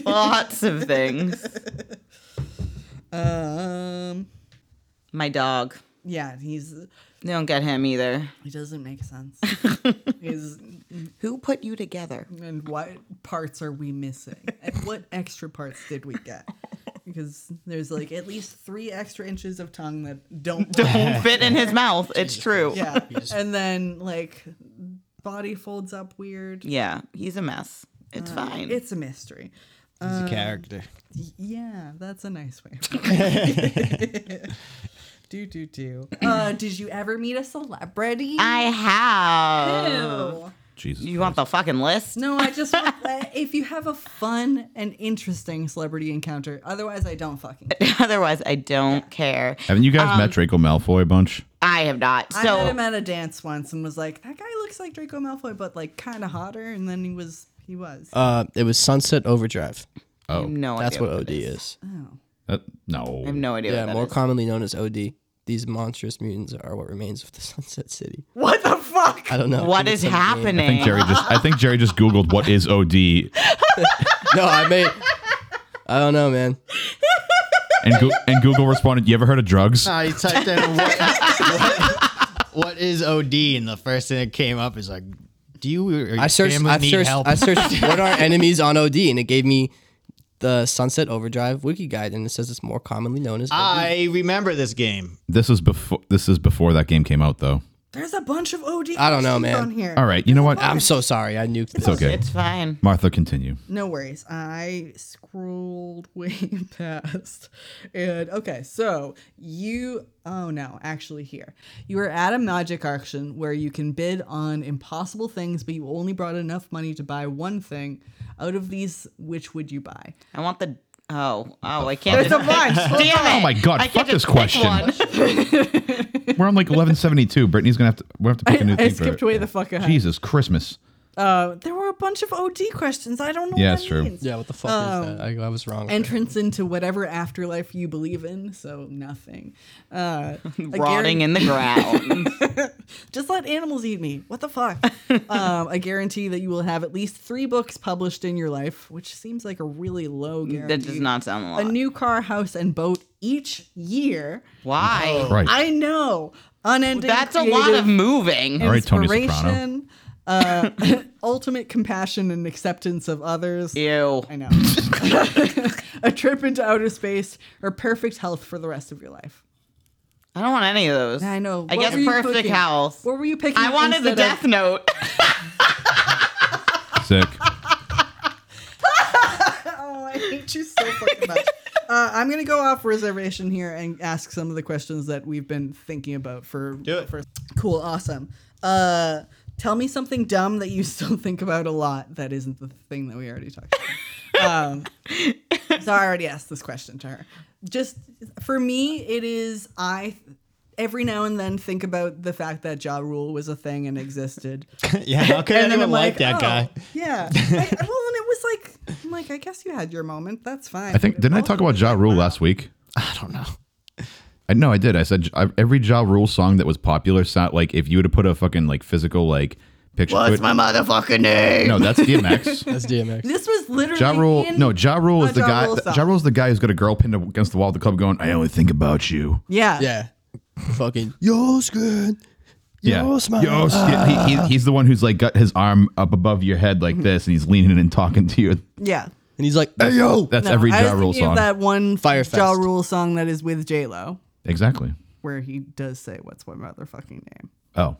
S6: Lots of things.
S8: Um.
S6: My dog.
S8: Yeah, he's.
S6: They don't get him either.
S8: He doesn't make sense. He's,
S6: Who put you together?
S8: and what parts are we missing? And what extra parts did we get? Because there's like at least three extra inches of tongue that don't.
S6: Don't fit in his mouth. It's true.
S8: Yeah. And then like body folds up weird.
S6: Yeah, he's a mess. It's fine.
S8: It's a mystery.
S5: He's
S8: Hmm.
S5: a character.
S8: Yeah, that's a nice way. of putting it. do do do. Uh, did you ever meet a celebrity?
S6: I have.
S8: Ew.
S2: Jesus.
S6: You want the fucking list?
S8: No, I just want uh, if you have a fun and interesting celebrity encounter. Otherwise, I don't fucking. care.
S6: Otherwise, I don't care.
S2: Haven't you guys
S6: um,
S2: met Draco Malfoy a bunch?
S6: I have not.
S8: I
S6: So
S8: met him at a dance once and was like, "That guy looks like Draco Malfoy, but like kind of hotter." And then he was, he was.
S4: Uh, it was Sunset Overdrive.
S6: I have no
S4: That's
S6: idea.
S4: what
S6: it
S4: OD is.
S2: That, Uh, no.
S6: I have no idea.
S4: Yeah,
S6: what that
S4: more
S6: is.
S4: commonly known as OD. These monstrous mutants are what remains of the Sunset City.
S8: what the fuck?
S4: I don't know.
S6: what
S4: Give it
S6: is
S4: some name.
S6: happening?
S2: I think Jerry just. I think Jerry just Googled what is OD
S4: No, I made. I don't know, man.
S2: and Goo and Google responded. You ever heard of drugs?
S5: I typed in what, what- what is OD, and the first thing that came up is like, do you? Or your
S4: I searched.
S5: Family
S4: I
S5: need
S4: searched.
S5: help.
S4: I searched. what are enemies on OD? And it gave me the Sunset Overdrive wiki guide, and it says it's more commonly known as. OD.
S5: I remember this game.
S2: This is before. This is before that game came out, though.
S8: There's a bunch of OD.
S4: I don't know,
S8: questions
S4: man.
S8: On here.
S2: All right. You know what?
S4: I'm so sorry. I nuked.
S2: It's okay.
S6: It's fine.
S2: Martha, continue.
S8: No worries. I scrolled way past. And okay, so you oh no, actually here. You were at a magic auction where you can bid on impossible things, but you only brought enough money to buy one thing. Out of these, which would you buy?
S6: I want the. Oh, oh, I can't.
S8: There's a bunch.
S6: Damn it.
S2: Oh my God!
S6: I
S2: fuck
S6: can't
S2: this
S6: just pick
S2: question.
S6: one.
S2: We're on like 1172. Brittany's gonna have to. We have to pick a new
S8: I
S2: thing for
S8: skipped
S2: it.
S8: way the fuck ahead.
S2: Jesus Christmas.
S8: Uh, there were a bunch of OD questions. I don't know.
S2: Yeah,
S8: what
S2: it's
S8: that
S2: true.
S8: means.
S4: Yeah, what the fuck is that? I, I was wrong.
S8: Entrance into whatever afterlife you believe in, so nothing. Uh, a
S6: Rotting in the ground.
S8: Just let animals eat me. What the fuck? um, I guarantee that you will have at least three books published in your life, which seems like a really low guarantee.
S6: that does not sound a
S8: A
S6: lot.
S8: new car, house, and boat each year.
S6: Why?
S2: Right.
S8: I know. Unending.
S6: That's a lot of
S8: Oh. creative
S6: moving.
S2: All right, Tony Soprano.
S8: inspiration, uh, ultimate compassion and acceptance of others.
S6: Ew.
S8: I know. a trip into outer space or perfect health for the rest of your life.
S6: I don't want any of those.
S8: I know.
S6: I
S8: What
S6: guess
S8: were you
S6: perfect
S8: cooking?
S6: health.
S8: What were you picking?
S6: I wanted the
S8: instead of-
S6: death note.
S2: Sick.
S8: Oh, I hate you so fucking much. Uh, I'm gonna go off reservation here and ask some of the questions that we've been thinking about for. Do
S5: it.
S8: For, cool, awesome. Uh, tell me something dumb that you still think about a lot that isn't the thing that we already talked about. um, so I already asked this question to her. Just for me, it is I. Every now and then, think about the fact that Ja Rule was a thing and existed
S5: yeah, how could anyone like, that
S8: oh,
S5: guy?
S8: Yeah. I, I- well, and it was like, I'm like, I guess you had your moment. That's fine.
S2: I think didn't I talk about Ja Rule last week?
S5: I don't know.
S2: I no, I did. I said I- every Ja Rule song that was popular sound like if you would have put a fucking like physical like picture. What's my motherfucking name? No, that's DMX.
S4: That's DMX.
S8: This was literally
S2: ja Rule.
S8: in-
S2: No, Ja Rule
S8: a
S2: is the
S8: Ja
S2: guy.
S8: Rule song.
S2: Ja Rule's the guy who's got a girl pinned against the wall of the club, going, "I only think about you."
S8: Yeah.
S4: Yeah. Fucking. Yo, scared.
S2: Yeah.
S4: Yo, smile.
S2: Yo, s- yeah, he, he, he's the one who's like got his arm up above your head like this, and he's leaning and talking to you.
S8: Yeah.
S4: And he's like, hey, yo.
S2: That's
S8: No,
S2: every
S8: I
S2: Ja
S8: was
S2: Rule
S8: thinking of
S2: song.
S8: That one
S4: Firefest.
S8: Ja Rule song that is with J Lo,
S2: Exactly.
S8: where he does say, "What's my motherfucking name?"
S2: Oh.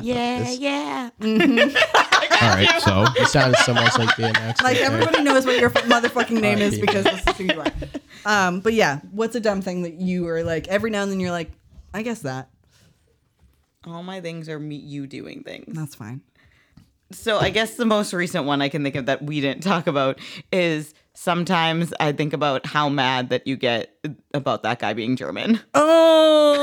S6: Yeah, yeah.
S2: All right. So
S4: It sounded so much like BMX.
S8: Like
S4: right there.
S8: everybody knows what your motherfucking name is
S4: R.I.P.
S8: because this is who you are. Um, but yeah, what's a dumb thing that you are like every now and then you're like, I guess that
S6: All my things are me, you doing things.
S8: that's fine.
S6: So I guess the most recent one I can think of that we didn't talk about is sometimes I think about how mad that you get about that guy being German.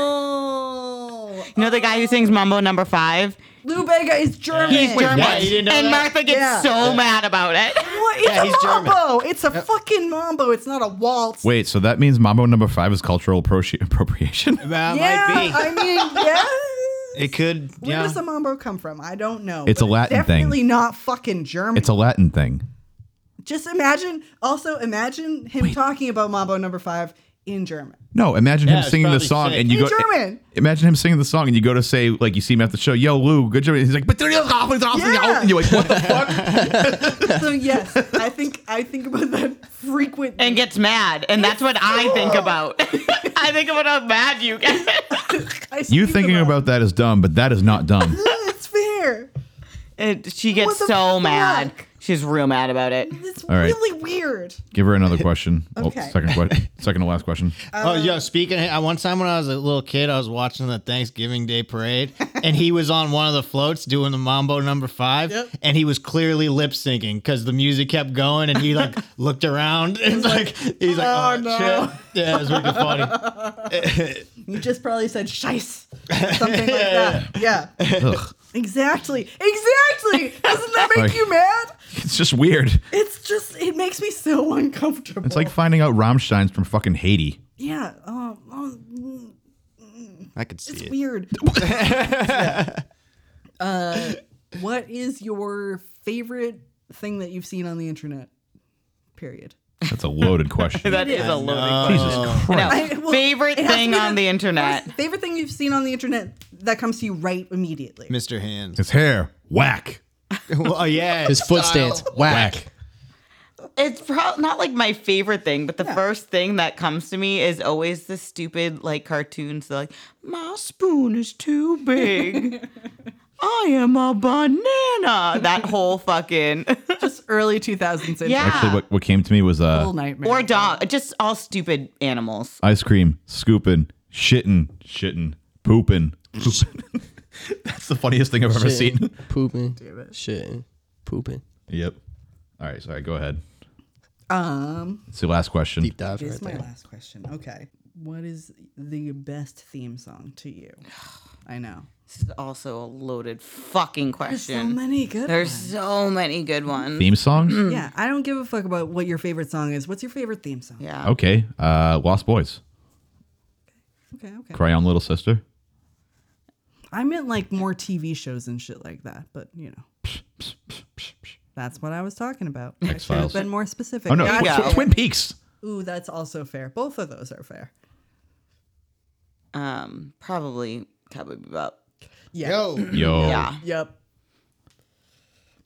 S8: Oh,
S6: You know the guy who sings Mambo Number Five?
S8: Lou Bega is German.
S6: He's German.
S5: what? You didn't know
S6: and
S5: that?
S6: Martha gets
S8: Yeah.
S6: so mad about it.
S8: What? It's
S5: Yeah,
S8: a
S5: he's German.
S8: mambo. It's a fucking mambo. It's not a waltz.
S2: wait. So that means Mambo Number Five is cultural appro- appropriation.
S5: That
S8: yeah,
S5: might be.
S8: I mean, yeah.
S5: it could.
S8: Where
S5: yeah.
S8: does the mambo come from? I don't know.
S2: It's
S8: but
S2: a Latin thing.
S8: definitely not fucking German.
S2: It's a Latin thing.
S8: Just imagine. Also, imagine him talking about Mambo Number Five in German.
S2: No, imagine him
S5: it's
S2: singing the
S5: probably
S2: song
S5: sick.
S2: and you
S8: In
S2: go.
S8: German.
S2: Imagine him singing the song and you go to say like you see him at the show. Yo, Lou, good job. And he's like, but yeah.
S8: Yeah.
S2: and you're like, what the fuck?
S8: So yes, I think I think about that frequently.
S6: and gets mad. And that's what I think about. I think about how mad you get.
S8: I
S2: You
S8: speak
S2: thinking about that is dumb, but that is not dumb.
S8: it. it's fair.
S6: And she gets
S8: What the
S6: so mad.
S8: fuck?
S6: She's real mad about it.
S8: It's
S2: right.
S8: really weird.
S2: Give her another question.
S8: Okay. Uh,
S2: Oh, second question. Second to last question.
S5: Oh, yo, speaking of, one time when I was a little kid, I was watching the Thanksgiving Day parade, and he was on one of the floats doing the mambo number five, and he was clearly lip syncing because the music kept going, and he like looked around and like he's like, oh, no, shit. yeah, it was really funny.
S8: You just probably said "scheiß," something like that. Yeah,
S2: Ugh.
S8: exactly, exactly. Doesn't that make
S2: Like-
S8: you mad?
S2: It's just weird.
S8: It's just it makes me so uncomfortable.
S2: It's like finding out Rammstein's from fucking Haiti.
S8: yeah, oh, oh, mm,
S5: I could see
S8: it's
S5: it.
S8: weird. uh, what is your favorite thing that you've seen on the internet? Period.
S2: That's a loaded question.
S6: That is a
S5: Um,
S6: loaded
S2: Jesus
S6: question.
S2: Christ.
S6: No.
S8: I- well,
S6: favorite
S8: it has to
S6: thing
S8: be
S6: on the internet.
S8: first- favorite thing you've seen on the internet that comes to you right immediately.
S5: Mr. Hands.
S2: His hair. Whack.
S5: oh yeah,
S4: His foot
S5: style.
S4: stance. Whack.
S6: It's probably not like my favorite thing, but the first thing that comes to me is always the stupid like cartoons. They're like, my spoon is too big. I am a banana. That whole fucking
S8: Just early 2000s. internet.
S6: yeah.
S2: Actually, what, what came to me was
S8: Little
S2: uh,
S8: nightmare.
S6: or dog, just all stupid animals.
S2: ice cream, scooping, shitting, shitting, pooping. pooping. That's the funniest thing I've ever seen.
S4: Pooping. Shitting. Pooping.
S2: Yep. All right, sorry, go ahead.
S8: Um,
S2: It's the last question.
S4: Deep dive
S8: this
S4: right
S8: is my
S4: there.
S8: last question. Okay, what is the best theme song to you? I know.
S6: This is also a loaded fucking
S8: So
S6: question.
S8: many good.
S6: There's so many good ones.
S2: Theme song?
S4: Mm.
S8: ones. yeah, I don't give a fuck about what your favorite song is. What's your favorite theme song?
S6: Yeah.
S2: Okay. Uh, Lost Boys.
S8: Okay, okay.
S2: Cry on Little Sister.
S8: I meant like more TV shows and shit like that, but you know. That's what I was talking about. I should have
S2: X-Files.
S8: been more specific.
S2: Oh, no.
S8: God
S2: Tw-
S6: go.
S2: Tw- Twin Peaks.
S8: Ooh, that's also fair. Both of those are fair.
S6: Um, probably Cowboy Bebop.
S8: Yeah.
S2: Yo.
S6: Yeah.
S8: Yep.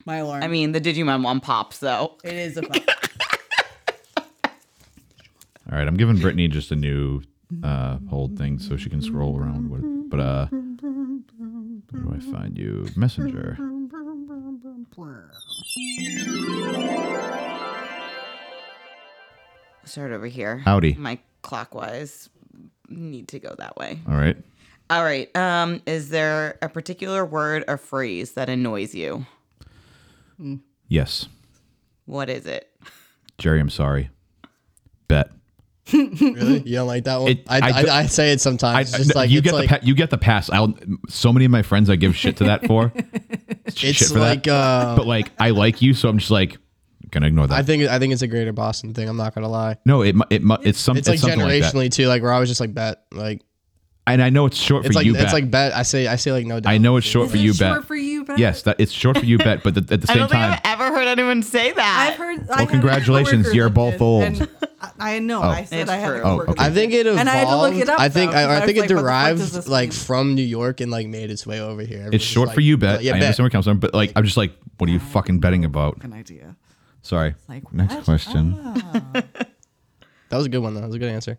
S8: My alarm.
S6: I mean, the Digimon one pops though.
S8: it is a fun.
S2: All right, I'm giving Brittany just a new uh, hold thing so she can scroll around with it. But uh, where do I find you? Messenger.
S6: Start over here.
S2: Howdy.
S6: My clockwise need to go that way.
S2: All right.
S6: All right. Um, is there a particular word or phrase that annoys you?
S2: Yes.
S6: What is it?
S2: Jerry, I'm sorry. Bet.
S4: Really? You don't like that one?
S2: It-
S4: I,
S2: I
S4: I,
S2: d-
S4: I, say it sometimes.
S2: I,
S4: it's just
S2: no,
S4: like,
S2: you
S4: it's
S2: get
S4: like,
S2: the pa- you get the pass. I'll so many of my friends I give shit to that for. shit
S4: it's
S2: for
S4: like,
S2: that.
S4: uh,
S2: but like I like you, so I'm just like gonna ignore that.
S4: I think, I think it's a greater Boston thing. I'm not going to lie.
S2: no, it mu- it mu- it's some
S4: It's,
S2: it's,
S4: like
S2: something like
S4: generationally
S2: that.
S4: too. Like where I was just like bet, like
S2: And I know it's short
S4: it's
S2: for
S4: like
S2: you.
S4: it's
S2: bet.
S4: like bet. I say I say like no doubt.
S2: I know it's short for you. bet.
S8: for you, Ben.
S2: yes, that it's short for you. Bet. But th- at the
S6: I
S2: same
S6: don't think
S2: time,
S6: I've ever heard anyone say that.
S8: I've heard.
S2: well, congratulations, you're both old.
S8: I, I know.
S2: Oh.
S8: I said
S6: It's
S8: I had
S6: true.
S8: to
S2: Oh,
S8: work
S2: okay.
S8: okay.
S4: I think it evolved.
S8: And I
S4: I
S8: had to look it up,
S4: think
S8: though,
S4: I,
S8: 'cause
S4: I
S8: I
S4: think it
S8: was like, what the fuck does
S4: derived
S8: this
S4: like
S8: mean?
S4: from New York and like made its way over here.
S2: It's
S4: Everyone's
S2: short
S4: like- uh,
S2: for you bet.
S4: Yeah,
S2: I
S4: bet.
S2: understand where it comes from, but like I'm just like, what are you fucking betting about?
S8: an idea.
S2: Sorry.
S8: Like,
S2: Next
S8: what?
S2: question.
S4: That was a good one. though. That was a good answer.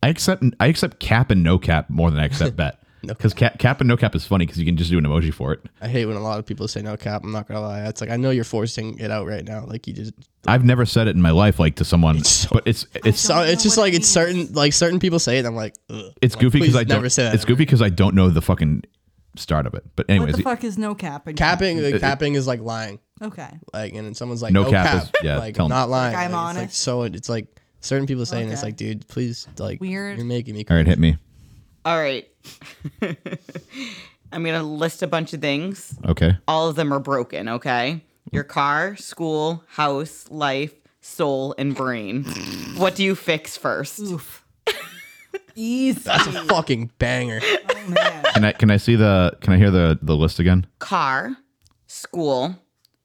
S2: I accept I accept cap and no cap more than I accept bet.
S4: No
S2: Because cap, cap and no cap is funny because you can just do an emoji for it.
S4: I hate when a lot of people say no cap. I'm not gonna lie. It's like I know you're forcing it out right now. Like you just
S2: I've never said it in my life like to someone,
S4: so-
S2: but it's it's
S4: so it's just like it's certain like certain people say it. and I'm like Ugh.
S2: it's
S4: I'm like,
S2: goofy because
S4: please
S2: I don't.
S4: never said
S2: it's goofy because I don't know the fucking start of it. But
S8: What
S2: anyways,
S8: the fuck is no cap? and cap?
S4: Capping like, capping is like lying.
S8: Okay.
S4: Like and then someone's like
S2: No
S4: no,
S2: cap
S4: cap.
S2: is- yeah,
S4: like
S2: tell 'em.
S4: not lying.
S8: Like, I'm
S4: Like, it's, like,
S8: honest.
S4: so it's like certain people saying it's
S8: Okay.
S4: like dude, please like
S8: Weird.
S4: You're making me.
S2: all right, hit me.
S6: All right. I'm going to list a bunch of things.
S2: Okay,
S6: All of them are broken, okay? Your car, school, house, life, soul, and brain. what do you fix first?
S8: Easy.
S4: That's a fucking banger.
S2: can I can I see the can I hear the the list again?
S6: Car, school,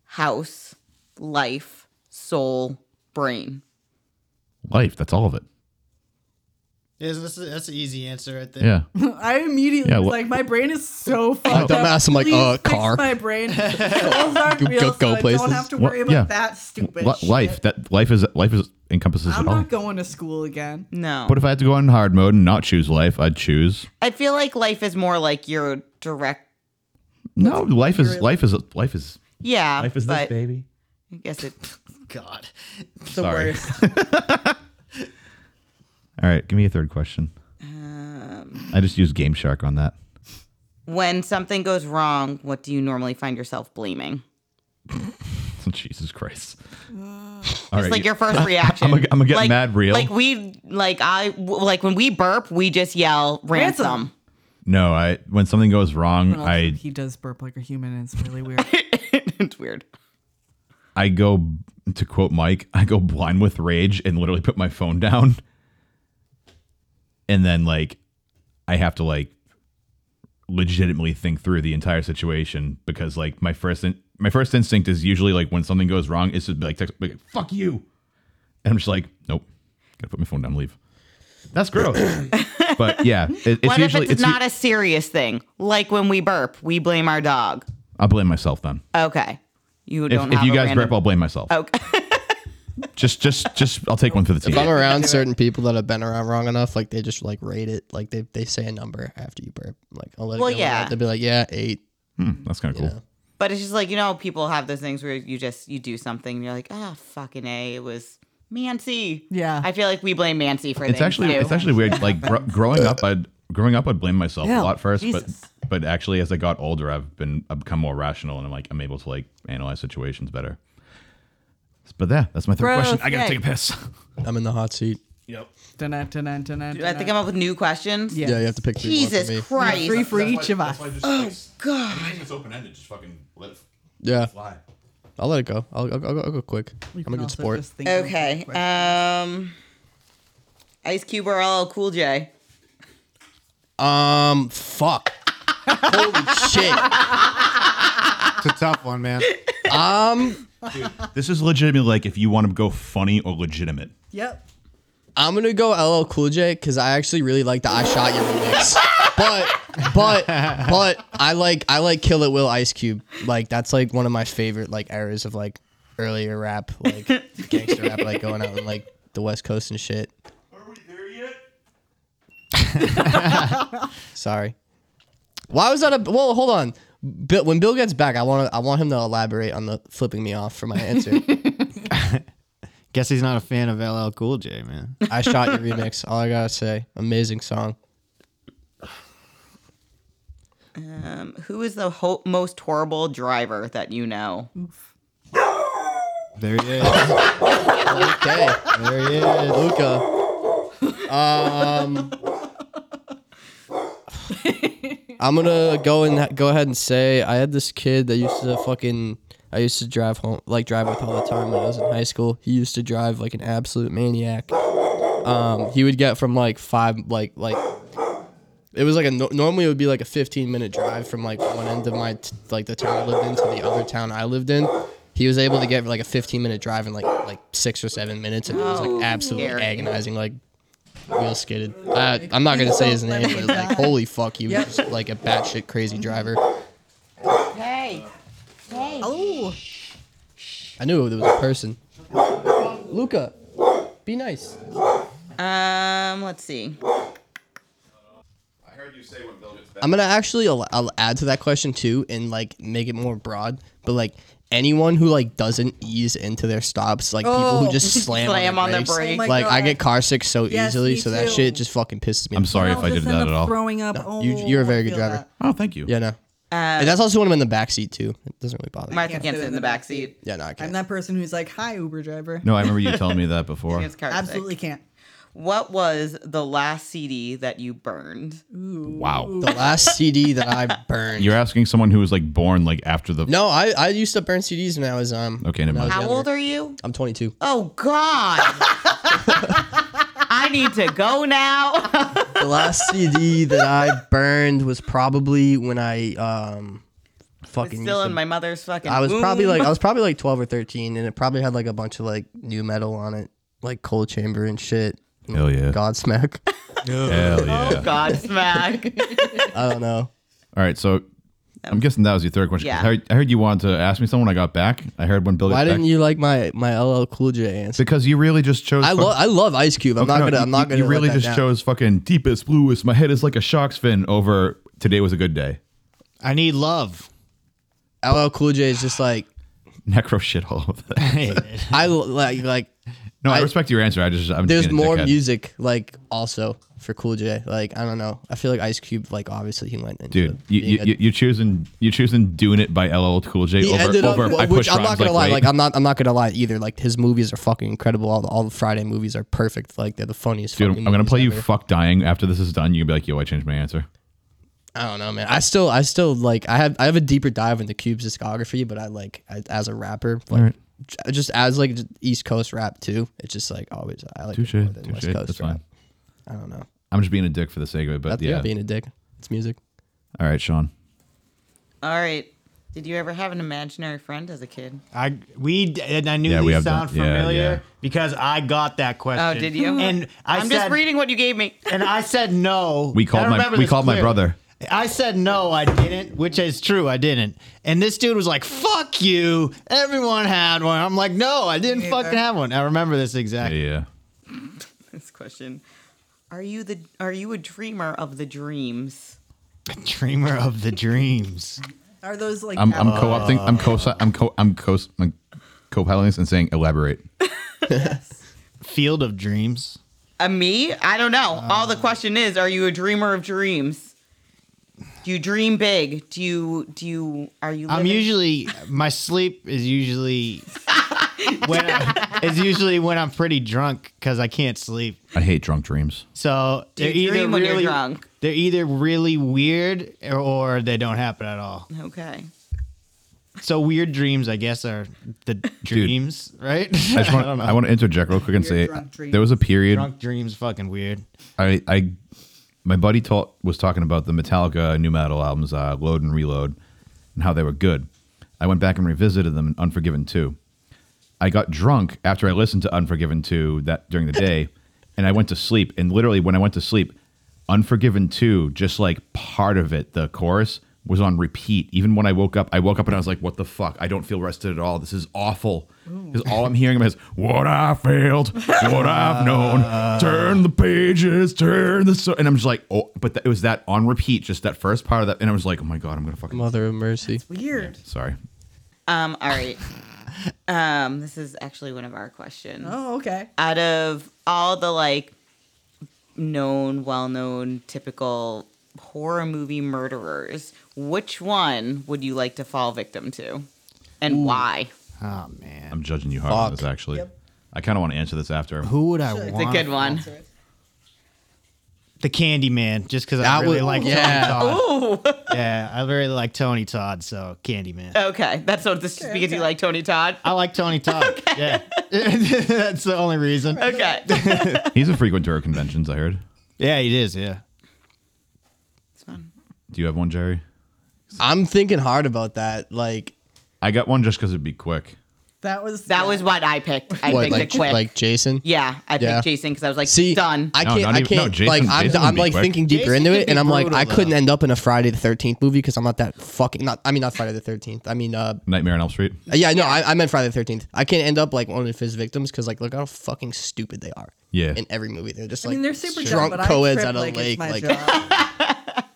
S6: house, life, soul, brain.
S2: Life. That's all of it.
S5: Is this that's an easy answer right there.
S2: Yeah.
S8: I immediately
S2: Yeah,
S8: was
S2: wha-
S8: like, my brain is so fucked up.
S4: dumbass, I'm like,
S8: Please
S4: uh,
S8: fix
S4: car.
S8: My brain. Souls aren't
S4: Go-
S8: real,
S4: go- go
S8: so I
S4: places.
S8: don't have to
S2: What-
S8: worry about
S2: yeah.
S8: that stupid
S2: Li-
S8: shit.
S2: life. Oh. That life is life is encompasses
S8: I'm
S2: it all.
S8: not going to school again.
S6: No.
S2: but if I had to go on hard mode and not choose life, I'd choose
S6: I feel like life is more like your direct.
S2: no. Life is life is life is
S6: Yeah.
S2: life is this
S6: but
S2: baby.
S6: I guess it.
S5: God.
S2: Sorry. all right, give me a third question. I just used Game Shark on that.
S6: When something goes wrong, what do you normally find yourself blaming?
S2: Jesus Christ. All
S6: It's
S2: right.
S6: like your first reaction.
S2: I'ma- I'ma get
S6: like,
S2: mad real.
S6: Like we, like I, like when we burp, we just yell ransom.
S2: no, I when something goes wrong, I
S8: he does burp like a human, and it's really weird.
S6: it's weird.
S2: I go to quote Mike, I go blind with rage and literally put my phone down. And then like I have to like legitimately think through the entire situation because like my first in- my first instinct is usually like when something goes wrong is to be like text like fuck you. And I'm just like, nope. Gotta put my phone down and leave. That's gross. but yeah, it, it's
S6: what
S2: usually
S6: if it's,
S2: u-
S6: not a serious thing? Like when we burp, we blame our dog.
S2: I'll blame myself then.
S6: Okay, you
S2: If,
S6: don't.
S2: if
S6: have
S2: you
S6: a
S2: guys
S6: random-
S2: rip, I'll blame myself.
S6: Okay.
S2: Just, just, just. I'll take one for the team.
S4: If I'm around certain people that have been around wrong enough, like they just like rate it, like they, they say a number after you burp. Like I'll let it
S6: Well,
S4: go
S6: yeah.
S4: out. They'll be like, yeah, eight.
S2: Hmm, that's kind of cool.
S6: But it's just like, you know, people have those things where you just you do something and you're like, ah, fucking A, it was Mancy.
S8: Yeah.
S6: I feel like we blame Mancy for
S2: It's
S6: things
S2: actually,
S6: too.
S2: it's actually weird. Like gr- growing up, I'd growing up, I'd blame myself
S8: Yeah,
S2: a lot first,
S8: Jesus.
S2: but but actually, as I got older, I've been I've become more rational, and I'm like I'm able to like analyze situations better. But yeah, that's my third
S8: Gross,
S2: question. I gotta
S8: yay.
S2: take a piss.
S4: I'm in the hot seat.
S8: Dun-dun, dun-dun, dun-dun,
S6: Do I have to
S8: dun-dun.
S6: come up with new questions?
S8: Yeah.
S4: Yeah, you have to pick three more for
S6: Jesus
S4: me.
S6: Christ.
S8: Three for each of us.
S2: oh god. It's open ended. Just fucking let it
S4: Yeah,
S2: fly.
S4: I'll let it go. I'll, I'll, I'll, go, I'll go quick.
S8: You
S4: I'm a
S8: can
S4: good
S8: also
S4: sport.
S8: just think of
S6: Okay.
S8: quick.
S6: Um Ice Cube or LL Cool J.
S4: Um, fuck. Holy shit.
S5: It's a tough one, man.
S4: Um,
S2: This is legitimately like if you want to go funny or legitimate.
S8: Yep.
S4: I'm gonna go LL Cool J because I actually really like the I Shot You remix. But but but I like I like Kill It Will Ice Cube. Like that's like one of my favorite like eras of like earlier rap, like gangster rap, like going out in like the West Coast and shit.
S2: Are we there yet?
S4: Sorry. Why was that a well? Hold on. Bill, when Bill gets back, I want to I want him to elaborate on the flipping me off for my answer.
S5: Guess he's not a fan of LL Cool J, man.
S4: I shot your remix. All I gotta say, amazing song.
S6: Um, who is the ho- most horrible driver that you know?
S5: There he is.
S4: Okay,
S5: there he is.
S4: Luca. Um, I'm gonna go and go ahead and say I had this kid that used to fucking I used to drive home like drive with all the time when I was in high school. He used to drive like an absolute maniac. Um, he would get from like five like like it was like a no- normally it would be like a 15 minute drive from like one end of my t- like the town I lived in to the other town I lived in. He was able to get like a 15 minute drive in like like six or seven minutes, and it was like absolutely
S6: scary.
S4: agonizing. Like wheel skidded. I, I'm not gonna say his name, but like holy fuck, he was just like a batshit crazy driver.
S6: Hey. Hey.
S8: Oh,
S4: I knew it was a person. Luca, be nice.
S6: Um, let's see.
S2: I heard you say when Bill gets
S4: I'm gonna actually al- I'll add to that question too, and like make it more broad. But like anyone who like doesn't ease into their stops, like people who just slam,
S6: Slam
S4: on
S6: on
S4: their
S6: the
S4: brakes.
S6: brake.
S8: Oh. my
S4: like I
S8: God.
S4: get car sick so
S8: Yes,
S4: easily,
S8: me
S4: so that
S8: too.
S4: shit just fucking pisses me.
S2: I'm
S4: off.
S2: sorry if I
S8: I'll
S2: did
S8: just
S2: that
S8: end
S2: at
S8: up
S2: all.
S8: throwing up. oh,
S4: you- you're a very
S8: I
S4: good
S8: feel
S4: driver.
S8: that.
S2: Oh, thank you.
S4: Yeah, no. and that's also when I'm in the back seat too. It doesn't really bother me.
S6: Martha can't sit in the back seat.
S4: Yeah, no, I can't.
S8: I'm that person who's like, "Hi, Uber driver."
S2: No, I remember you telling me that before.
S6: It's car sick.
S8: Absolutely can't.
S6: What was the last CD that you burned?
S2: Wow.
S4: the last CD that I burned.
S2: You're asking someone who was like born like after the.
S4: no, I, I used to burn CDs when I was um.
S2: Okay, never
S4: when I was
S2: mind.
S6: How
S4: younger.
S6: old are you?
S4: I'm 22.
S6: Oh God. I need to go now.
S4: the last CD that I burned was probably when I um fucking
S6: Still
S4: used
S6: in
S4: to-
S6: my mother's fucking.
S4: I was
S6: womb.
S4: probably like I was probably like 12 or 13 and it probably had like a bunch of like new metal on it, like Cold Chamber and shit. and,
S2: Hell
S4: like,
S2: yeah.
S4: Godsmack.
S2: Hell
S4: oh,
S2: yeah.
S6: God smack.
S4: I don't know.
S2: All right, so I'm guessing that was your third question.
S6: Yeah.
S2: I, heard, I heard you wanted to ask me something when I got back. I heard when Bill
S4: Why
S2: gets
S4: didn't
S2: back.
S4: you like my my LL Cool J answer?
S2: Because you really just chose.
S4: I
S2: fuck-
S4: love I love Ice Cube. I'm
S2: Okay,
S4: not
S2: no,
S4: gonna I'm
S2: you-
S4: not gonna
S2: You really just chose fucking deepest, bluest. My head is like a shark's fin over today was a good day.
S5: I need love.
S4: LL Cool J is just like
S2: Necro shit all of that.
S4: I l- like like
S2: No, I,
S4: I-
S2: respect your answer. I just I'm just
S4: there's
S2: being a
S4: more
S2: dickhead.
S4: music like also for Cool J. Like I don't know. I feel like Ice Cube like obviously he went into
S2: Dude, you,
S4: being
S2: you,
S4: a
S2: you, you're choosing you're choosing doing it by LL Cool J
S4: he
S2: over
S4: ended up,
S2: over I
S4: which
S2: push
S4: I'm not
S2: Rhymes
S4: gonna lie,
S2: Like
S4: like
S2: Wait.
S4: I'm not, I'm not gonna lie either. Like his movies are fucking incredible. All the, all the Friday movies are perfect. Like they're the funniest.
S2: Dude, I'm
S4: fucking
S2: gonna
S4: movies
S2: play you
S4: ever.
S2: fuck dying after this is done. You'll be like, yo, I changed my answer.
S4: I don't know, man. I still, I still like. I have, I have a deeper dive into Cube's discography, but I like I, as a rapper, like j- just as like j- East Coast rap too. It's just like always. I like it
S2: Touche,
S4: more than
S2: touche.
S4: Oh, West Coast
S2: That's
S4: rap.
S2: fine.
S4: I don't know.
S2: I'm just being a dick for the sake of it, but
S4: That's yeah.
S2: yeah.
S4: being a dick. It's music.
S2: All right, Sean.
S6: All right. Did you ever have an imaginary friend as a kid?
S5: I we d- and I knew
S2: Yeah, we
S5: these
S2: have
S5: sound
S2: done- yeah,
S5: familiar
S2: yeah.
S5: because I got that question.
S6: Oh, did you?
S5: And I
S6: am
S5: said,
S6: just reading what you gave me.
S5: and I said no.
S2: We
S5: And I
S2: called my-
S5: remember
S2: we
S5: this
S2: called my
S5: clearly.
S2: brother.
S5: I said no, I didn't, which is true, I didn't. And this dude was like, "Fuck you!" Everyone had one. I'm like, "No, I didn't fucking have one." I remember this exactly.
S2: Yeah.
S6: This question. Are you the are you a dreamer of the dreams?
S5: Dreamer of the dreams.
S8: Are those like?
S2: I'm I'm co-opting. I'm co I'm co I'm co I'm co-piloting this and saying elaborate.
S5: Field of dreams.
S6: A Uh, me? I don't know. All
S4: Um,
S6: the question is, are you a dreamer of dreams? Do you dream big? Do you do you are you
S5: I'm
S6: living-
S5: usually my sleep is usually when I, is usually when I'm pretty drunk because I can't sleep.
S2: I hate drunk dreams.
S5: So
S6: you
S5: they're either
S6: dream
S5: really
S6: when you're drunk?
S5: they're either really weird or, or they don't happen at all.
S6: Okay.
S5: So weird dreams, I guess, are the dreams, right?
S2: I just want I, want to interject real quick and say there was a period
S5: drunk dreams, fucking weird.
S2: I I my buddy taught was talking about the Metallica new metal albums, uh, Load and Reload, and how they were good. I went back and revisited them in Unforgiven 2. I got drunk after I listened to Unforgiven 2 that during the day, and I went to sleep. And literally, when I went to sleep, Unforgiven 2, just like part of it, the chorus was on repeat. Even when I woke up, I woke up and I was like, what the fuck? I don't feel rested at all. This is awful. Because all I'm hearing is, what I failed, what I've known, turn the pages, turn the. So-. And I'm just like, oh, but that it was that on repeat, just that first part of that. And I was like, oh my God, I'm going to fucking.
S4: Mother of mercy.
S8: weird.
S2: Sorry.
S6: Um, all right. um, this is actually one of our questions.
S8: Oh, okay.
S6: out of all the like known, well known, typical horror movie murderers, which one would you like to fall victim to? And why?
S5: Oh man,
S2: I'm judging you hard on
S4: Fuck.
S2: this, actually. I kind of want to answer this after.
S5: who would I
S6: It's a
S5: want?
S6: good one.
S5: The Candy Man, just because I
S4: That
S5: really
S4: would-
S5: like
S4: yeah.
S5: Tony Todd. Yeah, I really like Tony Todd, so Candy Man.
S6: Okay, that's what this is because you like Tony Todd.
S5: I like Tony Todd. Yeah, that's the only reason.
S6: Okay,
S2: He's a frequenter of conventions, I heard.
S5: Yeah, he is. Yeah.
S6: It's fine.
S2: Do you have one, Jerry?
S4: I'm thinking hard about that. Like
S2: I got one just because it'd be quick.
S8: That was
S6: That was what I picked. I
S4: What,
S6: picked
S4: like,
S6: a quick.
S4: like Jason?
S6: yeah, I picked
S4: Yeah.
S6: Jason because I was like,
S4: See,
S6: done.
S4: I
S2: No,
S4: can't.
S2: not
S4: I
S2: even- no,
S4: can't.
S2: Jason-
S4: like, I'm,
S2: Jason would
S4: I'm
S2: be
S4: like
S2: quick.
S4: thinking deeper
S5: Jason
S4: into
S5: could
S4: it,
S5: be
S4: and I'm like,
S5: brutal,
S4: I couldn't
S5: though.
S4: end up in a Friday the 13th movie because I'm not that fucking. Not. I mean, not Friday the 13th. I mean, uh,
S2: Nightmare on Elm Street.
S4: yeah, no, I, I meant Friday the 13th. I can't end up like one of his victims because, like, look how fucking stupid they are.
S2: Yeah.
S4: In every movie, they're just
S8: I
S4: like
S8: mean, they're super dumb,
S4: drunk
S8: but I
S4: co-eds
S8: trip
S4: at a
S8: like
S4: lake.
S8: it's my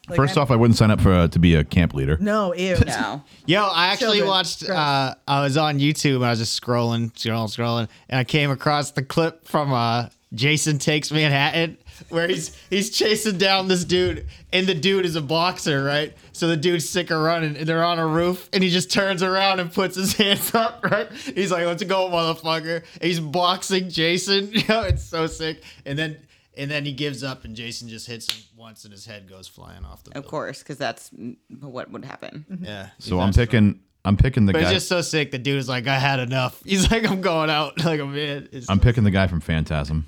S4: Like,
S8: job.
S2: First off, I wouldn't sign up for uh, to be a camp leader.
S8: no, ew.
S6: no.
S5: Yo, I actually
S8: Children.
S5: watched.
S8: Gross.
S5: Uh, I was on YouTube and I was just scrolling, scrolling, scrolling, and I came across the clip from uh, Jason Takes Manhattan where he's he's chasing down this dude, and the dude is a boxer, right? So the dude's sick of running, and they're on a roof, and he just turns around and puts his hands up, right? He's like, "Let's go, motherfucker!" And he's boxing Jason. You know, it's so sick, and then. And then he gives up, and Jason just hits him once, and his head goes flying off the.
S6: Of
S5: building.
S6: course, because that's mm, what would happen.
S5: Yeah.
S2: So I'm
S5: Exactly.
S2: picking. I'm picking the
S5: But
S2: guy.
S5: it's just so sick. The dude was like, I had enough. He's like, I'm going out. Like, I'm in. It's-
S2: I'm picking the guy from Phantasm.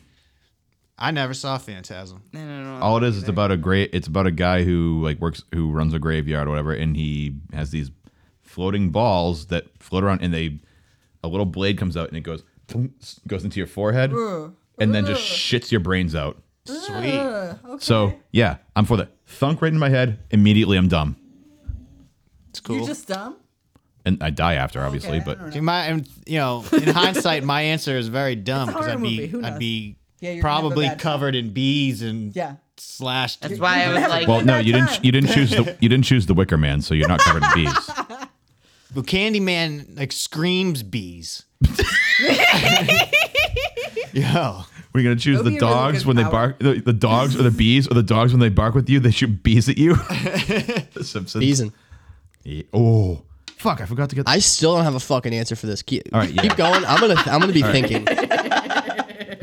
S5: I never saw Phantasm.
S6: I don't know.
S2: All it is, it's about a great. It's about a guy who like works, who runs a graveyard or whatever, and he has these floating balls that float around, and they a little blade comes out and it goes boom, s- goes into your forehead, and then just shits your brains out.
S5: Sweet.
S2: So yeah, I'm for the thunk right in my head. Immediately, I'm dumb,
S5: It's cool.
S8: You're just dumb.
S2: and I die after, obviously. but
S5: See, my, and, you know, in hindsight, my answer is very dumb because
S8: horror
S5: I'd be,
S8: movie. Who
S5: I'd
S8: knows?
S5: be
S8: Yeah, you're gonna have a
S5: probably
S8: bad time.
S5: covered in bees and
S8: Yeah.
S5: slashed.
S6: That's why I was like,
S2: well, no, you
S8: time.
S2: didn't. You didn't choose the. You didn't choose the Wicker Man, so you're not covered in bees.
S5: But Candyman like screams bees. Yo,
S2: We're gonna choose
S8: That'd
S2: the
S8: be a really
S2: dogs
S8: good
S2: when they
S8: power.
S2: bark. The, the dogs or the bees or the dogs when they bark with you, they shoot bees at you. the Simpsons.
S4: bees and
S2: Yeah. Oh, fuck! I forgot to get.
S4: I still don't have a fucking answer for this. Keep,
S2: All right, yeah.
S4: keep going. I'm gonna. I'm gonna be thinking.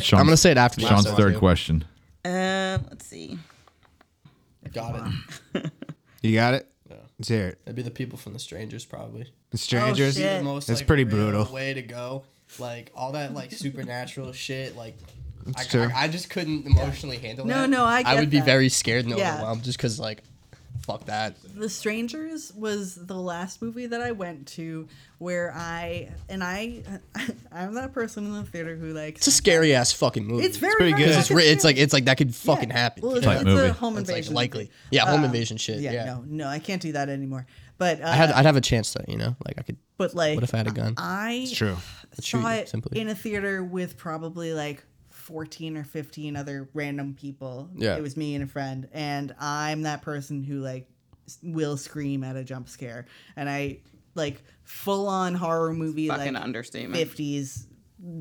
S2: Sean's,
S4: I'm gonna say it after the
S2: Sean's
S4: episode,
S2: third
S4: too.
S2: question.
S6: uh, let's see.
S4: Got it.
S5: you got it. Let's hear it.
S4: It'd be the people from the strangers, probably.
S5: The
S8: Oh,
S5: strangers.
S4: the most,
S5: That's
S4: like,
S5: pretty
S4: real
S5: brutal.
S4: Way to go! Like all that like supernatural shit. Like I,
S5: true.
S4: I, I just couldn't emotionally handle
S8: No,
S4: that.
S8: no, I
S4: I
S8: get
S4: would be
S8: that.
S4: very scared and
S8: Yeah.
S4: overwhelmed just because like, fuck that.
S8: The Strangers was the last movie that I went to where I and I I'm that person in the theater who like
S4: It's a scary ass fucking movie.
S8: it's very
S5: pretty good.
S8: fucking
S4: It's, ri- it's
S8: scary.
S4: like it's like that could
S8: Yeah.
S4: fucking happen.
S8: Well,
S4: you
S8: it's,
S4: know?
S2: Type
S8: it's
S2: movie.
S8: a home
S4: It's,
S8: invasion. Uh,
S4: like likely. Yeah, home invasion shit. Yeah.
S8: Yeah, no, no, I can't do that anymore. But uh,
S4: I had I'd have a chance though, you know. Like I could.
S8: but like,
S4: What if I had a gun?
S8: I
S5: True.
S4: shoot
S8: saw
S4: you,
S8: it
S4: simply.
S8: in a theater with probably like 14 or 15 other random people.
S4: Yeah.
S8: It was me and a friend. And I'm that person who like s- will scream at a jump scare. And I like full on horror movie
S6: Fucking
S8: like
S6: understatement.
S8: 50s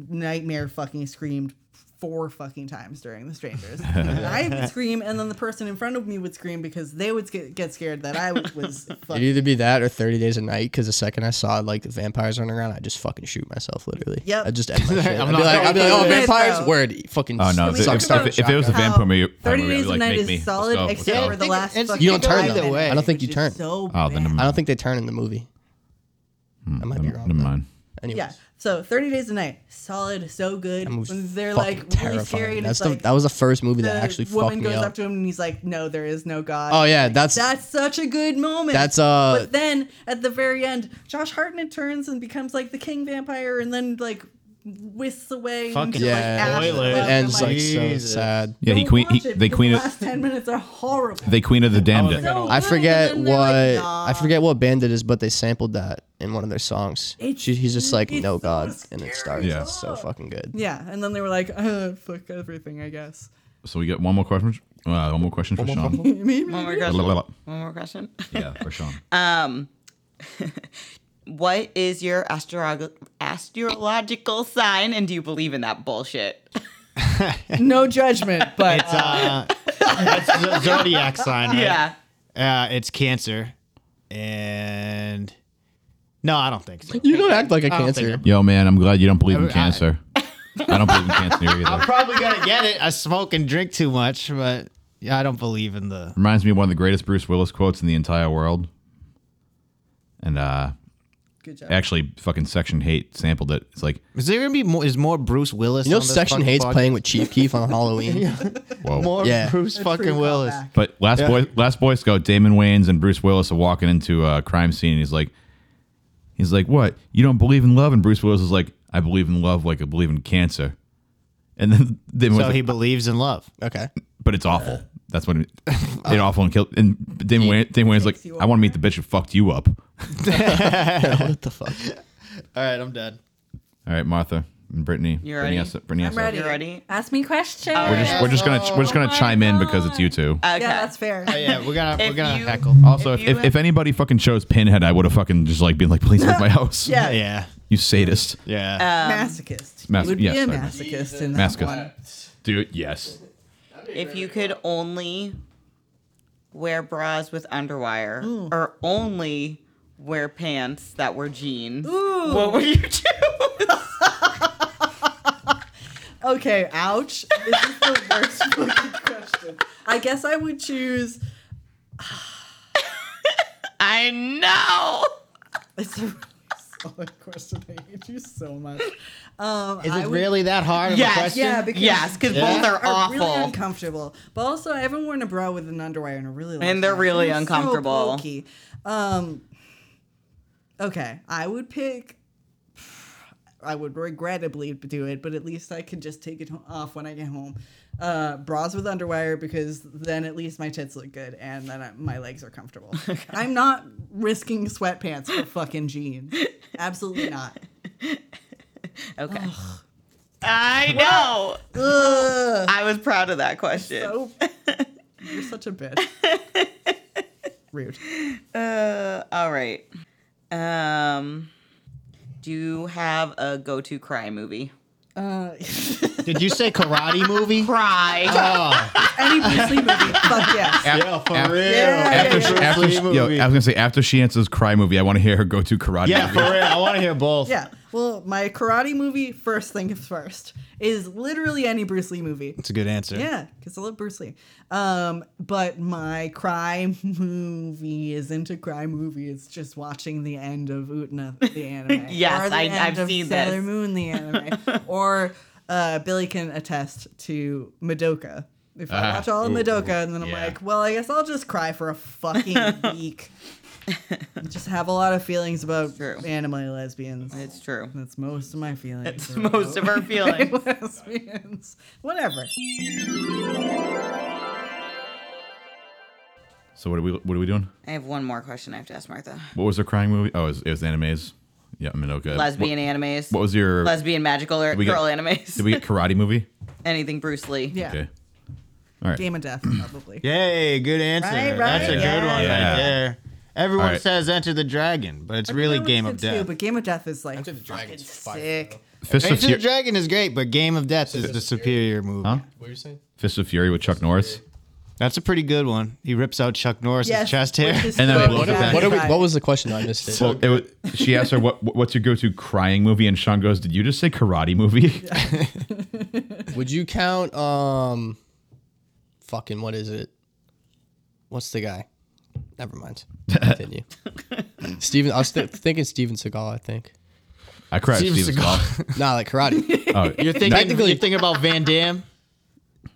S8: nightmare fucking screamed four fucking times during the strangers And i would scream and then the person in front of me would scream because they would get, get scared that i was fucking
S4: It'd either be that or Thirty Days a Night. Because the second I saw like the vampires running around, I just fucking shoot myself. Literally.
S8: Yep.
S4: I just end my shit.
S5: I'm
S4: I'd be
S5: not
S4: like, I'd be like, oh,
S8: doing it,
S4: vampires.
S8: though.
S4: Word. Fucking.
S2: Oh no! If,
S4: suck
S8: talk
S2: if-
S4: some
S2: if- if it was a
S4: shotgun.
S2: vampire movie, I would
S8: Thirty
S2: be
S8: Days
S2: like,
S8: a Night
S2: make
S8: is
S2: me. Let's
S8: solid,
S2: go, let's
S8: except
S2: go.
S8: for the last.
S5: it's-
S8: fucking
S5: you don't turn
S8: five
S5: them.
S8: minutes,
S5: I
S4: don't think
S8: which
S4: you
S8: is
S4: turn.
S8: So
S2: Oh, then
S8: bad.
S2: never
S4: I
S2: mind.
S4: don't think they turn in the movie. I might be wrong.
S2: Hmm, Never mind.
S4: Anyway.
S8: yeah. So Thirty Days a Night, solid, so good. When They're like really scary, and
S4: That's
S8: it's
S4: the,
S8: like
S4: that was the first movie
S8: the
S4: that actually fucked
S8: woman
S4: me
S8: goes
S4: up.
S8: up to him and he's like, "No, there is no God."
S4: oh yeah, that's
S8: That's such a good moment.
S4: That's, uh,
S8: But then at the very end, Josh Hartnett turns and becomes like the king vampire, and then like whisks away.
S5: Fucking
S8: into, like,
S4: yeah.
S8: ashes.
S5: spoiler.
S4: It
S5: Well,
S8: I'm
S4: ends like so
S5: Jesus.
S4: sad.
S2: Yeah, he
S8: "Don't
S2: queen.
S8: watch
S2: He,
S8: it
S2: they
S8: because
S2: queen
S8: The
S2: of.
S8: last Oh, ten minutes are horrible.
S2: They queen of the damned.
S5: I
S2: it.
S5: don't-
S4: I
S8: good,
S4: forget
S8: and
S4: what
S8: then they're like,
S4: I forget what band it is, but they sampled that in one of their songs.
S8: It's-
S4: She, he's just like
S8: it's
S4: no
S8: so
S4: god, and it starts.
S2: Yeah.
S4: It's so fucking good.
S8: yeah, and then they were like, uh, "Fuck everything," I guess.
S2: So we got one more question. Uh, one more question for Sean.
S6: One
S2: Blah,
S6: more question.
S2: blah, blah.
S6: One more question.
S2: Yeah, for Sean.
S6: What is your astrolog- astrological sign, and do you believe in that bullshit?
S8: No judgment, but
S5: It's, uh, it's the zodiac sign, right?
S6: Yeah.
S5: Uh, it's cancer, and no, I don't think so.
S4: You don't act like a
S5: I don't
S4: cancer.
S5: think
S2: Yo, man, I'm glad you don't believe in
S5: I-
S2: cancer. I don't believe in cancer
S5: I'm
S2: either.
S5: probably gonna get it. I smoke and drink too much, but yeah, I don't believe in the.
S2: Reminds me of one of the greatest Bruce Willis quotes in the entire world. And uh,
S8: good job.
S2: actually, fucking Section Hate sampled it. It's like,
S5: Is there gonna be more? Is more Bruce Willis?
S4: You know,
S5: on this
S4: Section
S5: fucking
S4: Hate's
S5: podcast?
S4: playing with Chief Keef on Halloween.
S2: whoa.
S5: More
S4: Yeah.
S5: Bruce fucking Willis.
S2: But last boy, last Boy Scout, Damon Wayans and Bruce Willis are walking into a crime scene. And he's like, He's like, "What? You don't believe in love?" And Bruce Willis is like, "I believe in love like I believe in cancer." And then, then was
S5: So
S2: like,
S5: he believes in love.
S4: Okay.
S2: but it's awful. That's what it, it awful and killed. And Damon Wayne, Damon Wayne's like, I want to meet the bitch who fucked you up. All
S4: what the fuck?
S5: All right, I'm done.
S2: right, Martha and Brittany.
S6: You
S2: Brittany,
S6: ready?
S2: has, Brittany has
S8: I'm ready.
S6: You ready?
S8: Ask me questions.
S2: We're just we're just gonna we're just gonna chime in because it's you two.
S6: Okay.
S8: yeah, that's fair.
S5: Oh, yeah, we're gonna
S6: If
S5: we're gonna
S6: you-
S5: heckle.
S2: Also, if,
S6: if you-
S2: if, if anybody fucking chose Pinhead, I would have fucking just like been like, please leave my house.
S8: Yeah.
S5: Yeah,
S2: You sadist.
S5: yeah.
S8: masochist.
S2: Mas-
S8: you would
S2: yes,
S8: be a
S2: sorry.
S8: masochist in that
S2: Maska.
S8: one.
S2: Dude, yes.
S6: If you could only wear bras with underwire or only wear pants that were jeans, what would you choose?
S8: Okay, ouch. This is the worst fucking question. I guess I would choose.
S6: I know.
S8: It's a solid question. I hate you so much. Um,
S5: Is
S8: I
S5: it
S8: would-
S5: really that hard of
S6: Yes.
S5: a question?
S8: Yeah, because
S6: Yes, because
S5: Yeah.
S6: both are, awful.
S8: really uncomfortable. But also, I haven't worn a bra with an underwire in a really long
S6: And they're
S8: time.
S6: really
S8: It's so
S6: uncomfortable.
S8: bulky. um, okay, I would pick. I would regrettably do it, but at least I could just take it ho- off when I get home. Uh, bras with underwire because then at least my tits look good and then I, my legs are comfortable. I'm not risking sweatpants for fucking jeans. Absolutely not.
S6: okay. I know.
S8: Ugh.
S6: I was proud of that question.
S8: So- you're such a bitch. Rude.
S6: Uh, all right. Um, do you have a go-to cry movie?
S8: Uh,
S5: Did you say karate movie?
S6: Cry.
S5: Oh,
S8: Any Bruce Lee movie. Fuck yes.
S5: yeah, for
S2: Af-
S5: real.
S2: After, she, after she, yo, I was gonna say after she answers cry movie, I want to hear her go to karate.
S5: yeah,
S2: movie.
S5: for real. I want to hear both.
S8: Yeah. Well, my karate movie, first thing first, is literally any Bruce Lee movie.
S5: It's a good answer.
S8: Yeah, because I love Bruce Lee. Um, but my cry movie isn't a cry movie. It's just watching the end of Utna the anime.
S6: Yes,
S8: or the
S6: I-
S8: end
S6: I've
S8: of
S6: seen
S8: Sailor
S6: this.
S8: Moon the anime, or uh, Billy can attest to Madoka. If I watch all of
S6: Ah,
S8: Madoka and then I'm
S2: yeah.
S8: like, well, I guess I'll just cry for a fucking week. just have a lot of feelings about
S6: True.
S8: anime lesbians.
S6: It's true.
S8: That's most of my feelings.
S6: It's most of our feelings.
S8: lesbians. Whatever.
S2: So what are we what are we doing?
S6: I have one more question I have to ask Martha.
S2: What was her crying movie? Oh, it was, it was animes. Yeah, Minoka.
S6: Lesbian
S2: What,
S6: animes.
S2: what was your
S6: Lesbian magical or
S2: we get-
S6: girl animes.
S2: Did we get karate movie?
S6: Anything Bruce Lee.
S8: Yeah.
S2: Okay. All right.
S8: Game of Death, probably.
S5: Yay, good answer.
S8: Right,
S5: That's
S8: right,
S5: a good one
S2: yeah.
S5: right there. Everyone
S2: All right.
S5: says Enter the Dragon, but it's really Game of Death.
S8: but Game of Death is like
S4: the Dragon's
S8: sick.
S2: Fist of
S5: Enter the
S2: Fury.
S5: Dragon is great, but Game of Death is the superior movie.
S2: Huh?
S4: What were you saying?
S2: Fist of Fury with Chuck Norris.
S5: That's a pretty good one. He rips out Chuck Norris's
S8: Yes,
S5: chest hair.
S8: which is
S2: And then
S8: so
S2: blows it
S8: bad.
S2: back.
S4: What, are we, what was the question? I missed it.
S2: well, it wa- she asked her what what's your go to crying movie, and Sean goes, "Did you just say karate movie?"
S4: Would you count um fucking what is it? What's the guy? Never mind. Continue. Steven I was th- thinking Steven Seagal, I think.
S2: I cried.
S5: Steven
S2: Steven Seagal.
S4: Nah, like karate.
S2: Oh,
S5: You're thinking,
S4: Technically-
S5: you're thinking about Van Damme?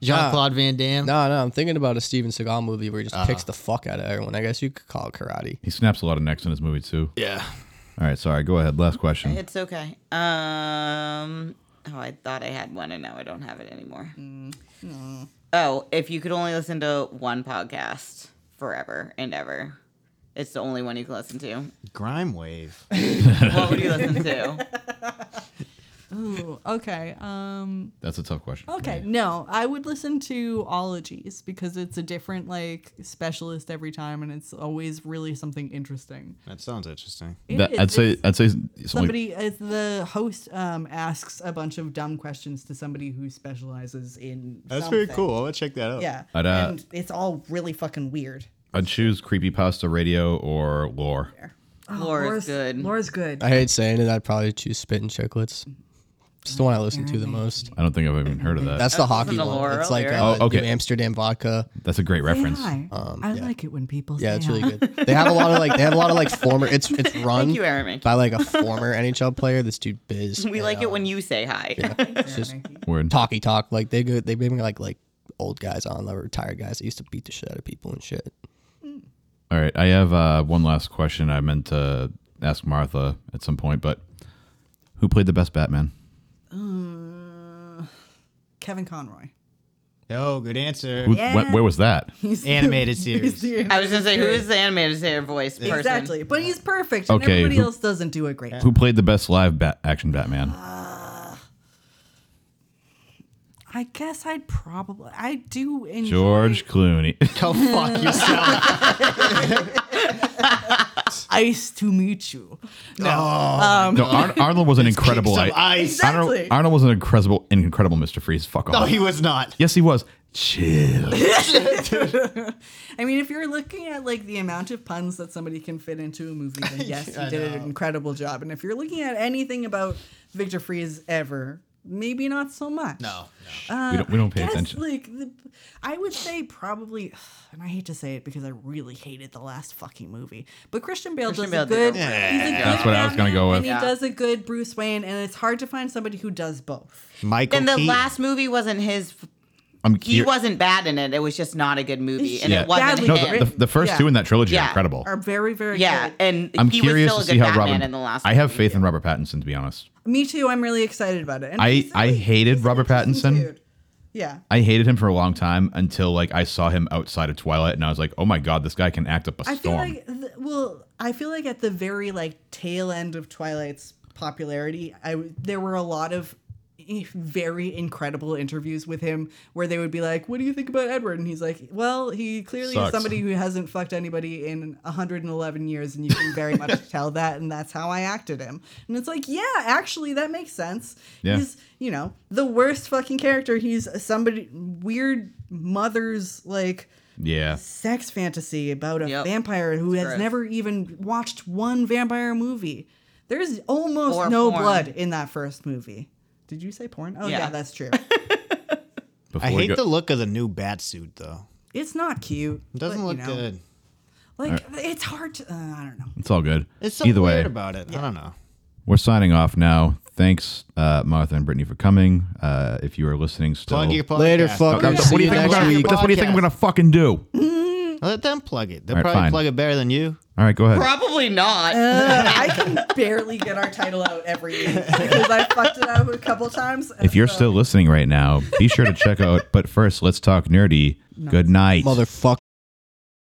S5: Jean Claude Van Damme?
S4: no, no, I'm thinking about a Steven Seagal movie where he just
S2: Uh-huh.
S4: kicks the fuck out of everyone. I guess you could call it karate.
S2: he snaps a lot of necks in his movie too.
S5: Yeah.
S2: All right, sorry. Go ahead. Last question.
S6: It's okay. Um. Oh, I thought I had one, and now I don't have it anymore. Oh, if you could only listen to one podcast forever and ever, it's the only one you can listen to.
S5: Grime Wave.
S6: What would you listen to?
S8: Ooh, okay. Um.
S2: That's a tough question.
S8: Okay. No, I would listen to ologies because it's a different like specialist every time, and it's always really something interesting.
S5: That sounds interesting.
S8: It
S2: That,
S8: is-
S2: I'd say
S8: it's-
S2: I'd say it's only-
S8: somebody it's the host um, asks a bunch of dumb questions to somebody who specializes in.
S5: That's very
S8: something.
S5: cool. I'll check that out.
S8: Yeah.
S2: I'd, uh,
S8: and it's all really fucking weird.
S2: I'd choose creepypasta radio or lore.
S6: Oh, Laura's good.
S8: Laura's good.
S4: I hate saying it, I'd probably choose spit and chicklets. It's the one I
S6: Mm-hmm.
S4: listen to the most.
S2: I don't think I've even heard of that.
S4: That's
S2: That's,
S4: the hockey
S6: listening to
S4: one.
S6: Laura
S4: It's like
S6: earlier.
S4: uh,
S2: Oh, okay.
S4: New Amsterdam vodka.
S2: a great reference.
S8: Hi. I like it when people
S4: Um, Yeah,
S8: say
S4: it's
S8: hi.
S4: really good. They have a lot of like they have a lot of like former. It's it's run
S6: you, Aramie.
S4: by like a former NHL player. This dude Biz. uh,
S6: We like it when you say hi.
S4: it's just
S2: Word.
S4: talky talk. Like they go, they bring like like old guys on, like retired guys that used to beat the shit out of people and shit.
S2: All right, I have uh, one last question. I meant to ask Martha at some point, but who played the best Batman?
S8: Kevin Conroy.
S5: Oh, good answer.
S2: Who, wh- where was that?
S8: He's
S5: Animated
S8: he's
S5: series.
S8: the-
S6: I was gonna say, who is the animator voice person?
S8: exactly, but he's perfect, and
S2: Okay,
S8: everybody
S2: who-
S8: else doesn't do a great. job.
S2: Who played the best live bat- action Batman?
S8: I guess I'd probably I do enjoy.
S2: George Clooney.
S5: Go fuck yourself.
S8: Ice to meet you.
S2: no, Ar- Arnold was an incredible.
S5: Some
S2: I-
S5: ice.
S2: Arnold,
S8: Exactly.
S2: Arnold was an incredible, an incredible Mr. Freeze. Fuck off.
S5: No, he was not.
S2: yes, he was. Chill.
S8: I mean, if you're looking at like the amount of puns that somebody can fit into a movie, then yes, he did an incredible job. And if you're looking at anything about Victor Freeze ever, maybe not so much.
S5: No.
S2: we don't. We don't pay
S8: Yes,
S2: attention.
S8: like the, I would say probably, and I hate to say it because I really hated the last fucking movie, but Christian Bale
S6: Christian
S8: does
S6: Bale did
S8: a good.
S6: a
S8: he's a good
S2: That's what I was gonna
S8: Batman,
S2: go with.
S8: And he
S6: Yeah.
S8: does a good Bruce Wayne, and it's hard to find somebody who does both.
S5: Michael
S6: And the
S5: Keaton.
S6: last movie wasn't his.
S2: I'm
S6: He
S2: cur-
S6: wasn't bad in it. It was just not a good movie, and
S2: Yeah.
S6: it wasn't.
S8: badly
S2: No,
S6: him.
S2: the, the, the first
S8: Yeah.
S2: two in that trilogy are
S6: Yeah.
S2: incredible.
S8: Are very very
S6: yeah,
S8: good.
S6: and
S2: I'm
S6: he
S2: curious
S6: was
S2: to
S6: still
S2: see
S6: a
S2: how
S6: good Batman
S2: Robin.
S6: in the last.
S2: I have faith in Robert Pattinson, to be honest.
S8: Me too. I'm really excited about it. And
S2: I
S8: he's a
S2: I hated Robert
S8: decent
S2: Pattinson.
S8: dude. Yeah.
S2: I hated him for a long time until like I saw him outside of Twilight, and I was like, oh my god, this guy can act up a
S8: I feel
S2: storm.
S8: like th- well, I feel like at the very like tail end of Twilight's popularity, I w- there were a lot of i- very incredible interviews with him where they would be like, "What do you think about Edward?" and he's like, "Well, he clearly
S2: Sucks.
S8: is somebody who hasn't fucked anybody in 111 years and you can very much tell that and that's how I acted him." And it's like, "Yeah, actually that makes sense."
S2: Yeah.
S8: He's, you know, the worst fucking character. He's somebody weird mother's like
S2: yeah,
S8: sex fantasy about a
S6: Yep.
S8: vampire who has
S6: gross.
S8: never even watched one vampire movie. There's almost
S6: Or
S8: no
S6: porn.
S8: blood in that first movie. Did you say porn? Oh yeah,
S6: Yeah.
S8: that's true.
S2: Before
S5: I
S2: we
S5: hate
S2: go-
S5: the look of the new bat suit though.
S8: it's not cute.
S5: It doesn't
S8: but,
S5: look
S8: you know,
S5: good.
S8: Like it's hard to. Uh, I don't know.
S2: It's all good.
S5: It's something
S2: Either way,
S5: weird about it. I don't know.
S2: we're signing off now. Thanks, uh, Martha and Brittany, for coming. Uh, if you are listening still,
S5: Plug your podcast.
S4: Later, fuckers.
S5: Okay.
S4: See
S2: what do
S4: you
S2: you think? I'm
S4: next
S2: gonna,
S4: week.
S2: That's what do you think I'm gonna fucking do? All
S5: Let them plug it. They'll
S2: All right,
S5: probably
S2: fine.
S5: plug it better than you.
S2: right, go ahead.
S6: Probably not.
S8: I can barely get our title out every week because I fucked it up a couple times.
S2: If you're still listening right now, be sure to check out. But first, let's talk nerdy. Good night,
S4: Motherfucker.